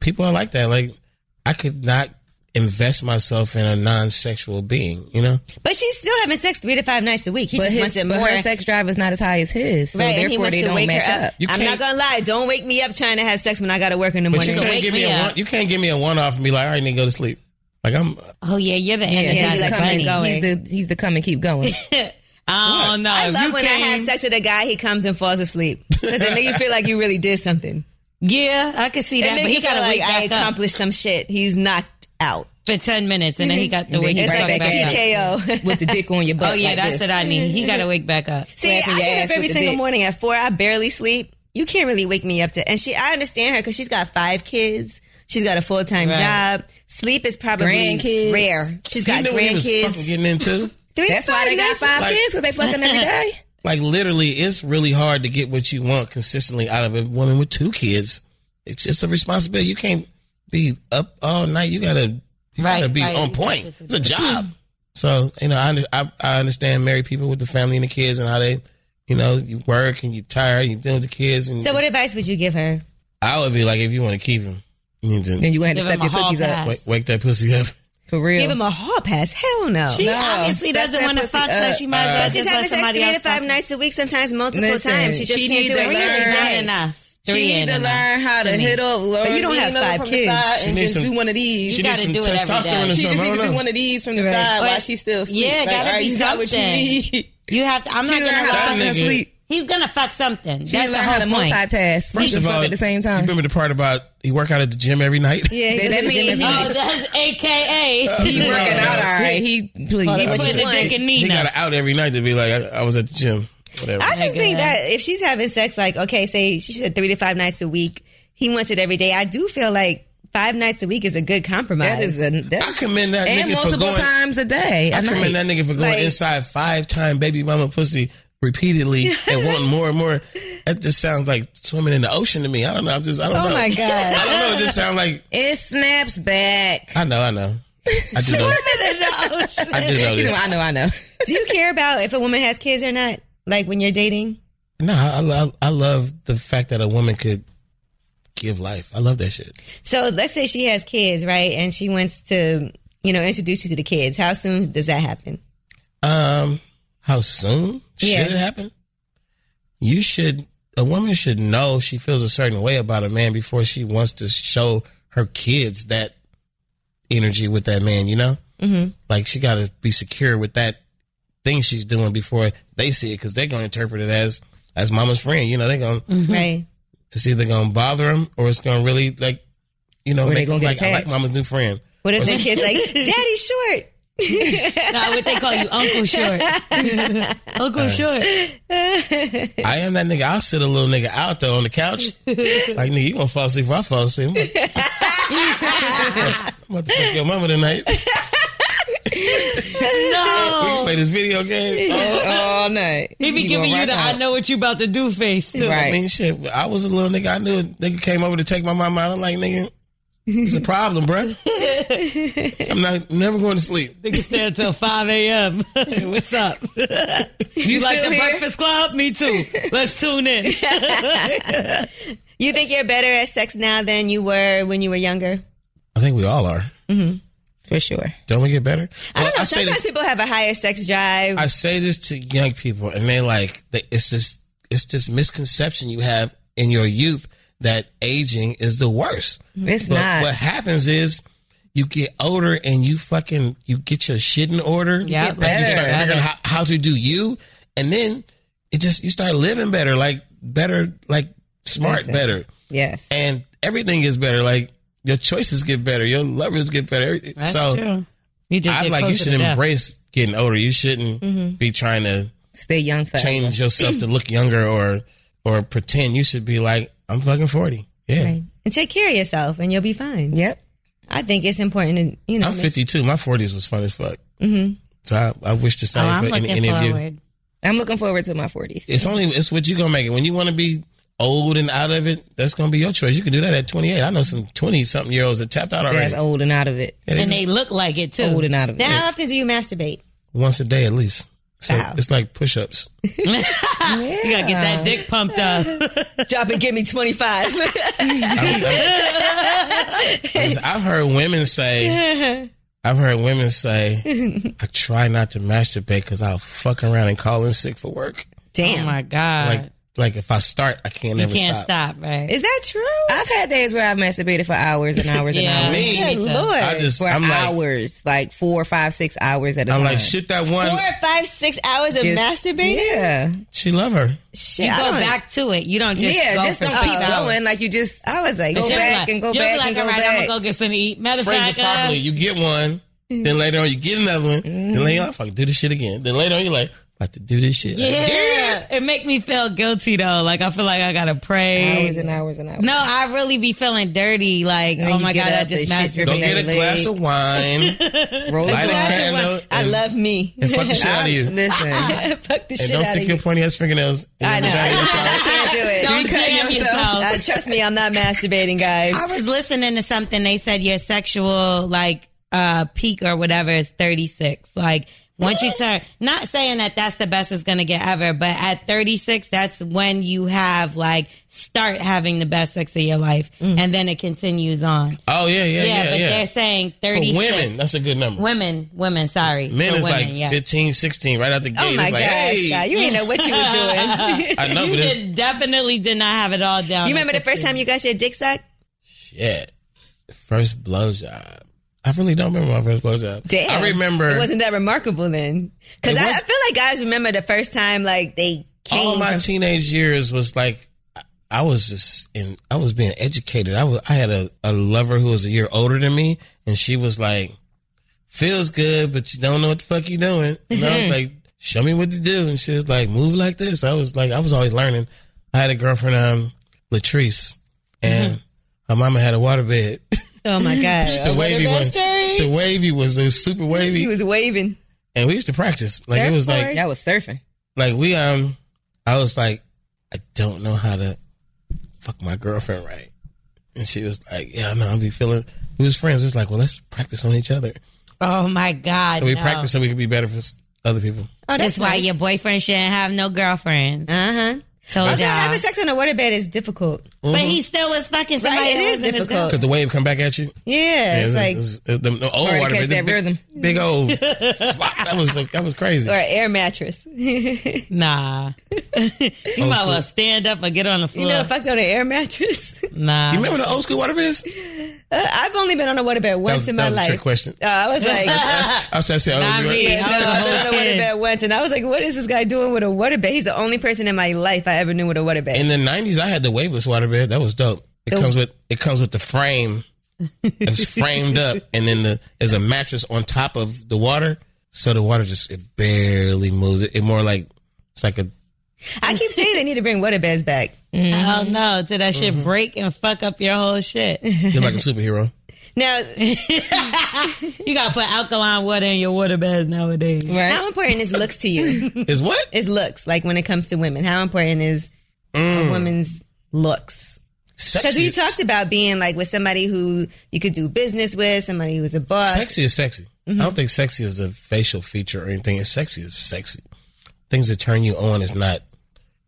Speaker 3: People are like that. Like I could not invest myself in a non-sexual being. You know.
Speaker 1: But she's still having sex three to five nights a week. He
Speaker 2: But,
Speaker 1: just
Speaker 2: his,
Speaker 1: wants it
Speaker 2: but
Speaker 1: more.
Speaker 2: her sex drive is not as high as his, so
Speaker 1: Right, and he
Speaker 2: therefore
Speaker 1: wants
Speaker 2: they
Speaker 1: to
Speaker 2: don't
Speaker 1: wake
Speaker 2: match
Speaker 1: her
Speaker 2: up.
Speaker 1: up.
Speaker 3: You
Speaker 1: I'm not
Speaker 3: can't-
Speaker 1: gonna lie. Don't wake me up trying to have sex when I gotta work in the
Speaker 3: But you
Speaker 1: morning.
Speaker 3: can't
Speaker 4: wake
Speaker 3: give me,
Speaker 4: me
Speaker 3: a
Speaker 4: up.
Speaker 3: one. You can't give me a one-off and be like, all right, nigga, go to sleep. Like I'm.
Speaker 4: Oh yeah, you're the energy.
Speaker 2: he's,
Speaker 1: he's
Speaker 2: the
Speaker 1: like coming
Speaker 2: come and,
Speaker 1: and
Speaker 2: he's the he's the come and keep going.
Speaker 4: I don't know.
Speaker 1: I
Speaker 4: If
Speaker 1: love
Speaker 4: you
Speaker 1: when I have
Speaker 4: came-
Speaker 1: sex with a guy, he comes and falls asleep. Because it make you feel like you really did something.
Speaker 4: Yeah, I could see
Speaker 1: It
Speaker 4: that.
Speaker 1: make
Speaker 4: But
Speaker 1: you
Speaker 4: he got
Speaker 1: feel
Speaker 4: to
Speaker 1: like
Speaker 4: wake
Speaker 1: I
Speaker 4: back up
Speaker 1: accomplished some shit. He's knocked out.
Speaker 4: for ten minutes, and then he got
Speaker 2: And
Speaker 4: to
Speaker 2: then
Speaker 4: wake
Speaker 2: he
Speaker 4: back
Speaker 1: It's
Speaker 2: right
Speaker 4: up.
Speaker 1: like
Speaker 2: back up.
Speaker 1: TKO.
Speaker 2: with the dick on your butt.
Speaker 4: Oh yeah,
Speaker 2: like
Speaker 4: that's
Speaker 2: this.
Speaker 4: what I need. He got to wake back up.
Speaker 1: See, I
Speaker 2: Slapping your
Speaker 1: get
Speaker 2: ass
Speaker 1: up every
Speaker 2: with the
Speaker 1: single
Speaker 2: dick.
Speaker 1: morning at four. I barely sleep. You can't really wake me up to. And she, I understand her because she's got five kids. She's got a full time
Speaker 4: Right.
Speaker 1: job. Sleep is probably
Speaker 2: Grandkids.
Speaker 1: rare. She's
Speaker 3: He
Speaker 1: got
Speaker 3: knew what he was
Speaker 1: grandkids.
Speaker 3: fucking getting into.
Speaker 1: Three to
Speaker 2: That's why they got
Speaker 1: nurses.
Speaker 2: five
Speaker 3: Like-
Speaker 2: kids because they fucking every day.
Speaker 3: Like literally, it's really hard to get what you want consistently out of a woman with two kids. It's just a responsibility. You can't be up all night. You gotta, you
Speaker 4: Right,
Speaker 3: gotta be
Speaker 4: right.
Speaker 3: on point. It's a job. So you know, I, under- I I understand married people with the family and the kids and how they, you know, you work and you tired. You deal with the kids and
Speaker 1: So, what advice would you give her?
Speaker 3: I would be like, if you want to keep him, you need to
Speaker 2: Then you gonna have to
Speaker 4: Give
Speaker 2: step
Speaker 4: him a
Speaker 2: your
Speaker 4: hall
Speaker 2: cookies up
Speaker 4: pass.
Speaker 3: wake, wake that pussy up.
Speaker 2: for real.
Speaker 1: Give him a hall pass? Hell no.
Speaker 4: She
Speaker 2: No,
Speaker 4: obviously
Speaker 2: step
Speaker 4: doesn't
Speaker 2: that
Speaker 4: want to
Speaker 2: pussy
Speaker 4: fuck, so
Speaker 2: up.
Speaker 4: she might as well
Speaker 3: Uh,
Speaker 4: just
Speaker 1: She's
Speaker 4: let
Speaker 1: having sex
Speaker 4: somebody
Speaker 1: three to
Speaker 4: else
Speaker 1: five
Speaker 4: fuck.
Speaker 1: nights a week, sometimes multiple
Speaker 2: Listen,
Speaker 1: times. She just
Speaker 2: she
Speaker 1: can't
Speaker 2: need
Speaker 1: do
Speaker 2: to
Speaker 1: it. every
Speaker 2: learn.
Speaker 1: day.
Speaker 4: Not enough.
Speaker 2: she
Speaker 4: Three
Speaker 2: need
Speaker 4: ain't
Speaker 2: to
Speaker 4: enough.
Speaker 2: learn how to hit up. Learn
Speaker 1: you don't have
Speaker 2: Dino
Speaker 1: five
Speaker 2: from
Speaker 1: kids.
Speaker 2: The side
Speaker 3: She
Speaker 2: and
Speaker 3: needs
Speaker 2: just
Speaker 3: some-
Speaker 2: do one of these.
Speaker 3: She
Speaker 4: gotta
Speaker 3: needs some
Speaker 4: do it every
Speaker 3: testosterone
Speaker 4: day.
Speaker 3: or
Speaker 2: She
Speaker 3: something.
Speaker 2: just
Speaker 3: I
Speaker 2: need
Speaker 3: don't
Speaker 2: to do
Speaker 3: know.
Speaker 2: one of these from the
Speaker 1: Right.
Speaker 2: side while
Speaker 4: But-
Speaker 2: she's still asleep.
Speaker 4: Yeah,
Speaker 2: like,
Speaker 4: gotta
Speaker 2: all right,
Speaker 4: be
Speaker 2: you got what you
Speaker 4: something.
Speaker 2: need.
Speaker 4: You have to. I'm
Speaker 2: She
Speaker 4: not
Speaker 2: learn
Speaker 4: gonna
Speaker 2: how to
Speaker 4: lie.
Speaker 2: fucking
Speaker 3: nigga.
Speaker 2: sleep.
Speaker 4: He's gonna fuck something.
Speaker 2: She learn
Speaker 4: That's the
Speaker 2: how to
Speaker 4: whole point.
Speaker 2: multitask.
Speaker 3: First
Speaker 2: and
Speaker 3: of all,
Speaker 2: fuck at the same
Speaker 3: You
Speaker 2: time.
Speaker 3: remember the part about he work out at the gym every night?
Speaker 1: Yeah,
Speaker 2: They
Speaker 1: he
Speaker 2: let
Speaker 1: doesn't
Speaker 2: me
Speaker 1: eat.
Speaker 2: in every
Speaker 4: Oh,
Speaker 2: day.
Speaker 4: that's AKA.
Speaker 2: He
Speaker 3: He's
Speaker 2: working
Speaker 3: out.
Speaker 2: out all right. He please.
Speaker 1: Call it what
Speaker 4: Putting
Speaker 1: you
Speaker 4: the
Speaker 1: want.
Speaker 4: dick in
Speaker 3: He
Speaker 4: Nina.
Speaker 3: got it out every night to be like, I, I was at the gym. Whatever.
Speaker 1: I just think
Speaker 4: God.
Speaker 1: that if she's having sex, like, okay, say she said three to five nights a week, he wants it every day. I do feel like five nights a week is a good compromise.
Speaker 2: That is a
Speaker 3: I
Speaker 2: that,
Speaker 3: commend that
Speaker 2: and
Speaker 3: nigga for
Speaker 2: multiple
Speaker 3: going.
Speaker 2: times a day.
Speaker 3: I
Speaker 2: a night.
Speaker 3: commend that nigga for going
Speaker 1: Like-
Speaker 3: inside five time baby mama pussy repeatedly and wanting more and more. That just sounds like swimming in the ocean to me. I don't know. I'm just. I don't
Speaker 1: oh
Speaker 3: know.
Speaker 1: my
Speaker 3: I
Speaker 1: god!
Speaker 3: don't know. It just sounds like.
Speaker 2: It snaps back.
Speaker 3: I know. I know. I do know. I do know
Speaker 2: You know,
Speaker 3: this.
Speaker 2: I know, I know.
Speaker 1: do you care about if a woman has kids or not? Like when you're dating,
Speaker 3: No, I, I love. I love the fact that a woman could give life. I love that shit.
Speaker 1: so let's say she has kids, right? And she wants to, you know, introduce you to the kids. How soon does that happen?
Speaker 3: Um, how soon should
Speaker 1: Yeah.
Speaker 3: it happen? You should. A woman should know she feels a certain way about a man before she wants to show her kids that energy with that man. You know, mm-hmm. like she got to be secure with that thing she's doing before they see it because they're going to interpret it as as mama's friend. You know, they're going to
Speaker 2: Mm-hmm.
Speaker 1: Right?
Speaker 3: it's either going to bother them or it's going to really like you know
Speaker 2: Or they
Speaker 3: make
Speaker 2: gonna
Speaker 3: them
Speaker 2: get
Speaker 3: like I like
Speaker 2: attached.
Speaker 3: mama's new friend.
Speaker 1: What if the kids like, "Daddy short"?
Speaker 4: No, what they call you, Uncle Short. Uncle Short.
Speaker 3: I am that nigga. I'll sit a little nigga out there on the couch. like, nigga, you gonna fall asleep if I fall asleep. I'm about, I'm about to fuck your mama tonight.
Speaker 4: No.
Speaker 3: We can play this video game. Oh,
Speaker 2: All night.
Speaker 4: He be giving you the I know what you about to do face, too.
Speaker 3: I
Speaker 2: Right.
Speaker 3: mean, shit, I was a little nigga. I knew a nigga came over to take my mama out. I'm like, nigga, it's a problem, bruh. I'm not never going to sleep.
Speaker 4: Nigga stay until 5 a.m. What's up? You,
Speaker 2: You
Speaker 4: like
Speaker 2: still
Speaker 4: the
Speaker 2: here?
Speaker 4: Breakfast Club? Me too. Let's tune in.
Speaker 1: You think you're better at sex now than you were when you were younger?
Speaker 3: I think we all are.
Speaker 2: For sure.
Speaker 3: Don't we get better?
Speaker 1: I don't know.
Speaker 3: say
Speaker 1: Sometimes
Speaker 3: this,
Speaker 1: people have a higher sex drive.
Speaker 3: I say this to young people, and they like they, it's this it's this misconception you have in your youth that aging is the worst.
Speaker 2: It's
Speaker 3: But
Speaker 2: not.
Speaker 3: what happens is you get older and you fucking you get your shit in order.
Speaker 4: Yeah,
Speaker 3: like you
Speaker 4: better.
Speaker 3: start figuring out how, how to do you, and then it just you start living better, like better, like smart, better,
Speaker 2: Yes.
Speaker 3: and everything is better. Like your choices get better, your lovers get better. everything-
Speaker 4: That's
Speaker 3: so
Speaker 4: true. You just
Speaker 3: I'm
Speaker 4: get
Speaker 3: like you
Speaker 4: closer
Speaker 3: should
Speaker 4: to death. Mm-hmm.
Speaker 3: embrace getting older. You shouldn't be trying to
Speaker 2: Stay young forever.
Speaker 3: change yourself to look younger or or pretend. You should be like I'm fucking forty. Yeah,
Speaker 1: Right. And take care of yourself, and you'll be fine.
Speaker 2: Yep.
Speaker 1: I think it's important to you know.
Speaker 3: I'm 52. My 40s was fun as fuck. Mm-hmm. So I, I wish the
Speaker 4: Oh,
Speaker 3: same
Speaker 4: I'm
Speaker 3: for any,
Speaker 4: looking
Speaker 3: any of you.
Speaker 4: forward.
Speaker 2: I'm looking forward to my 40s.
Speaker 3: It's only it's what you gonna make it. When you want to be old and out of it, that's gonna be your choice. You can do that at 28. I know some 20 something year olds that tapped out already.
Speaker 2: That's old and out of it.
Speaker 3: Yeah, they
Speaker 4: And
Speaker 3: just-
Speaker 4: they look like it, too.
Speaker 2: Old and out of
Speaker 1: now,
Speaker 2: it.
Speaker 1: how often do you masturbate?
Speaker 3: once a day at least. So
Speaker 1: Wow.
Speaker 3: it's like push ups.
Speaker 4: You gotta get that dick pumped up. Oh
Speaker 1: Drop and give me twenty five.
Speaker 3: I've heard women say. I've heard women say, I try not to masturbate because I'll fuck around and call in sick for work.
Speaker 1: Damn.
Speaker 4: Oh my God.
Speaker 3: Like, like if I start, I can't
Speaker 4: You
Speaker 3: never
Speaker 4: can't
Speaker 3: stop.
Speaker 4: stop, right?
Speaker 1: Is that true?
Speaker 2: I've had days where I've masturbated for hours and hours and
Speaker 4: Yeah.
Speaker 2: hours.
Speaker 3: Me,
Speaker 1: Good lord.
Speaker 3: I just
Speaker 2: For
Speaker 3: I'm like
Speaker 2: hours, like four, five, six hours at a
Speaker 3: I'm
Speaker 2: time.
Speaker 3: like shit. That one,
Speaker 1: Four, five, six hours of
Speaker 2: Just-
Speaker 1: masturbating?
Speaker 2: Yeah.
Speaker 3: she love her.
Speaker 1: Shit,
Speaker 4: you
Speaker 1: I
Speaker 4: go
Speaker 1: don't-
Speaker 4: back to it. You don't just
Speaker 2: yeah,
Speaker 4: go
Speaker 2: just
Speaker 4: for
Speaker 2: don't
Speaker 4: six
Speaker 2: keep
Speaker 4: hours.
Speaker 2: going. Like you just
Speaker 1: I was like,
Speaker 2: Go
Speaker 4: Just
Speaker 2: back
Speaker 4: like-
Speaker 2: and go
Speaker 4: you'll
Speaker 2: back
Speaker 4: be like,
Speaker 2: and go
Speaker 4: all right, I'm
Speaker 2: back.
Speaker 4: gonna go get some to eat. Matter of
Speaker 3: Phrase
Speaker 4: fact,
Speaker 3: it
Speaker 4: uh,
Speaker 3: properly. You get one, then later on you get another one. Then later on, I fucking do this shit again. Then later on, you're like, about to do this shit.
Speaker 4: yeah. It make me feel guilty though. Like I feel like I gotta pray.
Speaker 2: hours and hours and hours.
Speaker 4: No, I really be feeling dirty. Like,
Speaker 2: then
Speaker 4: oh
Speaker 2: you
Speaker 4: my
Speaker 2: get
Speaker 4: god, I
Speaker 2: up,
Speaker 4: just
Speaker 2: the shit
Speaker 4: masturbated.
Speaker 3: Go get a
Speaker 2: Leg.
Speaker 3: glass of wine,
Speaker 2: Roll
Speaker 3: light a
Speaker 2: the
Speaker 3: candle,
Speaker 1: I
Speaker 3: and-
Speaker 1: love me.
Speaker 3: and fuck the shit out of you.
Speaker 2: Listen, you
Speaker 1: Fuck the
Speaker 3: And
Speaker 1: shit
Speaker 3: don't
Speaker 1: out of
Speaker 3: stick your
Speaker 1: you.
Speaker 3: pointy ass fingernails. in
Speaker 1: I
Speaker 3: your
Speaker 1: know.
Speaker 3: vagina.
Speaker 1: I can't do it.
Speaker 4: Don't
Speaker 2: cut
Speaker 4: jam
Speaker 2: yourself.
Speaker 4: yourself.
Speaker 1: Uh, trust me, I'm not masturbating, guys.
Speaker 4: I was listening to something. They said your sexual like uh peak or whatever is 36. Like once you turn, not saying that that's the best it's gonna get ever, but at 36, that's when you have like start having the best sex of your life, and then it continues on.
Speaker 3: Oh yeah, Mm. yeah,
Speaker 4: Yeah,
Speaker 3: yeah,
Speaker 4: but
Speaker 3: yeah.
Speaker 4: they're saying
Speaker 3: For
Speaker 4: 36.
Speaker 3: women, that's a good number.
Speaker 4: women, women, sorry,
Speaker 3: Men
Speaker 4: For
Speaker 3: is
Speaker 4: women,
Speaker 3: like
Speaker 4: yeah.
Speaker 3: fifteen, sixteen, 15, 16, right out the gate.
Speaker 1: oh my
Speaker 3: it's like,
Speaker 1: gosh,
Speaker 3: hey,
Speaker 1: God, you ain't know what you was doing.
Speaker 3: I know,
Speaker 4: you
Speaker 3: but it's
Speaker 4: did, definitely did not have it all down.
Speaker 1: you remember the first time you got your dick sucked?
Speaker 3: shit. First blowjob. I really don't remember my first blowjob.
Speaker 1: Damn.
Speaker 3: I remember
Speaker 1: It wasn't that remarkable then. Because
Speaker 3: It
Speaker 1: I, I
Speaker 3: was-
Speaker 1: feel like guys remember the first time like they came.
Speaker 3: all my
Speaker 1: from-
Speaker 3: teenage years was like I- I was just in. I was being educated. I was. I had a, a lover who was a year older than me, and she was like, "Feels good, but you don't know what the fuck you doing." And I was
Speaker 1: Mm-hmm.
Speaker 3: like, "Show me what to do." And she was like, "Move like this." I was like, I was always learning. I had a girlfriend, um, Latrice, and her mama had a waterbed.
Speaker 1: Mm-hmm. oh my God.
Speaker 3: the wavy one. The wavy was the super
Speaker 1: He
Speaker 3: wavy,
Speaker 1: was waving.
Speaker 3: and we used to practice. Like it was like
Speaker 2: That was surfing.
Speaker 3: like we um I was like, I don't know how to fuck my girlfriend right. And she was like, Yeah, I know, I'll be feeling we was friends. It was like, Well, let's practice on each other.
Speaker 4: Oh my god,
Speaker 3: So we
Speaker 4: no.
Speaker 3: practice so we could be better for s- other people.
Speaker 1: Oh,
Speaker 4: That's why your boyfriend shouldn't have no girlfriend.
Speaker 1: Uh huh.
Speaker 4: Told
Speaker 1: Also,
Speaker 4: y'all.
Speaker 1: having sex on a waterbed is difficult. Mm-hmm.
Speaker 4: But he still was fucking somebody.
Speaker 1: Right, it
Speaker 4: that
Speaker 1: is
Speaker 4: wasn't his
Speaker 1: difficult.
Speaker 4: girl.
Speaker 3: Cause the wave come back at you.
Speaker 1: Yeah, it's like
Speaker 3: the, the
Speaker 2: Hard
Speaker 3: old
Speaker 2: to
Speaker 3: water,
Speaker 2: catch
Speaker 3: the
Speaker 2: that
Speaker 3: big,
Speaker 2: rhythm.
Speaker 3: big old flop. That was like, that was crazy.
Speaker 1: or an air mattress. you
Speaker 4: Nah. you might well stand up or get on the floor.
Speaker 1: know, fucked on an air mattress.
Speaker 4: nah.
Speaker 3: You remember the old school water biz?
Speaker 1: Uh, I've only been on a waterbed
Speaker 3: That
Speaker 1: once
Speaker 3: was,
Speaker 1: in
Speaker 3: that
Speaker 1: my
Speaker 3: was a
Speaker 1: life.
Speaker 3: trick question.
Speaker 1: Uh, I was like,
Speaker 3: I was trying to say, oh,
Speaker 4: Not
Speaker 3: you-
Speaker 4: me.
Speaker 1: yeah, no, I've been on a waterbed once, and I was like, what is this guy doing with a waterbed? He's the only person in my life I ever knew with a waterbed.
Speaker 3: In the nineties, I had the waveless waterbed. That was dope. It comes with it comes with the frame. It's framed up, and then the, there's a mattress on top of the water, so the water just it barely moves. It, it more like it's like a
Speaker 1: I keep saying they need to bring waterbeds back.
Speaker 4: I don't know. Till that
Speaker 3: Mm-hmm.
Speaker 4: shit break and fuck up your whole shit.
Speaker 3: you're like a superhero.
Speaker 1: Now,
Speaker 4: you gotta put alkaline water in your water baths nowadays.
Speaker 2: Right.
Speaker 1: how important is looks to you?
Speaker 3: Is what?
Speaker 1: Is looks like when it comes to women? How important is
Speaker 2: Mm.
Speaker 1: a woman's looks? Because we talked about being like with somebody who you could do business with, somebody who's a boss.
Speaker 3: Sexy is sexy. I
Speaker 1: Mm-hmm.
Speaker 3: don't think sexy is the facial feature or anything. It's sexy is sexy. Things that turn you on is not.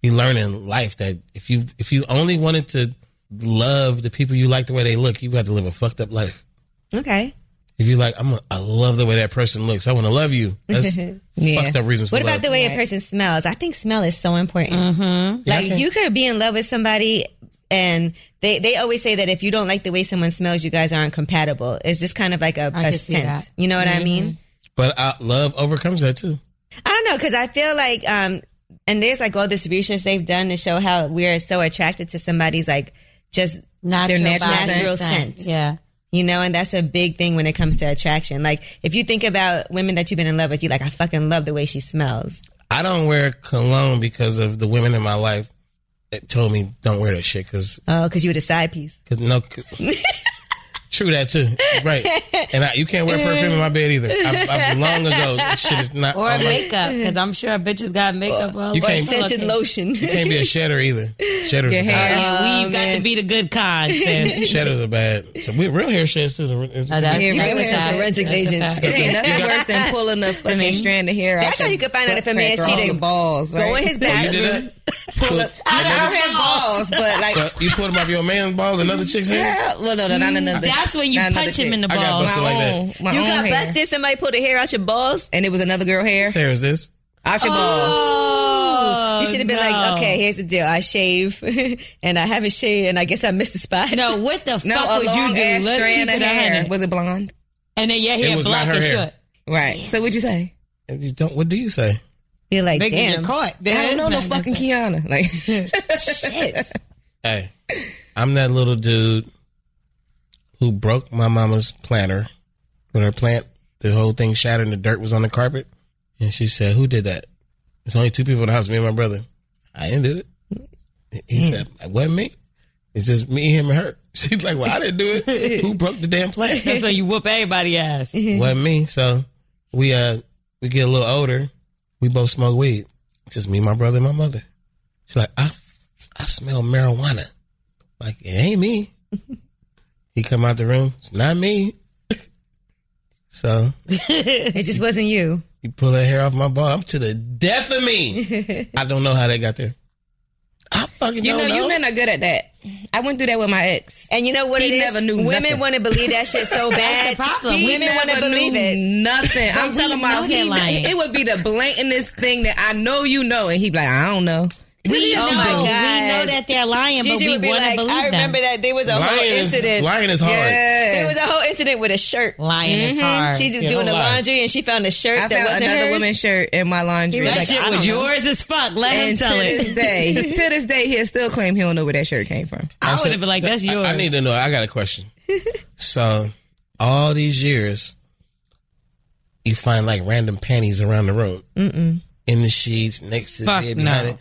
Speaker 3: You learn in life that if you if you only wanted to love the people you like the way they look, you had to live a fucked up life.
Speaker 1: Okay.
Speaker 3: If you like, I'm a, I love the way that person looks. I want to love you. That's
Speaker 2: Yeah.
Speaker 3: fucked up reasons for
Speaker 1: What about
Speaker 3: love.
Speaker 1: the way a person smells? I think smell is so important.
Speaker 2: Mm-hmm.
Speaker 1: Like you could be in love with somebody and they, they always say that if you don't like the way someone smells, you guys aren't compatible. It's just kind of like a, a
Speaker 4: can see
Speaker 1: scent.
Speaker 4: that.
Speaker 1: You know what I mean?
Speaker 3: but uh, love overcomes that too.
Speaker 1: I don't know because I feel like, um, and there's like all this research they've done to show how we're so attracted to somebody's like just
Speaker 4: Natural,
Speaker 2: Their natural
Speaker 4: body
Speaker 1: Natural scent.
Speaker 4: Yeah.
Speaker 1: You know, and that's a big thing when it comes to attraction. Like, if you think about women that you've been in love with, you like, I fucking love the way she smells.
Speaker 3: I don't wear cologne because of the women in my life that told me don't wear that shit because
Speaker 1: Oh, because you were the side piece.
Speaker 3: because no. True that too, right? And I, you can't wear perfume in my bed either. I've, I've long ago this shit is not.
Speaker 4: Or
Speaker 3: on my-
Speaker 4: makeup, because I'm sure bitches got makeup all
Speaker 3: Oh, You
Speaker 4: over.
Speaker 3: can't-
Speaker 1: Uh, Scented lotion.
Speaker 3: you can't be a shedder either. Shedders are
Speaker 2: Your
Speaker 4: Oh,
Speaker 2: hair.
Speaker 3: bad.
Speaker 4: yeah, we've got to be the good kind. sis.
Speaker 3: Shedders are bad. So we real hair sheds too.
Speaker 4: Oh, that's-
Speaker 2: Yeah,
Speaker 4: that's
Speaker 2: right.
Speaker 4: a fact.
Speaker 1: Forensics
Speaker 4: That's a
Speaker 1: agents.
Speaker 4: fact.
Speaker 2: It ain't nothing worse than pulling a fucking strand of hair.
Speaker 1: That's how
Speaker 2: out your
Speaker 1: you can find out if a
Speaker 2: butt
Speaker 1: man's
Speaker 2: crack or off
Speaker 1: cheating.
Speaker 2: your Balls, right?
Speaker 1: Go in his
Speaker 3: you
Speaker 1: bathroom.
Speaker 3: did that. Pull up.
Speaker 2: I don't have balls, but like,
Speaker 3: But you pulled him off your man's balls, another chick's hair.
Speaker 2: yeah, well, no, no, not another.
Speaker 4: Mm, That's when you
Speaker 2: not another
Speaker 4: punch him
Speaker 2: chick.
Speaker 4: in the
Speaker 3: I got
Speaker 4: balls.
Speaker 3: busted like
Speaker 2: My
Speaker 3: that.
Speaker 2: own, my
Speaker 1: Oh, you
Speaker 2: own
Speaker 1: got
Speaker 2: hair.
Speaker 1: busted, somebody pulled the hair out your balls.
Speaker 2: and it was another girl hair
Speaker 1: Oh.
Speaker 3: Hair is this?
Speaker 2: out your balls.
Speaker 1: you should have been
Speaker 4: no.
Speaker 1: like, okay, here's the deal. I shave and I haven't shaved and I guess I missed the spot.
Speaker 4: No, what the
Speaker 2: No,
Speaker 4: fuck
Speaker 2: a
Speaker 4: would you
Speaker 2: long
Speaker 4: do?
Speaker 2: ass
Speaker 4: Let's
Speaker 2: strand
Speaker 4: keep
Speaker 2: of
Speaker 4: it a
Speaker 2: hair.
Speaker 4: hundred.
Speaker 2: Was it blonde?
Speaker 4: And then yeah, hair
Speaker 3: was
Speaker 4: black
Speaker 3: not her
Speaker 4: and
Speaker 3: hair.
Speaker 4: short.
Speaker 2: Right. So what'd you say?
Speaker 3: If you don't, what do you say?
Speaker 1: You're like,
Speaker 5: They can
Speaker 1: damn.
Speaker 5: get caught. They
Speaker 2: I don't know no
Speaker 4: nothing.
Speaker 2: fucking Kiana. Like,
Speaker 1: Shit.
Speaker 3: Hey, I'm that little dude who broke my mama's planter. When her plant, the whole thing shattered and the dirt was on the carpet. And she said, Who did that? There's only two people in the house, me and my brother. I didn't do it. He said, It wasn't me. It's just me, him, and her. She's like, Well, I didn't do it. Who broke the damn plant?
Speaker 4: That's when you whoop everybody ass.
Speaker 3: wasn't me. So we uh we get a little older. We both smoke weed. It's just me, my brother, and my mother. She's like, I I smell marijuana. Like it ain't me. he come out the room. It's not me. so
Speaker 1: It just wasn't you.
Speaker 3: you pull that hair off my ball. I'm to the death of me. I don't know how they got there. I fucking
Speaker 2: you know,
Speaker 3: don't know.
Speaker 2: you men are good at that. I went through that with my ex.
Speaker 1: And you know what
Speaker 2: He
Speaker 1: it is?
Speaker 2: never knew nothing.
Speaker 1: Women want to believe that shit so bad.
Speaker 4: problem.
Speaker 2: He
Speaker 1: Women want to
Speaker 2: never
Speaker 1: believe
Speaker 2: knew
Speaker 1: it.
Speaker 2: Nothing. I'm
Speaker 4: we
Speaker 2: talking about
Speaker 4: know
Speaker 2: he.
Speaker 4: they're lying.
Speaker 2: It would be the blatantest thing that I know you know, and he be like, I don't know.
Speaker 4: We know,
Speaker 1: Oh my
Speaker 4: we
Speaker 1: God.
Speaker 4: know that they're lying,
Speaker 1: Gigi
Speaker 4: but
Speaker 1: would
Speaker 4: we
Speaker 1: be
Speaker 4: want
Speaker 1: like,
Speaker 4: to believe
Speaker 1: I remember
Speaker 4: them.
Speaker 1: that there was a whole
Speaker 3: lying, is,
Speaker 1: incident.
Speaker 3: lying is hard.
Speaker 1: There
Speaker 2: Yeah.
Speaker 1: was a whole incident with a shirt.
Speaker 4: Lying is hard.
Speaker 1: She's
Speaker 3: Yeah,
Speaker 1: doing
Speaker 3: don't
Speaker 1: the
Speaker 3: lie.
Speaker 1: laundry and she found a shirt
Speaker 2: I
Speaker 1: that
Speaker 2: found
Speaker 1: wasn't
Speaker 2: another
Speaker 1: hers.
Speaker 2: woman's shirt in my laundry.
Speaker 1: was
Speaker 4: that
Speaker 1: like,
Speaker 4: shit
Speaker 1: I
Speaker 4: was
Speaker 1: don't know.
Speaker 4: yours as fuck. Let him
Speaker 2: and to
Speaker 4: tell
Speaker 2: this
Speaker 4: it.
Speaker 2: day, to this day, he'll still claim he don't know where that shirt came from.
Speaker 4: I
Speaker 3: said-
Speaker 4: would have been like, that's
Speaker 3: I-
Speaker 4: yours.
Speaker 3: I, need to know. I got a question. so, all these years, you find like random panties around the room, Mm-mm. in the sheets, next to the
Speaker 4: Fuck
Speaker 3: bed, behind
Speaker 4: no.
Speaker 3: it,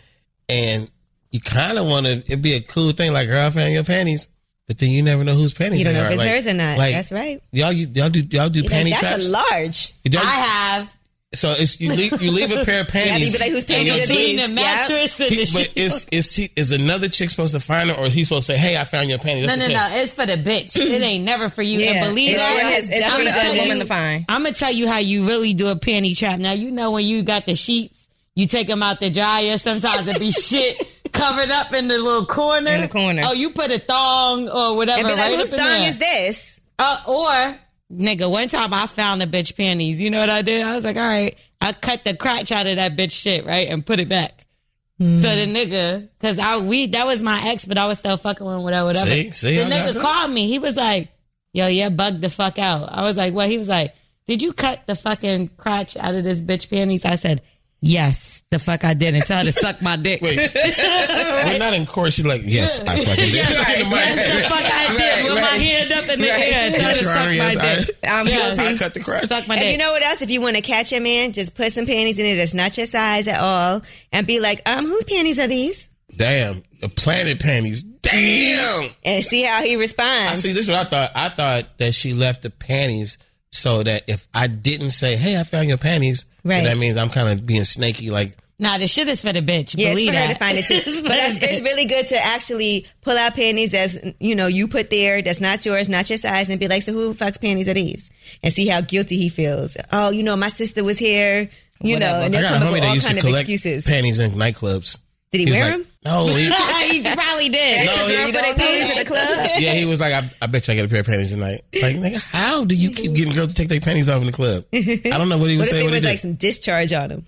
Speaker 3: and you kind of want to. It'd be a cool thing, like girl, I found your panties, but then you never know whose panties.
Speaker 1: You don't
Speaker 3: they
Speaker 1: know
Speaker 3: are.
Speaker 1: if it's
Speaker 3: Like-
Speaker 1: hers or not.
Speaker 3: like,
Speaker 1: That's right.
Speaker 3: Y'all, you, y'all do y'all do
Speaker 1: You're like,
Speaker 3: panty
Speaker 1: that's
Speaker 3: traps.
Speaker 1: a large.
Speaker 3: Y'all-
Speaker 4: I have.
Speaker 3: so it's you leave you leave a pair of
Speaker 1: Yeah,
Speaker 3: panties.
Speaker 1: you'd be like, whose
Speaker 3: and you
Speaker 1: panties are
Speaker 3: do-
Speaker 1: these?
Speaker 4: Between the
Speaker 1: Yep.
Speaker 4: mattress and the
Speaker 3: But
Speaker 4: shit.
Speaker 3: is is he, is another chick supposed to find her, or is he supposed to say, "Hey, I found your panties"?
Speaker 4: No,
Speaker 3: That's
Speaker 4: no,
Speaker 3: okay.
Speaker 4: no. It's for the bitch. It ain't never for you.
Speaker 2: Mm. Yeah,
Speaker 4: And believe
Speaker 2: it's
Speaker 4: that.
Speaker 2: for his- it's for the other woman to find.
Speaker 4: I'm gonna tell you how you really do a panty trap. Now you know when you got the sheets, you take them out the dryer. Sometimes it be shit covered up in the little corner.
Speaker 2: In the corner.
Speaker 4: Oh, you put a thong or whatever.
Speaker 1: And be like,
Speaker 4: right
Speaker 1: whose
Speaker 4: up in
Speaker 1: thong
Speaker 4: there.
Speaker 1: is this?
Speaker 4: Uh, or nigga, one time I found a bitch panties. You know what I did? I was like, all right, I cut the crotch out of that bitch shit, right, and put it back.
Speaker 3: Hmm.
Speaker 4: So the nigga, cause I we that was my ex, but I was still fucking with him, whatever. whatever.
Speaker 3: See? See,
Speaker 4: the
Speaker 3: I got
Speaker 4: nigga
Speaker 3: you.
Speaker 4: called me. He was like, "Yo, yeah, bug the fuck out." I was like, "What?" He was like, "Did you cut the fucking crotch out of this bitch panties?" I said, "Yes, the fuck I did." And tell her to suck my dick.
Speaker 3: Wait. We're not in court. She's like, yes, I fucking did. In my
Speaker 4: Yes, the
Speaker 3: head.
Speaker 4: fuck I did
Speaker 2: Right,
Speaker 4: with my
Speaker 2: right.
Speaker 4: hand up in the
Speaker 2: Right.
Speaker 4: air. Tell her to
Speaker 3: Yes, Your
Speaker 4: suck
Speaker 3: Honor,
Speaker 4: my
Speaker 3: yes,
Speaker 4: dick.
Speaker 3: I,
Speaker 2: I'm
Speaker 4: Yes.
Speaker 2: guilty.
Speaker 3: I cut the crotch.
Speaker 4: Suck my dick.
Speaker 1: And you know what else? If you want to catch a man, just put some panties in it that's not your size at all and be like, um, whose panties are these?
Speaker 3: Damn, the planet panties. Damn.
Speaker 1: And see how he
Speaker 3: I
Speaker 1: responds.
Speaker 3: see. This is what I thought. I thought that she left the panties so that if I didn't say, "Hey, I found your panties," then
Speaker 1: Right.
Speaker 3: that means I'm kind of being snaky. Like,
Speaker 4: Nah, the shit is for the bitch.
Speaker 1: Yeah, it's
Speaker 4: Believe
Speaker 1: for
Speaker 4: that.
Speaker 1: her to find it
Speaker 4: It's
Speaker 1: too.
Speaker 4: for
Speaker 1: but
Speaker 4: the
Speaker 1: it's, it's
Speaker 4: bitch.
Speaker 1: really good to actually pull out panties that's you know you put there that's not yours, not your size, and be like, so who fucks panties are these? And see how guilty he feels. Oh, you know, my sister was here. You know, and
Speaker 3: I
Speaker 1: they'll
Speaker 3: got
Speaker 1: come
Speaker 3: a
Speaker 1: up
Speaker 3: homie
Speaker 1: with
Speaker 3: that
Speaker 1: all
Speaker 3: used to
Speaker 1: kind of
Speaker 3: collect
Speaker 1: excuses.
Speaker 3: panties in nightclubs.
Speaker 1: Did he
Speaker 3: was
Speaker 1: wear
Speaker 3: like,
Speaker 1: them?
Speaker 3: No. He,
Speaker 4: he probably did.
Speaker 3: no, he-
Speaker 2: Girl, for their panties at the club.
Speaker 3: yeah, he was like, I, I bet you I get a pair of panties tonight. Like, nigga, how do you keep getting girls to take their panties off in the club? I don't know what he
Speaker 1: What if
Speaker 3: was saying.
Speaker 1: there
Speaker 3: What he
Speaker 1: was
Speaker 3: did.
Speaker 1: like some discharge on him?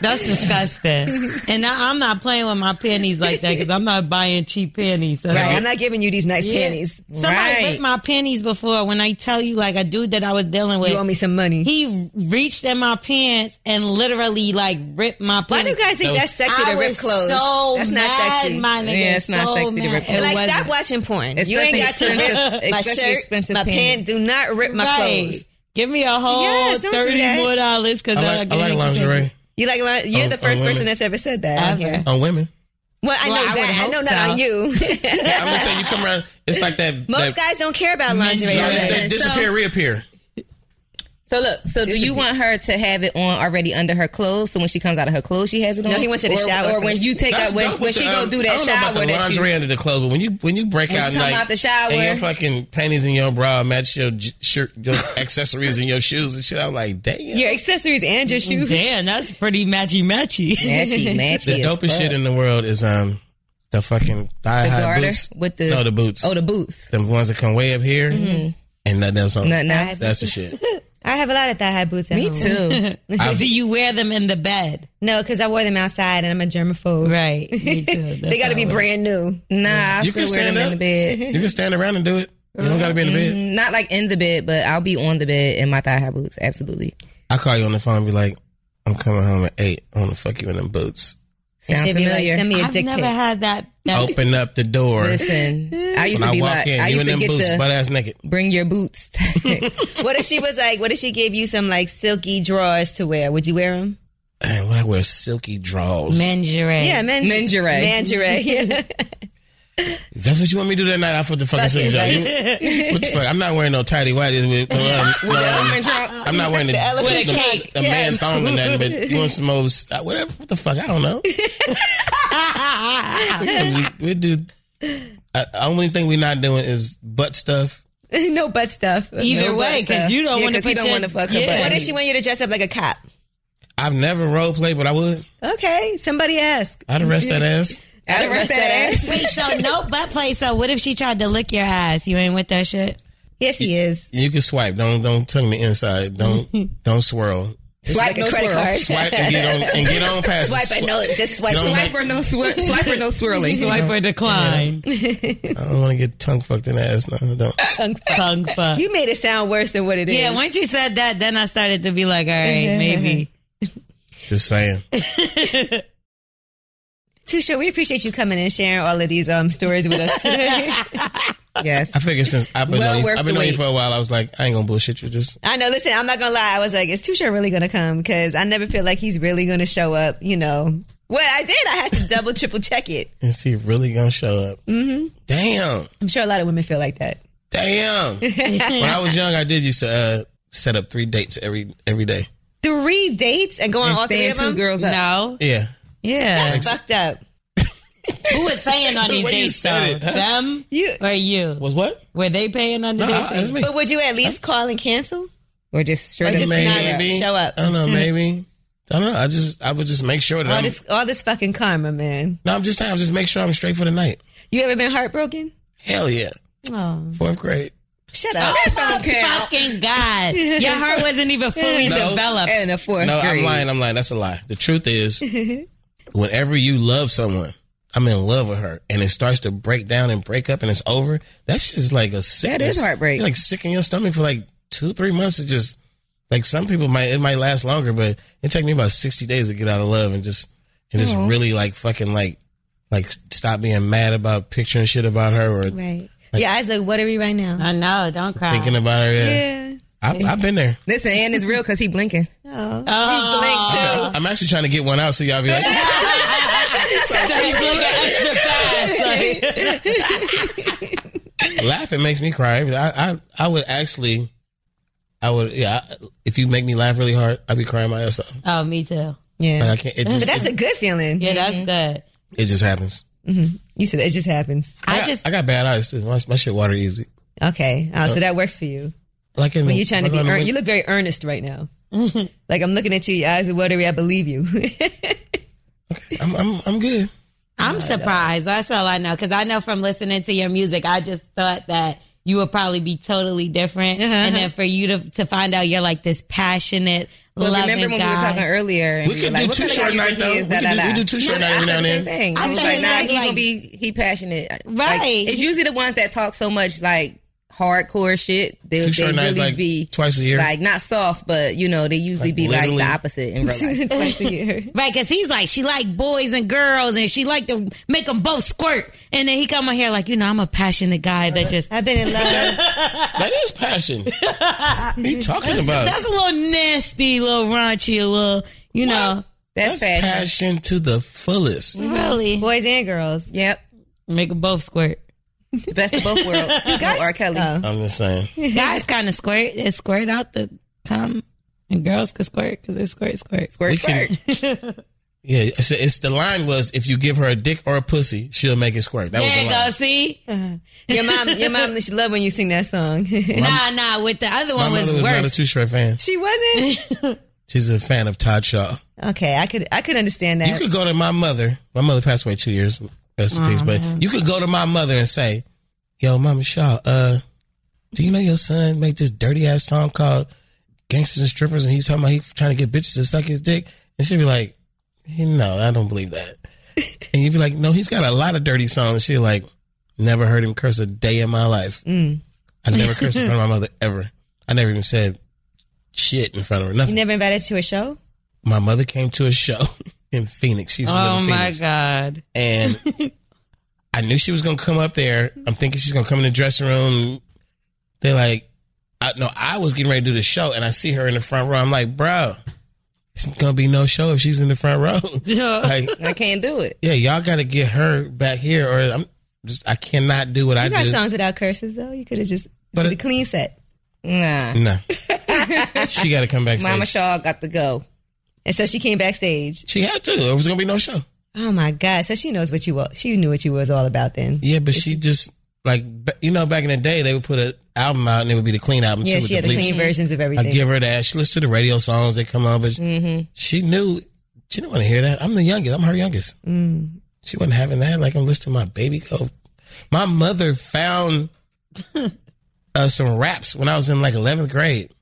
Speaker 4: That's disgusting. and I, I'm not playing with my panties like that because I'm not buying cheap panties. So
Speaker 1: I'm not giving you these nice
Speaker 4: Yeah.
Speaker 1: panties.
Speaker 4: Somebody
Speaker 2: Right.
Speaker 4: ripped my panties before when I tell you, like, a dude that I was dealing with.
Speaker 1: You owe me some money.
Speaker 4: he reached in my pants and literally like ripped my
Speaker 1: Why
Speaker 4: panties.
Speaker 1: do you guys think
Speaker 3: That
Speaker 1: that's
Speaker 3: was-
Speaker 1: sexy
Speaker 4: I
Speaker 1: to rip
Speaker 4: was
Speaker 1: clothes?
Speaker 4: So
Speaker 1: that's not
Speaker 4: mad,
Speaker 1: sexy.
Speaker 4: My nigga,
Speaker 2: Yeah, it's not
Speaker 4: so
Speaker 2: sexy to
Speaker 4: mad.
Speaker 2: rip
Speaker 4: It
Speaker 1: like,
Speaker 4: wasn't.
Speaker 1: stop watching porn. you ain't
Speaker 2: Especially
Speaker 1: got to rip
Speaker 2: expensive-
Speaker 1: my
Speaker 2: especially
Speaker 1: shirt,
Speaker 2: expensive
Speaker 1: my pants.
Speaker 2: pants.
Speaker 1: Do not rip my clothes.
Speaker 4: Give me a whole
Speaker 1: Yes, don't do that.
Speaker 4: thirty more dollars because
Speaker 3: I like, I like lingerie
Speaker 1: You like li- you're
Speaker 3: On-
Speaker 1: the first
Speaker 3: on Oh, women.
Speaker 1: person that's ever said that. on
Speaker 4: Ever.
Speaker 1: here.
Speaker 3: on women.
Speaker 1: Well, I know
Speaker 4: Well, I would
Speaker 1: that. I,
Speaker 4: hope
Speaker 1: know not
Speaker 4: so.
Speaker 1: on you.
Speaker 3: I'm gonna say you come around. It's like that.
Speaker 1: Most
Speaker 3: that,
Speaker 1: guys don't care about lingerie.
Speaker 3: you know,
Speaker 1: nowadays.
Speaker 3: it's that
Speaker 2: So-
Speaker 3: disappear, reappear.
Speaker 2: So look, so do you want her to have it on already under her clothes? So when she comes out of her clothes, she has it on.
Speaker 1: No, he went to the
Speaker 2: or,
Speaker 1: shower
Speaker 2: Or when
Speaker 1: first.
Speaker 2: you take out when,
Speaker 3: dope
Speaker 2: when
Speaker 3: with
Speaker 2: she
Speaker 3: the,
Speaker 2: go
Speaker 3: um,
Speaker 2: do
Speaker 3: I
Speaker 2: that
Speaker 3: don't know about
Speaker 2: shower
Speaker 3: the
Speaker 2: that
Speaker 3: lingerie
Speaker 2: you.
Speaker 3: under the clothes, but when you when you break
Speaker 2: When
Speaker 3: out
Speaker 2: she come
Speaker 3: like,
Speaker 2: out the shower.
Speaker 3: and your fucking panties and your bra match your j- shirt, your accessories and your shoes and shit, I'm like, damn.
Speaker 1: Your accessories and your shoes.
Speaker 4: Damn, that's pretty matchy matchy.
Speaker 2: Matchy, matchy.
Speaker 3: the
Speaker 2: as fuck.
Speaker 3: dopest shit in the world is um the fucking thigh
Speaker 2: The
Speaker 3: high
Speaker 2: garter
Speaker 3: boots
Speaker 2: with the
Speaker 3: no the boots
Speaker 2: Oh, the boots.
Speaker 3: them ones that come way up here and nothing else on
Speaker 2: Mm-hmm. Nothing
Speaker 3: them.
Speaker 2: else.
Speaker 3: That's the shit.
Speaker 1: I have a lot of thigh high boots. At
Speaker 2: Me
Speaker 1: home.
Speaker 2: too.
Speaker 3: I've-
Speaker 4: Do you wear them in the bed?
Speaker 1: No, because I wore them outside, and I'm a germaphobe.
Speaker 4: Right. Me too.
Speaker 1: They got to be brand new.
Speaker 2: Nah, I
Speaker 3: You
Speaker 2: still
Speaker 3: can
Speaker 2: wear them
Speaker 3: stand
Speaker 2: in
Speaker 3: up.
Speaker 2: the bed. Mm-hmm.
Speaker 3: You can stand around and do it. You don't gotta be in the bed.
Speaker 2: Not like in the bed, but I'll be on the bed in my thigh high boots. Absolutely.
Speaker 3: I call you on the phone and be like, I'm coming home at eight. I wanna fuck you in them boots.
Speaker 2: Sounds
Speaker 1: She'd be like,
Speaker 2: familiar.
Speaker 1: send me a
Speaker 4: I've
Speaker 1: dick
Speaker 4: never
Speaker 1: pic.
Speaker 4: had that. that
Speaker 3: Open up the door.
Speaker 2: Listen, I used to
Speaker 3: When I
Speaker 2: be
Speaker 3: walk
Speaker 2: like,
Speaker 3: in,
Speaker 2: I
Speaker 3: you
Speaker 2: used
Speaker 3: in
Speaker 2: to
Speaker 3: them
Speaker 2: get
Speaker 3: boots,
Speaker 2: the
Speaker 3: butt ass naked.
Speaker 2: bring your boots text.
Speaker 1: What if she was like? What if she gave you some like silky drawers to wear? Would you wear them?
Speaker 3: Man, when I wear silky draws.
Speaker 4: Mengerade.
Speaker 1: Yeah, men-
Speaker 2: Lingerie.
Speaker 1: Lingerie. Yeah.
Speaker 3: That's what you want me to do that night? I put the fucking silky draw. You, what the fuck? I'm not wearing no tidy whities with no, um, no, um, I'm not wearing the,
Speaker 1: elephant
Speaker 3: the-
Speaker 1: cake.
Speaker 3: a man thong or nothing, but you want some old s- uh, whatever what the fuck, I don't know. we, can- we do I, the only thing we're not doing is butt stuff.
Speaker 1: no butt stuff.
Speaker 4: Either
Speaker 2: No
Speaker 4: way,
Speaker 2: butt stuff.
Speaker 4: because you don't
Speaker 2: Yeah,
Speaker 4: want to
Speaker 2: 'cause he don't wanna fuck her butt.
Speaker 1: What if she want you to dress up like a cop?
Speaker 3: I've never role played, but I would.
Speaker 1: Okay, somebody asked.
Speaker 3: I'd arrest that ass.
Speaker 2: I'd arrest that ass.
Speaker 4: Wait, so no butt play. So what if she tried to lick your ass? You ain't with that shit?
Speaker 1: Yes, he is.
Speaker 3: You can swipe. Don't don't tongue the inside. Don't don't swirl.
Speaker 2: Swipe no swirl.
Speaker 3: Swipe and get on and get on past. it.
Speaker 1: Swipe and no, just swipe.
Speaker 3: Don't
Speaker 2: Swipe
Speaker 3: make-
Speaker 2: or no swir- swipe or no swirling.
Speaker 4: Swipe or decline.
Speaker 3: I don't want to get tongue fucked in the ass. No, I don't.
Speaker 1: Tongue
Speaker 4: Tongue fuck.
Speaker 1: You made it sound worse than what it is.
Speaker 4: yeah, once you said that, then I started to be like, all right, maybe.
Speaker 3: Just saying.
Speaker 1: Tusha, we appreciate you coming and sharing all of these um stories with us today.
Speaker 2: Yes.
Speaker 3: I figured since I've been
Speaker 2: Well
Speaker 3: knowing you,
Speaker 2: worth
Speaker 3: I've been
Speaker 2: the
Speaker 3: knowing you
Speaker 2: wait.
Speaker 3: for a while, I was like, I ain't gonna bullshit you. Just
Speaker 1: I know. Listen, I'm not gonna lie. I was like, is Tusha really gonna come? Because I never feel like he's really gonna show up. You know. Well, I did. I had to double, triple check it.
Speaker 3: is he really gonna show up? Mm-hmm. Damn,
Speaker 1: I'm sure a lot of women feel like that.
Speaker 3: damn. when I was young, I did used to uh, set up three dates every every day.
Speaker 1: Three dates and go on all three
Speaker 2: Stand
Speaker 1: of
Speaker 2: two
Speaker 1: them.
Speaker 2: girls up.
Speaker 4: No.
Speaker 3: Yeah,
Speaker 4: Yeah.
Speaker 1: That's fucked up.
Speaker 4: Who was paying on these
Speaker 3: way you
Speaker 4: dates,
Speaker 3: said
Speaker 4: though?
Speaker 3: it, huh?
Speaker 4: Them
Speaker 1: You.
Speaker 4: or you?
Speaker 3: was what?
Speaker 4: Were they paying on the
Speaker 3: No, I-
Speaker 4: dates?
Speaker 3: that's me.
Speaker 1: But would you at least call and cancel?
Speaker 2: Or just straight
Speaker 1: Or
Speaker 2: up.
Speaker 1: just
Speaker 2: man.
Speaker 1: not- show up.
Speaker 3: I don't know. Maybe. I don't know. I just I would just make sure that
Speaker 1: All
Speaker 3: I'm.
Speaker 1: this, all this fucking karma, man.
Speaker 3: no, I'm just saying. I'll just make sure I'm straight for the night.
Speaker 1: You ever been heartbroken?
Speaker 3: Hell yeah.
Speaker 1: Oh,
Speaker 3: Fourth grade.
Speaker 1: shut up.
Speaker 2: don't care.
Speaker 4: Oh, Fucking God. Your heart wasn't even fully
Speaker 3: No.
Speaker 4: developed.
Speaker 2: And a fourth
Speaker 3: No,
Speaker 2: grade.
Speaker 3: I'm lying. I'm lying. That's a lie. The truth is, whenever you love someone, I'm in love with her, and it starts to break down and break up, and it's over. That's just like a sickness.
Speaker 2: heartbreak.
Speaker 3: You're like sick in your stomach for like two, three months. It's just like some people might it might last longer, but it take me about sixty days to get out of love and just and just really like fucking like like stop being mad about picturing shit about her or
Speaker 1: Right. Your eyes look watery right now.
Speaker 4: I know. Don't cry.
Speaker 3: thinking about her. Yeah,
Speaker 1: Yeah.
Speaker 3: I, I've been there.
Speaker 2: Listen, and it's real because he blinking.
Speaker 1: Oh.
Speaker 4: oh.
Speaker 1: Blink
Speaker 3: I'm actually trying to get one out so y'all be like.
Speaker 4: So you blew the extra fast. Like,
Speaker 3: laughing makes me cry. I, I I would actually, I would yeah. I, if you make me laugh really hard, I'd be crying my ass off.
Speaker 4: oh, me too.
Speaker 1: Yeah.
Speaker 3: Like, I can't. It
Speaker 1: But
Speaker 3: just
Speaker 1: that's a good feeling.
Speaker 4: Yeah, that's good.
Speaker 3: it just happens.
Speaker 1: You said it just happens.
Speaker 3: I,
Speaker 4: I
Speaker 3: got-
Speaker 4: just
Speaker 3: I got bad eyes too. My, my shit water easy.
Speaker 1: Okay. Oh, so that works for you.
Speaker 3: Like in
Speaker 1: When
Speaker 3: the-
Speaker 1: you're trying to
Speaker 3: like
Speaker 1: be
Speaker 3: on the
Speaker 1: earnest,
Speaker 3: win-
Speaker 1: you look very earnest right now. like I'm looking at you, your eyes are watery. I believe you.
Speaker 3: I'm I'm I'm good.
Speaker 4: I'm surprised. That's all I know. Because I know from listening to your music, I just thought that you would probably be totally different.
Speaker 1: Uh-huh.
Speaker 4: And then for you to to find out you're like this passionate,
Speaker 2: But
Speaker 4: loving
Speaker 2: remember when we were
Speaker 4: guy.
Speaker 2: talking earlier? And
Speaker 3: We
Speaker 2: were
Speaker 3: could
Speaker 2: like,
Speaker 3: do
Speaker 2: what
Speaker 3: two
Speaker 2: kind of guy
Speaker 3: short
Speaker 2: you
Speaker 3: night
Speaker 2: think
Speaker 3: though.
Speaker 2: he is,
Speaker 3: We
Speaker 2: da,
Speaker 3: could
Speaker 2: da,
Speaker 3: do-
Speaker 2: da.
Speaker 3: we do two short
Speaker 2: No,
Speaker 3: night
Speaker 2: I
Speaker 3: every now
Speaker 2: said
Speaker 3: and
Speaker 2: the same
Speaker 3: then.
Speaker 2: thing.
Speaker 4: I'm
Speaker 2: I'm
Speaker 4: sure
Speaker 2: like,
Speaker 4: it's
Speaker 2: nah,
Speaker 4: like-
Speaker 2: he
Speaker 4: like-
Speaker 2: gonna be he passionate. Like,
Speaker 4: Right.
Speaker 2: it's usually the ones that talk so much like hardcore shit. They,
Speaker 3: Two
Speaker 2: they
Speaker 3: short nights
Speaker 2: really
Speaker 3: like
Speaker 2: be
Speaker 3: twice a year.
Speaker 2: like not soft, but you know they usually
Speaker 3: Like,
Speaker 2: be
Speaker 3: literally.
Speaker 2: like the opposite in real life.
Speaker 1: Twice a year.
Speaker 4: Right, because he's like, she like boys and girls, and she like to make them both squirt. And then he come on here like, you know, I'm a passionate guy that just.
Speaker 1: I've been in love.
Speaker 3: that is passion. what are you talking about?
Speaker 4: That's a little nasty, little raunchy, a little, you know.
Speaker 2: That's,
Speaker 3: That's
Speaker 2: fashion.
Speaker 3: passion to the fullest.
Speaker 4: Really?
Speaker 1: Boys and girls.
Speaker 2: Yep,
Speaker 4: Make them both squirt.
Speaker 2: The best of both worlds. No
Speaker 1: guys-
Speaker 2: R. Kelly.
Speaker 1: Oh.
Speaker 3: I'm just saying.
Speaker 4: Guys kind of squirt. They squirt out the cum, and girls can squirt because they squirt, squirt.
Speaker 2: Squirt,
Speaker 3: We
Speaker 2: squirt.
Speaker 3: can. Yeah, it's, it's the line was if you give her a dick or a pussy, she'll make it squirt. That was
Speaker 4: There
Speaker 3: the
Speaker 4: you
Speaker 3: line.
Speaker 4: go. See?
Speaker 1: Your mom, your mom, she loved when you sing that song. she
Speaker 4: Nah, nah. With the other
Speaker 3: My
Speaker 4: one
Speaker 3: mother was
Speaker 4: was
Speaker 3: not a
Speaker 4: worse.
Speaker 3: Two Short fan.
Speaker 1: wasn't.
Speaker 3: She's a fan of Todd Shaw.
Speaker 1: Okay, I could, I could understand
Speaker 3: You
Speaker 1: that.
Speaker 3: could go to my mother. My mother passed away two years, rest in peace. But you could go to my mother and say, "Yo, Mama Shaw, uh, do you know your son make this dirty ass song called gangsters and strippers, and he's talking about he's trying to get bitches to suck his dick, and she'd be like, "No, I don't believe that." and you'd be like, "No, he's got a lot of dirty songs." She'd like, "Never heard him curse a day in my life.
Speaker 1: Mm.
Speaker 3: I never cursed in front of my mother ever. I never even said shit in front of her. Nothing.
Speaker 1: You never invited to a show?
Speaker 3: my mother came to a show in Phoenix. She used to live
Speaker 4: Oh
Speaker 3: in
Speaker 4: my
Speaker 3: Phoenix
Speaker 4: God.
Speaker 3: and I knew she was gonna come up there. I'm thinking she's gonna come in the dressing room. They're like, I, no, I was getting ready to do the show, and I see her in the front row. I'm like, bro, it's gonna be no show if she's in the front row. like,
Speaker 2: I can't do it.
Speaker 3: yeah, y'all got to get her back here, or I'm just I cannot do what I
Speaker 1: You got
Speaker 3: do.
Speaker 1: songs without curses though. You could have just
Speaker 3: But
Speaker 1: did a
Speaker 3: it-
Speaker 1: clean set.
Speaker 2: Nah.
Speaker 3: no, she got to come back.
Speaker 2: Mama Shaw got to go.
Speaker 1: And so she came backstage.
Speaker 3: She had to. It was gonna be no show.
Speaker 1: Oh my God! So she knows what you was. She knew what you was all about then.
Speaker 3: Yeah, but she just like ba- you know back in the day they would put an album out and it would be the clean album
Speaker 1: Yeah,
Speaker 3: too. with
Speaker 1: she had the
Speaker 3: bleeps.
Speaker 1: clean versions of
Speaker 3: I
Speaker 1: everything.
Speaker 3: give her that. She listens to the radio songs that come on, but
Speaker 1: Mm-hmm.
Speaker 3: she knew she didn't want to hear that. I'm the youngest. I'm her youngest.
Speaker 1: Mm.
Speaker 3: She wasn't having that. Like I'm listening to my baby go. My mother found uh, some raps when I was in like 11th grade,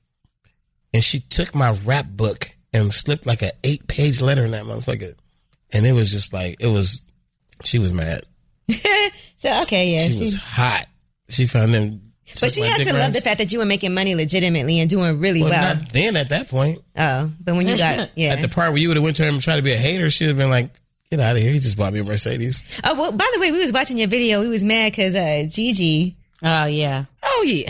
Speaker 3: and she took my rap book and slipped like an eight page letter in that motherfucker, and it was just like it was. She was mad.
Speaker 1: so okay, yeah.
Speaker 3: she,
Speaker 1: she-
Speaker 3: was hot. She found them.
Speaker 1: but she has to love the fact that you were making money legitimately and doing really well.
Speaker 3: Well, not then at that point.
Speaker 1: oh, but when you got yeah.
Speaker 3: At the part where you would have went to him and tried to be a hater, she would have been like, "Get out of here! He just bought me a Mercedes."
Speaker 1: oh well. By the way, we was watching your video. We was mad because uh, Gigi. Mm.
Speaker 4: Oh, yeah.
Speaker 2: Oh yeah.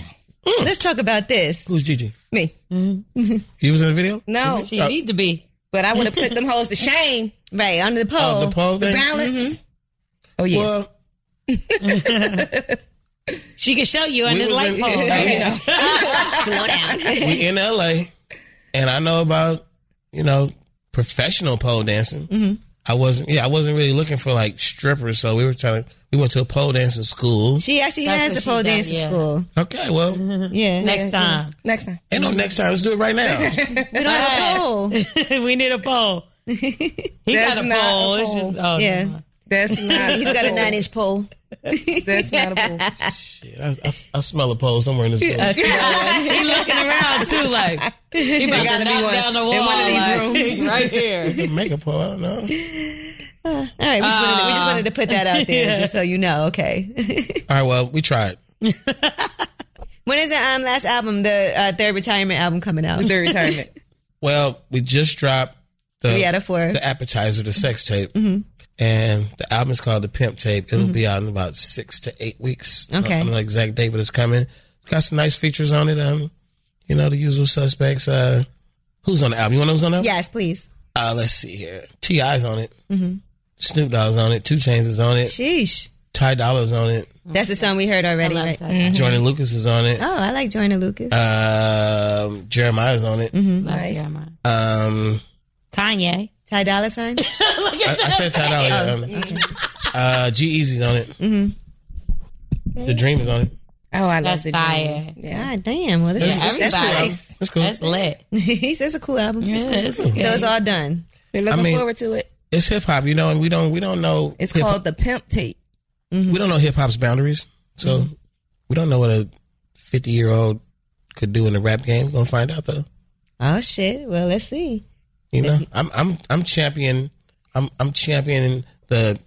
Speaker 1: Let's talk about this.
Speaker 3: Who's Gigi?
Speaker 2: Me.
Speaker 3: He was in the video.
Speaker 1: Oh.
Speaker 2: No.
Speaker 1: Mm-hmm.
Speaker 4: She need to be.
Speaker 2: But I would have put them hoes to shame.
Speaker 1: Right under the pole. Mm-hmm.
Speaker 3: Oh, the pole thing.
Speaker 2: Balance. Oh yeah.
Speaker 3: Well,
Speaker 4: She can show you on
Speaker 3: we
Speaker 4: this
Speaker 3: was
Speaker 4: light
Speaker 3: in,
Speaker 4: pole.
Speaker 1: Slow down.
Speaker 3: we in L.A. and I know about you know professional pole dancing. I wasn't. Yeah, I wasn't really looking for like strippers. So we were trying to. We went to a pole dancing school.
Speaker 1: she actually has
Speaker 4: That's what
Speaker 1: the
Speaker 4: she
Speaker 1: pole
Speaker 4: does,
Speaker 1: dancing
Speaker 4: yeah.
Speaker 1: school.
Speaker 3: Okay, well, ain't
Speaker 1: Yeah.
Speaker 4: Next time.
Speaker 2: Next time.
Speaker 3: no next time. Let's do it right now.
Speaker 1: We don't have a pole.
Speaker 4: we need a pole. He
Speaker 2: That's
Speaker 4: got a
Speaker 2: not a
Speaker 4: pole. It's
Speaker 2: pole.
Speaker 4: just, oh,
Speaker 1: Yeah.
Speaker 4: never mind.
Speaker 2: That's not.
Speaker 1: He's got a nine inch pole.
Speaker 2: That's not a bull.
Speaker 3: Shit, I, I, I smell a pole somewhere in this building.
Speaker 4: he looking around too, like he about
Speaker 2: gotta
Speaker 4: to
Speaker 2: be
Speaker 4: knock
Speaker 2: one-
Speaker 4: down the wall
Speaker 2: in one of these
Speaker 4: like,
Speaker 2: rooms.
Speaker 4: right here.
Speaker 3: Make a pole. I don't know.
Speaker 1: All right, we just, wanted to, we just wanted to put that out there just so you know. Okay.
Speaker 3: All right. Well, we tried.
Speaker 1: when is the um, last album, the uh, third retirement album coming out?
Speaker 2: The retirement.
Speaker 3: Well, we just dropped the
Speaker 1: Three out of four.
Speaker 3: the appetizer, the sex tape, and the album is called the Pimp Tape. It'll be out in about six to eight weeks. I
Speaker 1: Okay.
Speaker 3: don't know the exact date, but it's coming. It's got some nice features on it. Um, you know the usual suspects. Uh, who's on the album? You want to know who's on the album?
Speaker 1: yes, please.
Speaker 3: Uh, let's see here. Ti's on it. Snoop Dogg's on it. Two Chains is on it.
Speaker 1: Sheesh.
Speaker 4: Mm-hmm.
Speaker 3: Ty Dolla's on it.
Speaker 1: That's the song we heard already, right?
Speaker 3: Jordan Lucas is on it.
Speaker 1: Oh, I like Joyner Lucas.
Speaker 3: Uh, Um, Jeremiah's on it.
Speaker 2: Nice.
Speaker 3: Um,
Speaker 4: Kanye.
Speaker 1: Ty Dolla Sign.
Speaker 3: I, I said Ty Dolla. yeah, Um, uh, G Easy's on it. The Dream is on it.
Speaker 2: Oh, I love
Speaker 4: That's
Speaker 2: the
Speaker 4: fire.
Speaker 2: Yeah.
Speaker 1: God Ah, damn. Well, this is
Speaker 3: That's- that's
Speaker 4: Everybody.
Speaker 3: cool. That's cool.
Speaker 4: That's lit.
Speaker 1: he says a cool album. It's
Speaker 4: Yeah, it's
Speaker 1: cool. So it's all done.
Speaker 2: We're looking
Speaker 3: I mean-
Speaker 2: forward to it.
Speaker 3: It's hip hop, you know, and we don't we don't know
Speaker 2: It's
Speaker 3: hip-
Speaker 2: called the pimp tape.
Speaker 3: we don't know hip hop's boundaries. So we don't know what a fifty year old could do in the rap game. We're gonna find out though.
Speaker 1: Oh shit. Well, let's see.
Speaker 3: You know? I'm I'm I'm champion I'm I'm championing the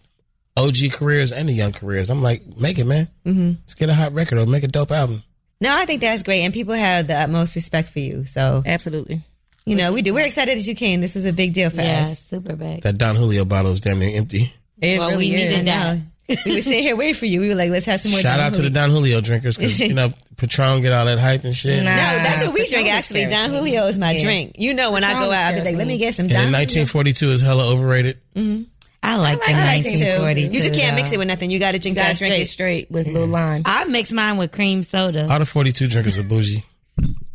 Speaker 3: OG careers and the young careers. I'm like, make it man. Mm-hmm. Let's get a hot record or make a dope album.
Speaker 1: No, I think that's great, and people have the utmost respect for you. So
Speaker 2: Absolutely.
Speaker 1: you know, we do. We're excited that you came. This is a big deal for
Speaker 4: Yeah,
Speaker 1: us.
Speaker 4: super big.
Speaker 3: That Don Julio bottle is damn near empty.
Speaker 2: It
Speaker 4: Well,
Speaker 2: really
Speaker 4: we
Speaker 2: is.
Speaker 4: needed that.
Speaker 1: we were sitting here waiting for you. We were like, let's have some more.
Speaker 3: Shout
Speaker 1: Don
Speaker 3: out to the
Speaker 1: Julio.
Speaker 3: Don Julio drinkers because you know Patron get all that hype and shit.
Speaker 2: Nah.
Speaker 1: No, that's what we
Speaker 2: Patron
Speaker 1: drink.
Speaker 2: is
Speaker 1: Actually, Don
Speaker 2: terrible.
Speaker 1: Julio is my drink. You know, when I
Speaker 2: Patron
Speaker 1: go
Speaker 2: is
Speaker 1: out, I'll be like,
Speaker 2: terrible.
Speaker 1: let me get some
Speaker 3: And
Speaker 1: Don.
Speaker 3: in 1942 is hella overrated.
Speaker 4: I like the
Speaker 2: I like
Speaker 1: Julio.
Speaker 4: 1942.
Speaker 1: You just can't mix it with nothing. You got to drink
Speaker 2: You gotta
Speaker 1: that
Speaker 2: drink
Speaker 1: straight.
Speaker 2: it straight with little lime.
Speaker 4: I mix mine with cream soda.
Speaker 3: All the 42 drinkers are bougie.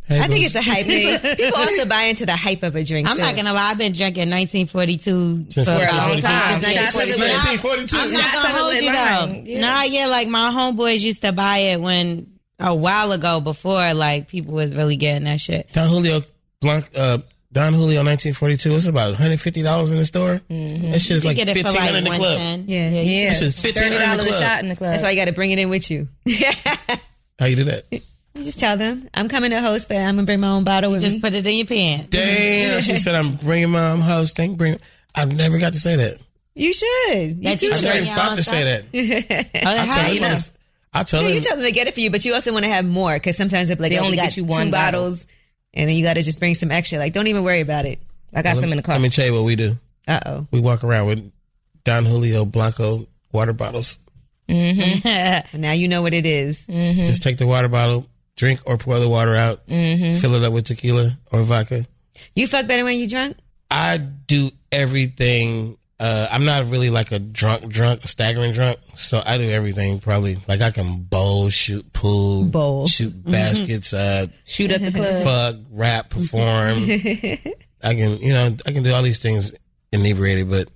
Speaker 3: Hey,
Speaker 1: I think
Speaker 3: bougie.
Speaker 1: it's the hype. People, people also buy into the hype of a drink.
Speaker 4: I'm
Speaker 1: too.
Speaker 4: not gonna lie. I've been drinking 1942
Speaker 3: Since
Speaker 4: for
Speaker 3: we're
Speaker 4: a
Speaker 3: out.
Speaker 4: long
Speaker 2: Long time.
Speaker 4: time.
Speaker 1: Since
Speaker 2: Shots of the
Speaker 3: 1942.
Speaker 4: I'm not
Speaker 2: Shots of
Speaker 4: gonna
Speaker 2: the
Speaker 4: hold you
Speaker 2: lime.
Speaker 4: though. Nah, yeah, like my homeboys used to buy it when a while ago before like people was really getting that shit.
Speaker 3: Don Julio Blanc, uh, Don Julio 1942. It's about 150 dollars in the store. That shit's like
Speaker 4: You get
Speaker 3: 1500
Speaker 4: it for like
Speaker 3: in the
Speaker 4: one
Speaker 3: club.
Speaker 4: ten.
Speaker 1: Yeah.
Speaker 2: Yeah.
Speaker 3: This is $15
Speaker 2: $30
Speaker 3: in the
Speaker 2: a
Speaker 3: club.
Speaker 2: shot in the club.
Speaker 1: That's why you got to bring it in with you.
Speaker 3: How you do that?
Speaker 1: You just tell them I'm coming to host, but I'm gonna bring my own bottle with
Speaker 4: Just
Speaker 1: me.
Speaker 4: put it in your pants.
Speaker 3: Damn, she said I'm bringing my own hosting. Bring. I never got to say that.
Speaker 1: You should. You
Speaker 4: That
Speaker 1: do
Speaker 4: you
Speaker 3: I
Speaker 1: should.
Speaker 3: never
Speaker 4: Bring
Speaker 3: even
Speaker 4: your
Speaker 3: thought
Speaker 4: own
Speaker 3: to say that. I tell
Speaker 4: How you
Speaker 3: them.
Speaker 4: know?
Speaker 3: motherf- I tell
Speaker 1: No, you
Speaker 3: them.
Speaker 1: tell them to get it for you, but you also want to have more because sometimes they're like,
Speaker 2: They
Speaker 1: oh,
Speaker 2: only
Speaker 1: we got
Speaker 2: get you one
Speaker 1: two
Speaker 2: bottle.
Speaker 1: bottles, and then you got to just bring some extra. Like, don't even worry about it.
Speaker 2: I got some in the car.
Speaker 3: Let me tell you what we do.
Speaker 1: Uh oh.
Speaker 3: We walk around with Don Julio Blanco water bottles.
Speaker 1: Now you know what it is.
Speaker 3: Just take the water bottle, drink or pour the water out, fill it up with tequila or vodka.
Speaker 1: You fuck better when you drunk.
Speaker 3: I do everything. Uh, I'm not really like a drunk, drunk, staggering drunk. So I do everything probably. Like I can bowl, shoot pool,
Speaker 1: Bowl.
Speaker 3: shoot baskets, uh,
Speaker 2: Shoot up the club.
Speaker 3: fuck, rap, perform. I can, you know, I can do all these things inebriated, but,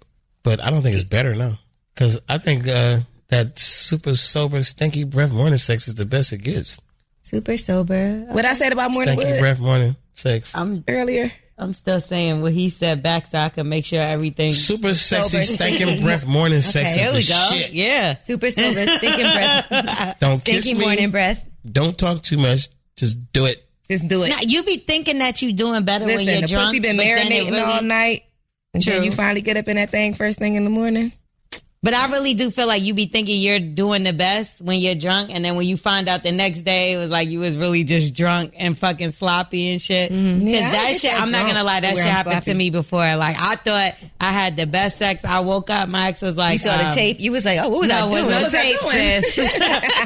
Speaker 3: but I don't think it's better no, because I think uh, that super sober, stinky breath morning sex is the best it gets.
Speaker 1: Super sober.
Speaker 2: What I said about morning
Speaker 3: Stinky
Speaker 2: wood
Speaker 3: breath morning sex.
Speaker 4: I'm
Speaker 2: earlier.
Speaker 4: I'm still saying what he said back so I can make sure everything.
Speaker 3: Super sexy, stinking breath morning sex
Speaker 4: Here we
Speaker 3: is the
Speaker 4: go.
Speaker 3: shit.
Speaker 4: Yeah.
Speaker 1: Super sober. Stinking breath.
Speaker 3: Don't kiss
Speaker 1: Stinky
Speaker 3: me.
Speaker 1: morning breath.
Speaker 3: Don't talk too much. Just do it.
Speaker 2: Just do it.
Speaker 4: Now, you be thinking that you doing better
Speaker 2: Listen,
Speaker 4: when you're
Speaker 2: the
Speaker 4: drunk.
Speaker 2: pussy been
Speaker 4: but then it
Speaker 2: marinating all
Speaker 4: really-
Speaker 2: night. And then
Speaker 4: True.
Speaker 2: you finally get up in that thing first thing in the morning.
Speaker 4: But I really do feel like you be thinking you're doing the best when you're drunk, and then when you find out the next day, it was like you was really just drunk and fucking sloppy and shit. Because
Speaker 2: Mm-hmm. Yeah, I
Speaker 4: that
Speaker 2: get
Speaker 4: shit,
Speaker 2: that
Speaker 4: I'm not
Speaker 2: drunk
Speaker 4: gonna lie, that
Speaker 2: where
Speaker 4: shit
Speaker 2: I'm
Speaker 4: happened to
Speaker 2: sloppy.
Speaker 4: me before. Like I thought I had the best sex. I woke up, my ex was like,
Speaker 1: You saw the
Speaker 4: um,
Speaker 1: tape. You was like, oh, what was
Speaker 4: No,
Speaker 1: I
Speaker 4: it was
Speaker 1: doing?
Speaker 4: no
Speaker 2: was I
Speaker 4: tape,
Speaker 2: doing?
Speaker 4: sis. but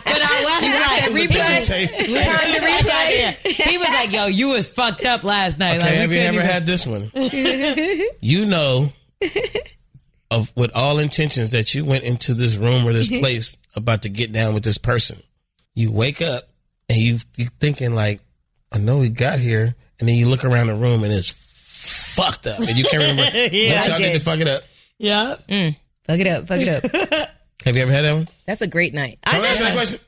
Speaker 4: I was like,
Speaker 3: Okay,
Speaker 4: Rewind the replay. He was like, "Yo, you was fucked up last night. like, we
Speaker 3: have you ever
Speaker 4: couldn't even-
Speaker 3: had this one? you know, of with all intentions that you went into this room or this place about to get down with this person. You wake up and you you thinking like, I know he got here, and then you look around the room and it's fucked up, and you can't remember. yeah,
Speaker 1: I
Speaker 3: y'all did
Speaker 1: did.
Speaker 3: to fuck it up.
Speaker 4: Yeah,
Speaker 1: Fuck it up. Fuck it up.
Speaker 3: Have you ever had that one?
Speaker 2: That's a great night.
Speaker 3: Don't answer that question.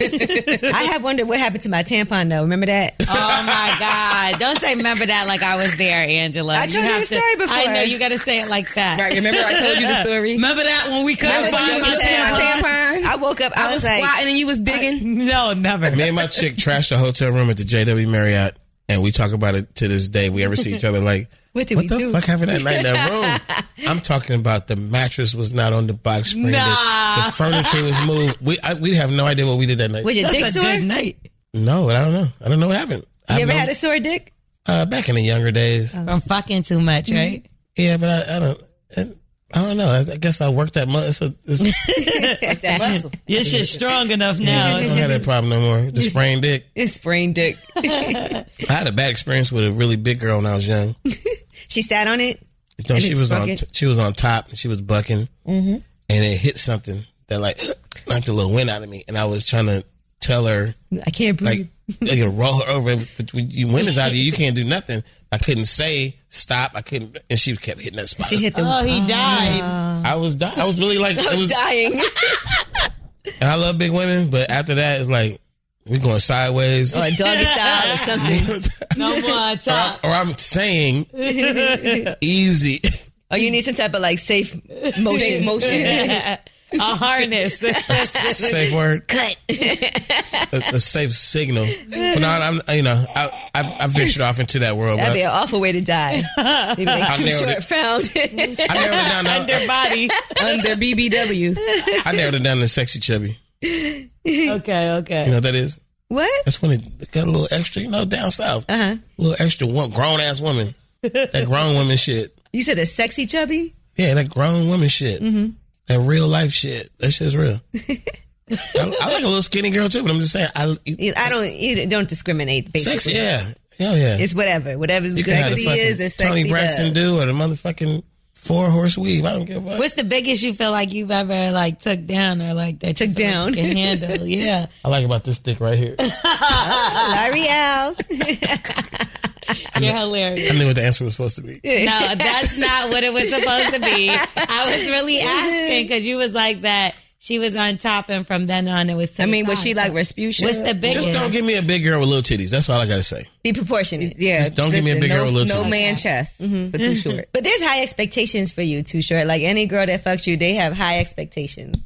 Speaker 1: I have wondered what happened to my tampon though. Remember that?
Speaker 4: Oh my God! Don't say remember that like I was there, Angela.
Speaker 1: I told you
Speaker 4: have
Speaker 1: the
Speaker 4: to-
Speaker 1: story before.
Speaker 4: I know you got to say it like that.
Speaker 2: Right, remember I told you the story?
Speaker 4: Remember that when we
Speaker 2: I
Speaker 4: couldn't
Speaker 2: was
Speaker 4: find
Speaker 2: jumping
Speaker 4: my
Speaker 2: up in
Speaker 4: tampon?
Speaker 2: my tampon.
Speaker 1: I woke up. I,
Speaker 2: I was
Speaker 1: was, like,
Speaker 2: squatting and you was digging.
Speaker 4: No, never.
Speaker 3: Me and my chick trashed a hotel room at the JW Marriott, and we talk about it to this day. We ever see each other like,
Speaker 1: What did we
Speaker 3: the
Speaker 1: do?"
Speaker 3: fuck happened that night in that room? I'm talking about the mattress was not on the box spring. The-
Speaker 4: Nah.
Speaker 3: The, furniture was moved. We I, we have no idea what we did that night.
Speaker 1: "Was your dick
Speaker 4: That's a
Speaker 1: sore?
Speaker 4: good
Speaker 1: You
Speaker 4: night
Speaker 3: no, I don't know. I don't know what happened. I
Speaker 1: ever
Speaker 3: know-
Speaker 1: had a Oh. sore dick?
Speaker 3: uh, back in the younger days.
Speaker 4: from fucking too much, right?
Speaker 3: Yeah, but I, I don't. I, I don't know. I, I guess I worked that much. It's a, it's, I
Speaker 2: That muscle.
Speaker 1: Mm-hmm.
Speaker 4: Your shit's strong enough now.
Speaker 3: don't have that problem no more. The sprained dick.
Speaker 1: It's sprained dick.
Speaker 3: I had a bad experience with a really big girl when I was young.
Speaker 1: she sat on it.
Speaker 3: No,
Speaker 1: And Mm-hmm.
Speaker 3: she
Speaker 1: it
Speaker 3: was on.
Speaker 1: sprung it?
Speaker 3: she was on top, and she was bucking, and it hit something that like knocked a little wind out of me. And I was trying to tell her
Speaker 1: I can't breathe.
Speaker 3: like, like to roll her over. But when you wind is out of you, you can't do nothing. I couldn't say stop. I couldn't, and she kept hitting that spot.
Speaker 1: she hit the.
Speaker 4: Oh, he
Speaker 1: Uh,
Speaker 4: died.
Speaker 3: I was dying. I was really like,
Speaker 1: I
Speaker 3: it
Speaker 1: was
Speaker 3: was.
Speaker 1: dying.
Speaker 3: And I love big women, but after that, it's like we're going sideways.
Speaker 1: or doggy style or something.
Speaker 4: No more top.
Speaker 3: or I'm saying easy.
Speaker 1: Or Oh, you need some type of like safe motion.
Speaker 2: Motion.
Speaker 4: A harness.
Speaker 3: safe word. Cut. a, a safe signal. But no, I'm you know I I, I ventured off into that world.
Speaker 1: That'd be
Speaker 3: But
Speaker 1: an awful way to die. They'd be like,
Speaker 3: I
Speaker 1: too
Speaker 3: nailed
Speaker 1: short
Speaker 3: it.
Speaker 1: found.
Speaker 3: I narrowed it down. I,
Speaker 4: Your body.
Speaker 2: under BBW.
Speaker 3: I narrowed it down to sexy chubby.
Speaker 4: Okay,
Speaker 3: You
Speaker 4: okay.
Speaker 3: know what that is.
Speaker 1: what?
Speaker 3: That's when it got a little extra. You know, down south, uh-huh. a little extra one grown ass woman. That grown woman shit.
Speaker 1: You said a sexy chubby?
Speaker 3: Yeah, that grown woman shit. That real life shit. That shit's real. I, I like a little skinny girl too, but I'm just saying I
Speaker 1: You- I don't. You don't discriminate. Basically,
Speaker 3: sexy. Yeah, yeah, yeah.
Speaker 1: it's whatever. Whatever's
Speaker 3: you
Speaker 1: good.
Speaker 3: can have the
Speaker 2: sexy is
Speaker 3: fucking
Speaker 2: is
Speaker 3: Tony
Speaker 2: sexy
Speaker 3: Braxton
Speaker 2: love.
Speaker 3: do or the motherfucking four horse weave. I don't give a fuck.
Speaker 4: What's the biggest you feel like you've ever like took down or like that
Speaker 1: Took
Speaker 4: you feel like
Speaker 1: down.
Speaker 4: you can handle? Yeah.
Speaker 3: I like about this dick right here.
Speaker 1: L'Oreal.
Speaker 4: You're hilarious.
Speaker 3: I knew what the answer was supposed to be.
Speaker 4: No, that's not what it was supposed to be. I was really asking because you was like that. She was on top, and from then on, it was. to
Speaker 2: I
Speaker 4: the
Speaker 2: mean, was
Speaker 4: side.
Speaker 2: she like Rasputia?
Speaker 4: What's the biggest?
Speaker 3: Just don't give me a big girl with little titties. That's all I gotta say.
Speaker 1: Be proportionate.
Speaker 2: yeah,
Speaker 3: Just don't give me a big
Speaker 2: no,
Speaker 3: girl with little
Speaker 2: No
Speaker 3: titties.
Speaker 2: man chest, Mm-hmm. but too short.
Speaker 1: But there's high expectations for you, Too Short. Like any girl that fucks you, they have high expectations.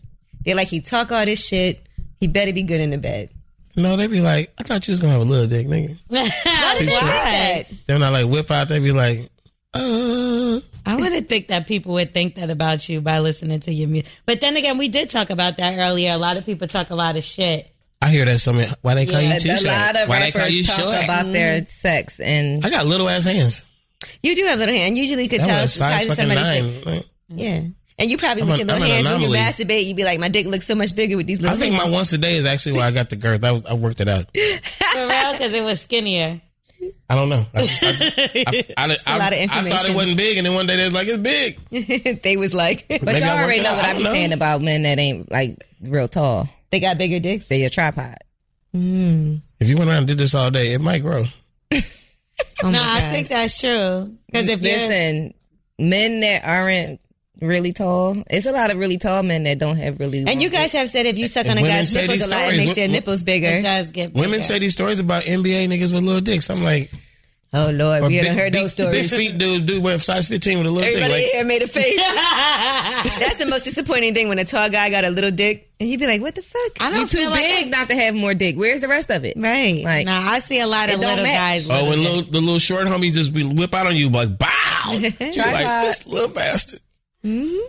Speaker 1: They're like, he talk all this shit. He better be good in the bed.
Speaker 3: No, they be like, I thought you was gonna have a little dick, nigga.
Speaker 4: I
Speaker 3: Too short. They're not like whip out. They be like, uh,
Speaker 4: wouldn't think that people would think that about you by listening to your music. But then again, we did talk about that earlier. A lot of people talk a lot of shit.
Speaker 3: I hear that something. Why they call
Speaker 2: A
Speaker 3: you t-shirt?
Speaker 2: lot of
Speaker 3: Why they call you
Speaker 2: rappers
Speaker 3: short?
Speaker 2: talk about their sex and
Speaker 3: I got little ass hands.
Speaker 1: You do have little hand. Usually you could
Speaker 3: That
Speaker 1: tell
Speaker 3: was a size
Speaker 1: sometimes
Speaker 3: fucking
Speaker 1: somebody
Speaker 3: nine.
Speaker 1: said-
Speaker 3: Like,
Speaker 1: Yeah. And you probably
Speaker 3: I'm
Speaker 1: with
Speaker 3: a-
Speaker 1: your little
Speaker 3: I'm an
Speaker 1: hands when you
Speaker 3: anomaly.
Speaker 1: masturbate, you'd be like, My dick looks so much bigger with these
Speaker 3: I
Speaker 1: little
Speaker 3: think
Speaker 1: hands.
Speaker 3: my once a day is actually why I got the girth. I, was, I worked it out.
Speaker 4: For real, because it was skinnier.
Speaker 3: I don't know. I, just, I, just- I, I, I,
Speaker 1: lot of
Speaker 3: I thought
Speaker 1: information.
Speaker 3: it wasn't big, and then one day they was like, it's big.
Speaker 1: they was like
Speaker 2: but
Speaker 3: Maybe
Speaker 2: y'all
Speaker 3: I worked
Speaker 2: already
Speaker 3: it
Speaker 2: know
Speaker 3: out.
Speaker 2: what
Speaker 3: I
Speaker 2: I be
Speaker 3: don't know.
Speaker 2: saying about men that ain't like real tall.
Speaker 1: they got bigger dicks.
Speaker 2: They a tripod.
Speaker 3: If you went around and did this all day, it might grow.
Speaker 1: Oh my
Speaker 4: no, I
Speaker 1: God.
Speaker 4: think that's true. Because if you're
Speaker 2: Listen, men that aren't really tall, it's a lot of really tall men that don't have really. long
Speaker 1: And you guys have said if you suck on a
Speaker 3: Women
Speaker 1: guy's
Speaker 3: say
Speaker 1: nipples
Speaker 3: these
Speaker 1: a lot, it
Speaker 3: stories.
Speaker 1: makes their
Speaker 3: Wo- wo-
Speaker 1: nipples
Speaker 4: it
Speaker 1: bigger.
Speaker 4: does get bigger.
Speaker 3: Women say these stories about NBA niggas with little dicks. I'm like,
Speaker 1: Oh Lord,
Speaker 3: or
Speaker 1: we haven't
Speaker 3: big-
Speaker 1: heard
Speaker 3: big-
Speaker 1: those stories.
Speaker 3: Big feet dude, dude, wearing size 15 with a little
Speaker 1: Everybody
Speaker 3: dick.
Speaker 1: here made a face. That's the most disappointing thing when a tall guy got a little dick, and you'd be like, "What the fuck?"
Speaker 4: I
Speaker 2: you
Speaker 4: don't
Speaker 2: too
Speaker 4: feel like
Speaker 2: big not to have more dick. Where's the rest of it?
Speaker 1: Right.
Speaker 2: Like
Speaker 4: Nah, I see a lot
Speaker 2: It
Speaker 4: of
Speaker 2: don't
Speaker 4: little
Speaker 2: match.
Speaker 4: guys.
Speaker 3: Like, oh, and little, the little short homie just be whip out on you like, bow. You're like,
Speaker 2: Tripod.
Speaker 3: this little bastard. Mm-hmm.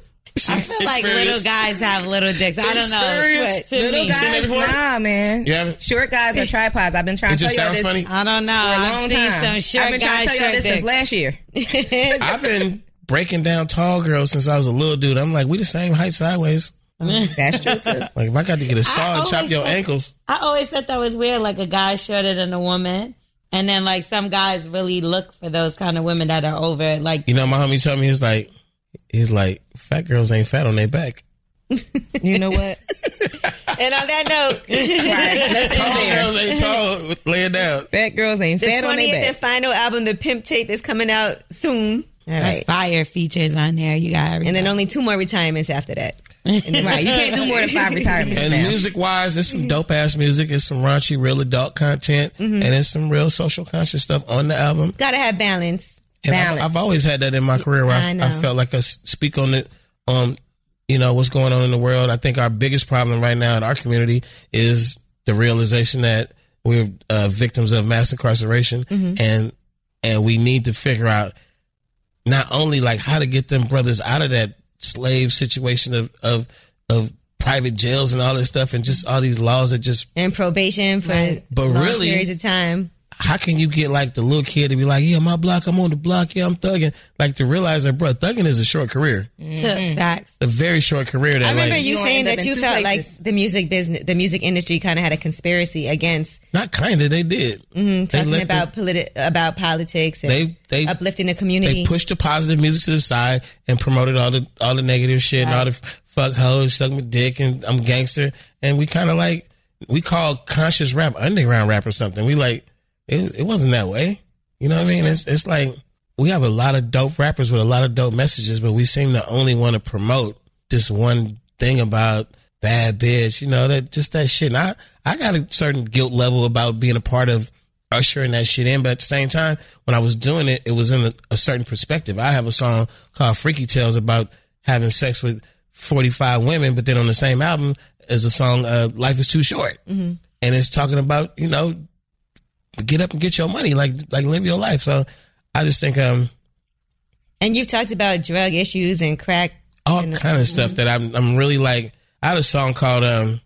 Speaker 4: I feel like little guys have little dicks. I don't know.
Speaker 3: Experience.
Speaker 4: But to
Speaker 3: Little
Speaker 4: me,
Speaker 3: guys- seen that before?
Speaker 2: Nah, man.
Speaker 3: You haven't?
Speaker 2: Short guys are tripods. I've been trying
Speaker 3: It
Speaker 2: to
Speaker 3: just
Speaker 2: tell y'all
Speaker 3: sounds
Speaker 2: this
Speaker 3: funny.
Speaker 4: I don't know.
Speaker 2: for a
Speaker 4: I've
Speaker 2: long
Speaker 4: seen
Speaker 2: time.
Speaker 4: some short
Speaker 2: I've been trying
Speaker 4: guys
Speaker 2: to tell y'all this
Speaker 4: short dicks.
Speaker 2: since last year.
Speaker 3: I've been breaking down tall girls since I was a little dude. I'm like, we the same height sideways.
Speaker 2: That's true too.
Speaker 3: Like, if I got to get a saw and chop
Speaker 4: always
Speaker 3: your
Speaker 4: thought-
Speaker 3: ankles,
Speaker 4: I always thought that was weird, like a guy shorter than a woman. And then like some guys really look for those kind of women that are over like
Speaker 3: you know, my homie told me, he's like, he's like, fat girls ain't fat on their back.
Speaker 2: You know what?
Speaker 1: And on that note,
Speaker 2: Right. Let's
Speaker 3: Tall
Speaker 2: end there.
Speaker 3: girls ain't tall, lay it down.
Speaker 2: Fat girls ain't
Speaker 1: the
Speaker 2: fat on
Speaker 1: twentieth
Speaker 2: their
Speaker 1: and
Speaker 2: back.
Speaker 1: final album, The Pimp Tape, is coming out soon. All
Speaker 4: those
Speaker 1: right,
Speaker 4: fire features on there. You got everything.
Speaker 1: and then only two more retirements after that.
Speaker 2: Right. You can't do more than five retirements
Speaker 3: And
Speaker 2: now.
Speaker 3: music wise, it's some dope ass music. It's some raunchy, real adult content, and it's some real social conscious stuff on the album.
Speaker 1: Gotta have balance.
Speaker 3: And I've,
Speaker 2: Balance.
Speaker 3: I've always had that in my career where
Speaker 1: I
Speaker 3: I, I,
Speaker 1: know.
Speaker 3: felt like I s- speak on it, um, you know, what's going on in the world. I think our biggest problem right now in our community is the realization that we're uh, victims of mass incarceration,
Speaker 1: Mm-hmm.
Speaker 3: and and we need to figure out not only like how to get them brothers out of that slave situation of of of private jails and all this stuff, and just all these laws that just
Speaker 1: and probation for
Speaker 3: But
Speaker 1: long
Speaker 3: really-
Speaker 1: periods of time.
Speaker 3: how can you get like the little kid to be like, yeah, my block, I'm on the block, yeah, I'm thugging. Like to realize that, bro, thugging is a short career,
Speaker 4: Took facts.
Speaker 3: a very short career. That
Speaker 1: I remember
Speaker 3: like,
Speaker 1: you
Speaker 2: gonna
Speaker 1: saying
Speaker 2: end up
Speaker 1: that
Speaker 2: in
Speaker 1: you
Speaker 2: two
Speaker 1: felt
Speaker 2: places.
Speaker 1: like the music business, the music industry, kind of had a conspiracy against
Speaker 3: not kinda, they did. Mm-hmm,
Speaker 1: talking about politi- about politics and
Speaker 3: they they
Speaker 1: uplifting the
Speaker 3: they
Speaker 1: community.
Speaker 3: pushed the positive music to the side and promoted all the all the negative shit and all the fuck hoes, suck my dick, and I'm gangster. And we kind of like we call conscious rap underground rap or something. We like it. It wasn't that way. You know what I mean? It's it's like we have a lot of dope rappers with a lot of dope messages, but we seem to only want to promote this one thing about bad bitch. You know that just that shit. And I I got a certain guilt level about being a part of ushering that shit in. But at the same time, when I was doing it, it was in a, a certain perspective. I have a song called Freaky Tales about having sex with 45 women, but then on the same album is a song, uh, Life is Too Short. And it's talking about, you know, get up and get your money, like, like live your life. So I just think, um,
Speaker 1: and you've talked about drug issues and crack.
Speaker 3: all kind of stuff that I'm I'm really like I had a song called um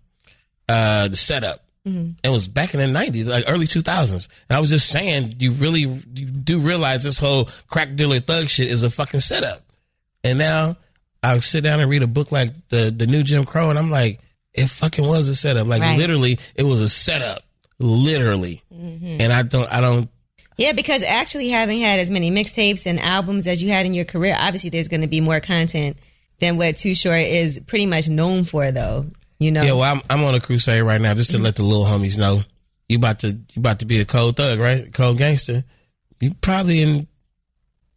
Speaker 3: uh the setup. It was back in the nineties, like early two thousands. And I was just saying, you really you do realize this whole crack dealer thug shit is a fucking setup. And now I sit down and read a book like the the new Jim Crow and I'm like, it fucking was a setup. Like
Speaker 4: Right.
Speaker 3: literally it was a setup. Literally. And I don't I don't
Speaker 1: Yeah, because actually having had as many mixtapes and albums as you had in your career, obviously there's going to be more content than what Too Short is pretty much known for, though. You know,
Speaker 3: Yeah, well, I'm I'm on a crusade right now just to let the little homies know you about to you about to be a cold thug, right? Cold gangster. You probably in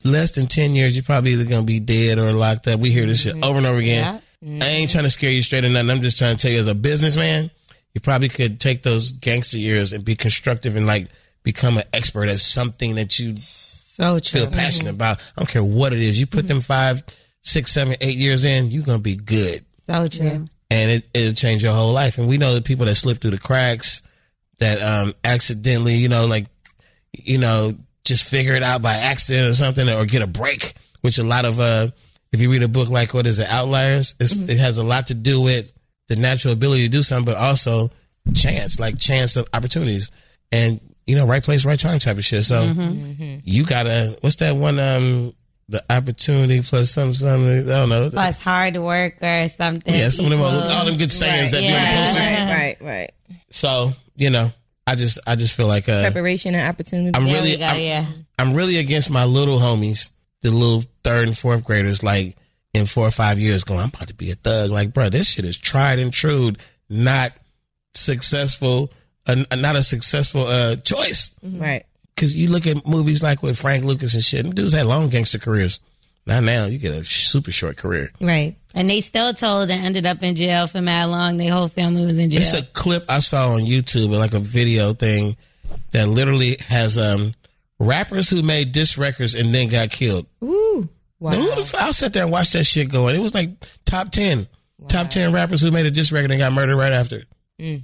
Speaker 3: less than ten years, you're probably either gonna be dead or locked up. We hear this shit over and over again. I ain't trying to scare you straight or nothing. I'm just trying to tell you as a businessman, you probably could take those gangster years and be constructive and like become an expert at something that you
Speaker 4: So
Speaker 3: feel
Speaker 4: true.
Speaker 3: passionate about. I don't care what it is. You put them five, six, seven, eight years in, you're gonna be good
Speaker 4: So true.
Speaker 3: and it, it'll change your whole life. And we know the people that slip through the cracks, that um accidentally, you know, like you know, just figure it out by accident or something, or get a break. Which a lot of uh, if you read a book like what is it, Outliers, it's, it has a lot to do with the natural ability to do something, but also chance, like chance of opportunities, and you know, right place, right time type of shit. So you gotta, what's that one? Um, the opportunity plus some something. I don't know.
Speaker 4: Plus hard work or something.
Speaker 3: yeah, some of them, all, all them good sayings that be on the posters.
Speaker 2: Right, right.
Speaker 3: So you know, I just, I just feel like uh,
Speaker 2: Preparation and opportunity.
Speaker 3: I'm
Speaker 4: There
Speaker 3: really,
Speaker 4: we go,
Speaker 3: I'm,
Speaker 4: yeah.
Speaker 3: I'm really against my little homies, the little third and fourth graders, like in four or five years going, I'm about to be a thug. Like, bro, this shit is tried and true, not successful, uh, not a successful uh, choice.
Speaker 2: right.
Speaker 3: Because you look at movies like with Frank Lucas and shit, and dudes had long gangster careers. Not now, you get a super short career.
Speaker 4: Right. And they still told and ended up in jail for mad long. Their whole family was in jail.
Speaker 3: It's a clip I saw on YouTube, like a video thing that literally has um rappers who made diss records and then got killed.
Speaker 2: Wow.
Speaker 3: Now, who the f- I sat there and watched that shit going. It was like top ten, top ten rappers who made a diss record and got murdered right after.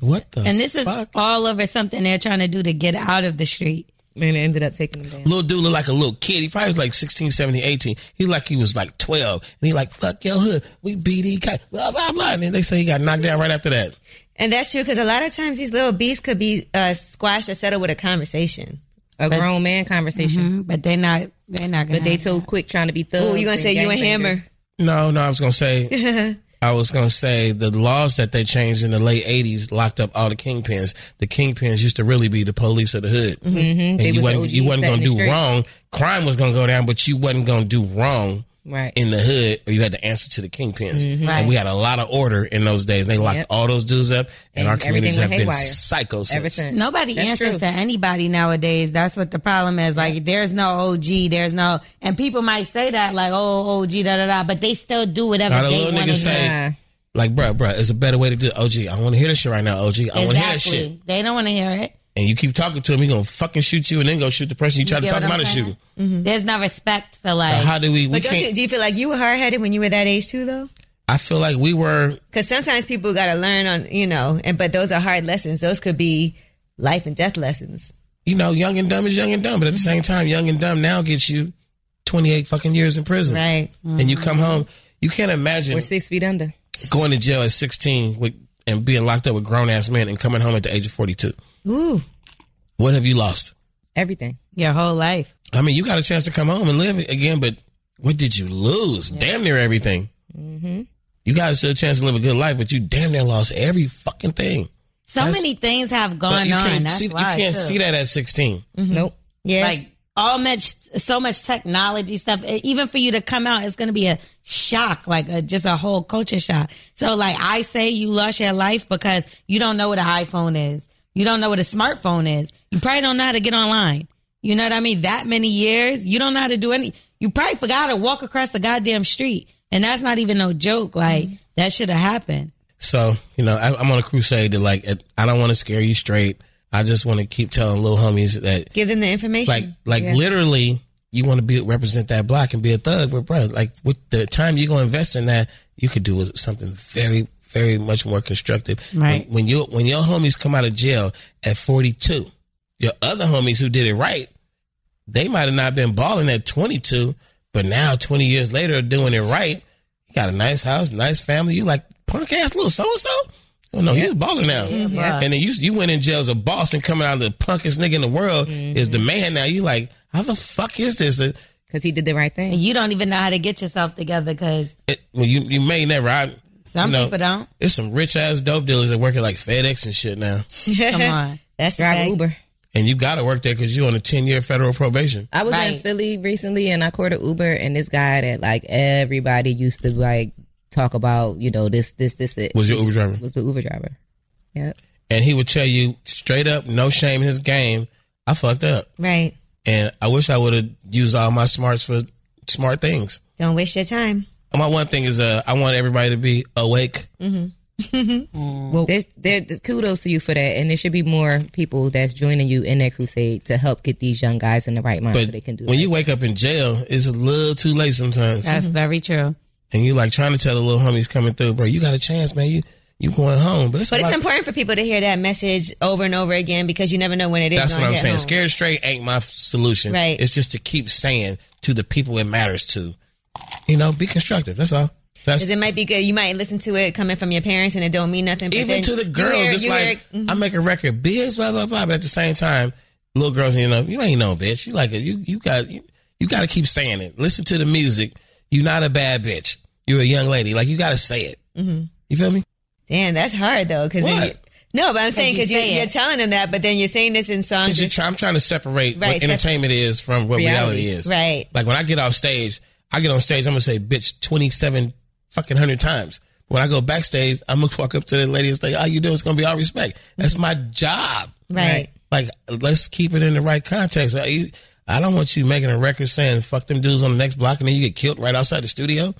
Speaker 3: What the?
Speaker 4: Mm. and this is
Speaker 3: fuck?
Speaker 4: all over something they're trying to do to get out of the street.
Speaker 2: And it ended up taking them down.
Speaker 3: Little dude looked like a little kid. He probably was like 16, 17, 18. He like he was like 12. And he like, fuck your hood. We BDK. Blah, blah, blah. And then they say he got knocked down right after that.
Speaker 1: And that's true because a lot of times these little beasts could be uh, squashed or settled with a conversation.
Speaker 2: A grown man conversation.
Speaker 4: Mhm. But they're not. They're not gonna.
Speaker 2: But they
Speaker 4: have
Speaker 2: too quick trying to be thugs.
Speaker 1: Oh, Mm-hmm. you gonna say you and Hammer?
Speaker 2: gangbangers.
Speaker 3: No, no, I was going to say, I was going to say the laws that they changed in the late 80s locked up all the kingpins. The kingpins used to really be the police of the hood. Mm-hmm. And
Speaker 2: They
Speaker 3: you
Speaker 2: was the
Speaker 3: wasn't, you
Speaker 2: OGs
Speaker 3: wasn't
Speaker 2: setting
Speaker 3: going
Speaker 2: the
Speaker 3: to do
Speaker 2: straight.
Speaker 3: wrong. Crime was going to go down, but you wasn't going to do wrong.
Speaker 2: Right.
Speaker 3: in the hood or you had to answer to the kingpins. And we had a lot of order in those days. They locked
Speaker 2: Mm-hmm. Yep.
Speaker 3: all those dudes up, and,
Speaker 2: And
Speaker 3: our communities
Speaker 2: everything
Speaker 3: have
Speaker 2: went
Speaker 3: been
Speaker 2: haywire.
Speaker 3: psycho
Speaker 2: Ever
Speaker 3: since.
Speaker 2: since.
Speaker 4: Nobody
Speaker 2: That's
Speaker 4: answers
Speaker 2: true.
Speaker 4: to anybody nowadays. That's what the problem is. Like, there's no OG. There's no, and people might say that, like, oh, OG, da da da, but they still do whatever
Speaker 3: Not a
Speaker 4: they
Speaker 3: little
Speaker 4: want
Speaker 3: nigga
Speaker 4: to do.
Speaker 3: say,
Speaker 2: Nah.
Speaker 3: like, bruh, bruh, it's a better way to do it. OG, I want to hear this shit right now, OG. I want to hear that shit.
Speaker 4: Exactly. They don't want to hear it.
Speaker 3: And you keep talking to him, he going to fucking shoot you and then go shoot the person you try to
Speaker 4: get
Speaker 3: talk
Speaker 4: what
Speaker 3: about
Speaker 4: I'm
Speaker 3: to
Speaker 4: saying?
Speaker 3: shoot.
Speaker 4: There's no respect for
Speaker 3: So
Speaker 4: like.
Speaker 3: how do we, we
Speaker 1: But don't
Speaker 3: can't,
Speaker 1: you, do you feel like you were hard headed when you were that age too, though?
Speaker 3: I feel like we were,
Speaker 1: Because sometimes people got to learn on, you know, and but those are hard lessons. Those could be life and death lessons.
Speaker 3: you know, young and dumb is young and dumb, but at the
Speaker 4: Mm-hmm.
Speaker 3: same time, young and dumb now gets you 28 fucking years in prison.
Speaker 1: Right.
Speaker 3: And
Speaker 4: Mm-hmm.
Speaker 3: you come home, you can't imagine.
Speaker 2: We're six feet under.
Speaker 3: going to jail at 16 with, and being locked up with grown ass men and coming home at the age of 42.
Speaker 1: Ooh.
Speaker 3: What have you lost?
Speaker 2: Everything.
Speaker 4: your whole life.
Speaker 3: I mean, you got a chance to come home and live again, but what did you lose? Damn near everything.
Speaker 4: Mm-hmm.
Speaker 3: You got a chance to live a good life, but you damn near lost every fucking thing.
Speaker 4: So
Speaker 3: That's-
Speaker 4: many things have
Speaker 3: But
Speaker 4: gone
Speaker 3: you
Speaker 4: on.
Speaker 3: can't,
Speaker 4: That's
Speaker 3: see, you
Speaker 4: why,
Speaker 3: can't
Speaker 4: too.
Speaker 3: see that at 16.
Speaker 2: Nope.
Speaker 1: Yes.
Speaker 4: Like all much, so much technology stuff. E- Even for you to come out, it's going to be a shock, like a, just a whole culture shock. So, like I say, you lost your life because you don't know what an iPhone is. You don't know what a smartphone is. You probably don't know how to get online. You know what I mean? That many years, you don't know how to do any. You probably forgot how to walk across the goddamn street, and that's not even no joke. Like that should have happened.
Speaker 3: So, you know, I, I'm on a crusade to like, it- I don't want to scare you straight. I just want to keep telling little homies that
Speaker 1: Give them the information.
Speaker 3: like like literally you want to be represent that block and be a thug but bro like with the time you're going to invest in that you could do with something very very much more constructive
Speaker 4: Right.
Speaker 3: when, when you when your homies come out of jail at 42 your other homies who did it right they might have not been balling at 22 but now 20 years later doing it right you got a nice house nice family you like punk ass little so-and-so Oh no, you was balling now, and then you you went in jail as a boss, and coming out of the punkest nigga in the world is
Speaker 4: Mm-hmm.
Speaker 3: the man. Now you like, how the fuck is this? It,
Speaker 2: Because he did the right thing.
Speaker 4: And you don't even know how to get yourself together because
Speaker 3: it- well, you you may never. I,
Speaker 4: some
Speaker 3: you know,
Speaker 4: people don't.
Speaker 3: It's some rich ass dope dealers that work at like FedEx and shit now,
Speaker 4: Come on.
Speaker 1: That's
Speaker 2: Drive
Speaker 1: right.
Speaker 2: Uber.
Speaker 3: and you got to work there because you on a ten year federal probation.
Speaker 2: I was in
Speaker 4: Right.
Speaker 2: Philly recently and I caught an Uber and this guy that like everybody used to like talk about, you know, this, this, this, it
Speaker 3: Was your Uber driver,
Speaker 2: was the Uber driver. Yep.
Speaker 3: and he would tell you straight up, no shame in his game. I fucked up,
Speaker 1: Right.
Speaker 3: and I wish I would have used all my smarts for smart things.
Speaker 1: Don't waste your time.
Speaker 3: My one thing is, uh, I want everybody to be awake.
Speaker 2: There's, there, there's kudos to you for that, and there should be more people that's joining you in that crusade to help get these young guys in the right mind
Speaker 3: But
Speaker 2: so they can do.
Speaker 3: when
Speaker 2: that.
Speaker 3: you wake up in jail, it's a little too late sometimes.
Speaker 4: Mm-hmm. That's very true.
Speaker 3: and you like trying to tell the little homies coming through, bro, you got a chance, man. You you going home. But it's
Speaker 1: But
Speaker 3: a
Speaker 1: it's
Speaker 3: lot-
Speaker 1: important for people to hear that message over and over again because you never know when it is.
Speaker 3: That's
Speaker 1: gonna
Speaker 3: what I'm
Speaker 1: hit
Speaker 3: saying.
Speaker 1: home.
Speaker 3: Scared straight ain't my f- solution.
Speaker 1: Right.
Speaker 3: It's just to keep saying to the people it matters to, you know, be constructive. That's all. That's
Speaker 1: 'Cause it might be good. You might listen to it coming from your parents and it don't mean nothing. but
Speaker 3: even
Speaker 1: then
Speaker 3: to the
Speaker 1: you
Speaker 3: girls.
Speaker 1: hear-
Speaker 3: it's
Speaker 1: you
Speaker 3: like
Speaker 1: hear- mhm.
Speaker 3: I make a record, bitch, blah blah blah. But at the same time, little girls, you know, you ain't no bitch. You like it. You you got you, you got to keep saying it. Listen to the music. You're not a bad bitch. You're a young lady. Like you got to say it. Mm-hmm. You feel me?
Speaker 1: Damn, that's hard though. Because
Speaker 3: What?
Speaker 1: no, but I'm saying
Speaker 6: you
Speaker 1: because you
Speaker 6: say
Speaker 1: are
Speaker 6: it.
Speaker 1: you're telling them that, but then you're saying this in songs.
Speaker 3: Because you're
Speaker 1: that's-
Speaker 3: try, I'm trying to separate
Speaker 1: Right,
Speaker 3: what
Speaker 1: sep-
Speaker 3: entertainment is from what reality,
Speaker 2: Reality,
Speaker 3: is.
Speaker 1: right.
Speaker 3: Like when I get off stage, I get on stage, I'm gonna say bitch twenty seven fucking hundred times. When I go backstage, I'm gonna walk up to the lady and say, "How you doing?" It's gonna be all respect. That's my job.
Speaker 1: Right.
Speaker 3: Like, let's keep it in the right context. Like, you- I don't want you making a record saying "fuck them dudes on the next block" and then you get killed right outside the studio.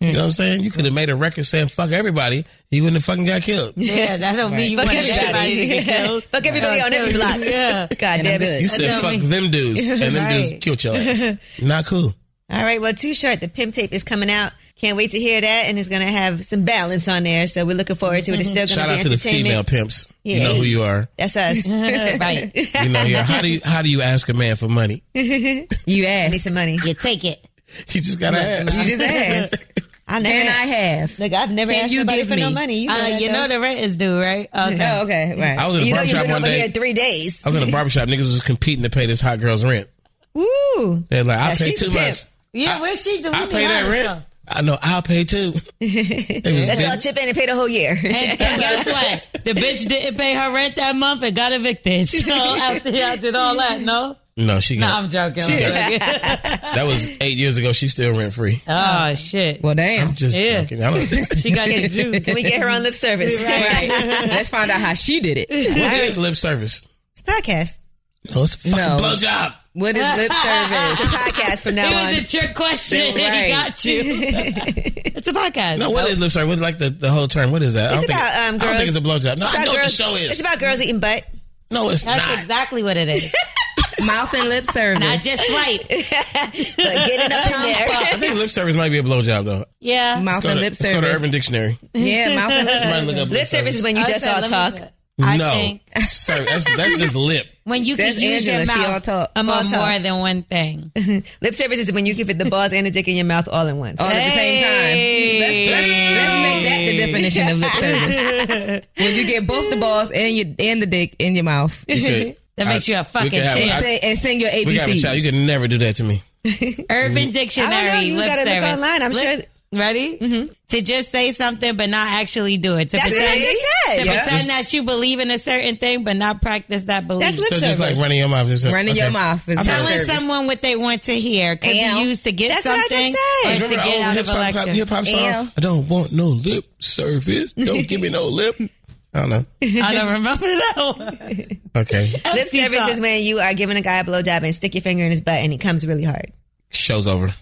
Speaker 1: Hmm.
Speaker 3: You know what I'm saying? You could have made a record saying "fuck everybody," you wouldn't have fucking got killed.
Speaker 4: Yeah, that don't mean you
Speaker 1: Fuck
Speaker 4: want everybody to get
Speaker 1: everybody.
Speaker 4: killed.
Speaker 1: Fuck everybody on every block.
Speaker 4: Yeah.
Speaker 1: God
Speaker 2: And I'm
Speaker 1: damn it.
Speaker 2: good.
Speaker 3: You said
Speaker 4: know what I
Speaker 3: "fuck them dudes" and them dudes killed your ass. Not cool.
Speaker 1: All right, well, Too Short, the pimp tape is coming out. Can't wait to hear that, and it's gonna have some balance on there. So we're looking forward to it. It's still gonna
Speaker 3: Shout
Speaker 1: be
Speaker 3: out to the
Speaker 1: entertainment.
Speaker 3: female pimps. You know who you are.
Speaker 1: That's us. Need
Speaker 4: right.
Speaker 3: You know, yeah. How do you how do you ask a man for money?
Speaker 2: You asked.
Speaker 1: some money.
Speaker 4: You take it.
Speaker 3: You just gotta ask.
Speaker 2: You just asked.
Speaker 1: I never.
Speaker 2: and I have.
Speaker 1: look, I've never
Speaker 2: Can
Speaker 1: asked
Speaker 2: you
Speaker 1: nobody
Speaker 2: give
Speaker 1: for no
Speaker 2: me-
Speaker 1: money. You,
Speaker 4: Uh,
Speaker 1: that,
Speaker 4: you know
Speaker 1: though.
Speaker 4: the rent is due, right? Okay.
Speaker 2: Oh, okay. Right.
Speaker 3: I was in a
Speaker 1: you know you've
Speaker 3: barbershop
Speaker 1: been
Speaker 3: one
Speaker 1: over here
Speaker 3: day.
Speaker 1: three days.
Speaker 3: I was in a barbershop. Niggas was competing to pay this hot girl's rent.
Speaker 1: Woo!
Speaker 3: They're like, I
Speaker 1: Yeah,
Speaker 3: will pay
Speaker 1: she's a
Speaker 3: too
Speaker 1: pimp.
Speaker 3: much.
Speaker 4: Yeah, where's she doing?
Speaker 3: I pay that rent. I know. I'll pay too. It was
Speaker 1: That's
Speaker 3: big-
Speaker 1: all chip in and pay the whole year.
Speaker 4: And, and guess what? The bitch didn't pay her rent that month and got evicted. So after I did all that, no?
Speaker 3: no, she
Speaker 4: No,
Speaker 3: got.
Speaker 4: I'm joking. I'm
Speaker 3: She got,
Speaker 4: joking.
Speaker 3: that was eight years ago. She's still rent free.
Speaker 4: Oh, shit.
Speaker 2: well, damn.
Speaker 3: I'm just
Speaker 4: Yeah.
Speaker 3: joking. I don't.
Speaker 4: She got the juice.
Speaker 1: Can we get her on lip service?
Speaker 2: Right. Let's find out how she did it.
Speaker 3: What is lip service?
Speaker 1: It's a podcast.
Speaker 3: No, it's a fucking
Speaker 2: No.
Speaker 3: blowjob.
Speaker 2: What is lip
Speaker 1: It's a
Speaker 2: service?
Speaker 1: podcast from
Speaker 4: It
Speaker 1: now on.
Speaker 4: was a trick question. and
Speaker 2: Right.
Speaker 4: He got you. it's a podcast.
Speaker 3: No, what is lip service? What like the, the whole term? What is that? I
Speaker 1: It's
Speaker 3: don't
Speaker 1: about, um,
Speaker 3: think, I don't think
Speaker 1: girls-
Speaker 3: it's a blowjob. No,
Speaker 1: It's
Speaker 3: I
Speaker 1: about
Speaker 3: know what the
Speaker 1: girls-
Speaker 3: show is.
Speaker 1: It's about girls eating butt.
Speaker 3: no, it's
Speaker 4: That's
Speaker 3: not.
Speaker 4: exactly what it is.
Speaker 2: Mouth and lip
Speaker 4: Not
Speaker 2: service.
Speaker 4: just swipe.
Speaker 1: But getting up in there.
Speaker 3: I think lip service might be a blowjob though.
Speaker 4: Yeah.
Speaker 2: Mouth
Speaker 3: Let's go,
Speaker 2: and
Speaker 3: to,
Speaker 2: lip
Speaker 3: let's go to
Speaker 2: service.
Speaker 3: Urban Dictionary.
Speaker 2: Yeah, mouth and lip
Speaker 3: Somebody
Speaker 2: service.
Speaker 3: look up
Speaker 1: Lip service is when you
Speaker 4: I
Speaker 1: just
Speaker 4: said,
Speaker 1: all
Speaker 4: let me
Speaker 1: talk.
Speaker 4: do it. I
Speaker 3: No,
Speaker 4: think-
Speaker 3: sir, that's that's just lip.
Speaker 4: When you can
Speaker 2: That's
Speaker 4: use
Speaker 2: Angela.
Speaker 4: your
Speaker 2: She
Speaker 4: mouth
Speaker 2: all talk.
Speaker 4: for
Speaker 2: I'm all
Speaker 1: talk.
Speaker 4: more than one thing.
Speaker 1: Lip service is when you give it the balls and the dick in your mouth all in one.
Speaker 3: Oh,
Speaker 2: All at the same time. Let's, let's, let's make that the definition of lip service. when you get both the balls and your and the dick in your mouth.
Speaker 3: You could-
Speaker 4: That makes you a
Speaker 3: we
Speaker 4: fucking
Speaker 3: could have-
Speaker 4: chick.
Speaker 2: And,
Speaker 3: I-
Speaker 2: say, and sing your
Speaker 3: We could have a child.
Speaker 2: ABCs.
Speaker 3: You could never do that to me.
Speaker 4: Urban Dictionary.
Speaker 1: Mm-hmm. I don't know. You
Speaker 4: lip
Speaker 1: gotta look
Speaker 4: service.
Speaker 1: online. I'm
Speaker 4: Lip-
Speaker 1: sure- Mm-hmm.
Speaker 4: Ready? To just say something but not actually do it. To
Speaker 1: That's what I
Speaker 4: pretend,
Speaker 1: just
Speaker 4: to
Speaker 1: said.
Speaker 2: Yeah.
Speaker 4: pretend that you believe in a certain thing but not practice that belief.
Speaker 1: That's lip
Speaker 3: So
Speaker 1: service.
Speaker 3: just like running your mouth. Just like,
Speaker 2: Running your
Speaker 3: okay.
Speaker 2: mouth is
Speaker 3: I
Speaker 2: lip
Speaker 3: thought-
Speaker 4: Telling
Speaker 2: service.
Speaker 4: someone what they want to hear could
Speaker 2: Ew.
Speaker 4: be used to get
Speaker 1: That's what I just
Speaker 4: something
Speaker 1: said.
Speaker 4: or
Speaker 3: Remember
Speaker 4: to
Speaker 3: the
Speaker 4: get
Speaker 3: old
Speaker 4: out
Speaker 3: hip
Speaker 4: of a
Speaker 3: hop,
Speaker 4: lecture.
Speaker 3: hip hop song?
Speaker 2: Ew.
Speaker 3: I don't want no lip service. Don't give me no lip. I don't know.
Speaker 4: I don't remember that one.
Speaker 3: Okay,
Speaker 1: Lip
Speaker 4: Empty
Speaker 1: service
Speaker 4: thought.
Speaker 1: is when you are giving a guy a blowjob and stick your finger in his butt and he comes really hard.
Speaker 3: show's over.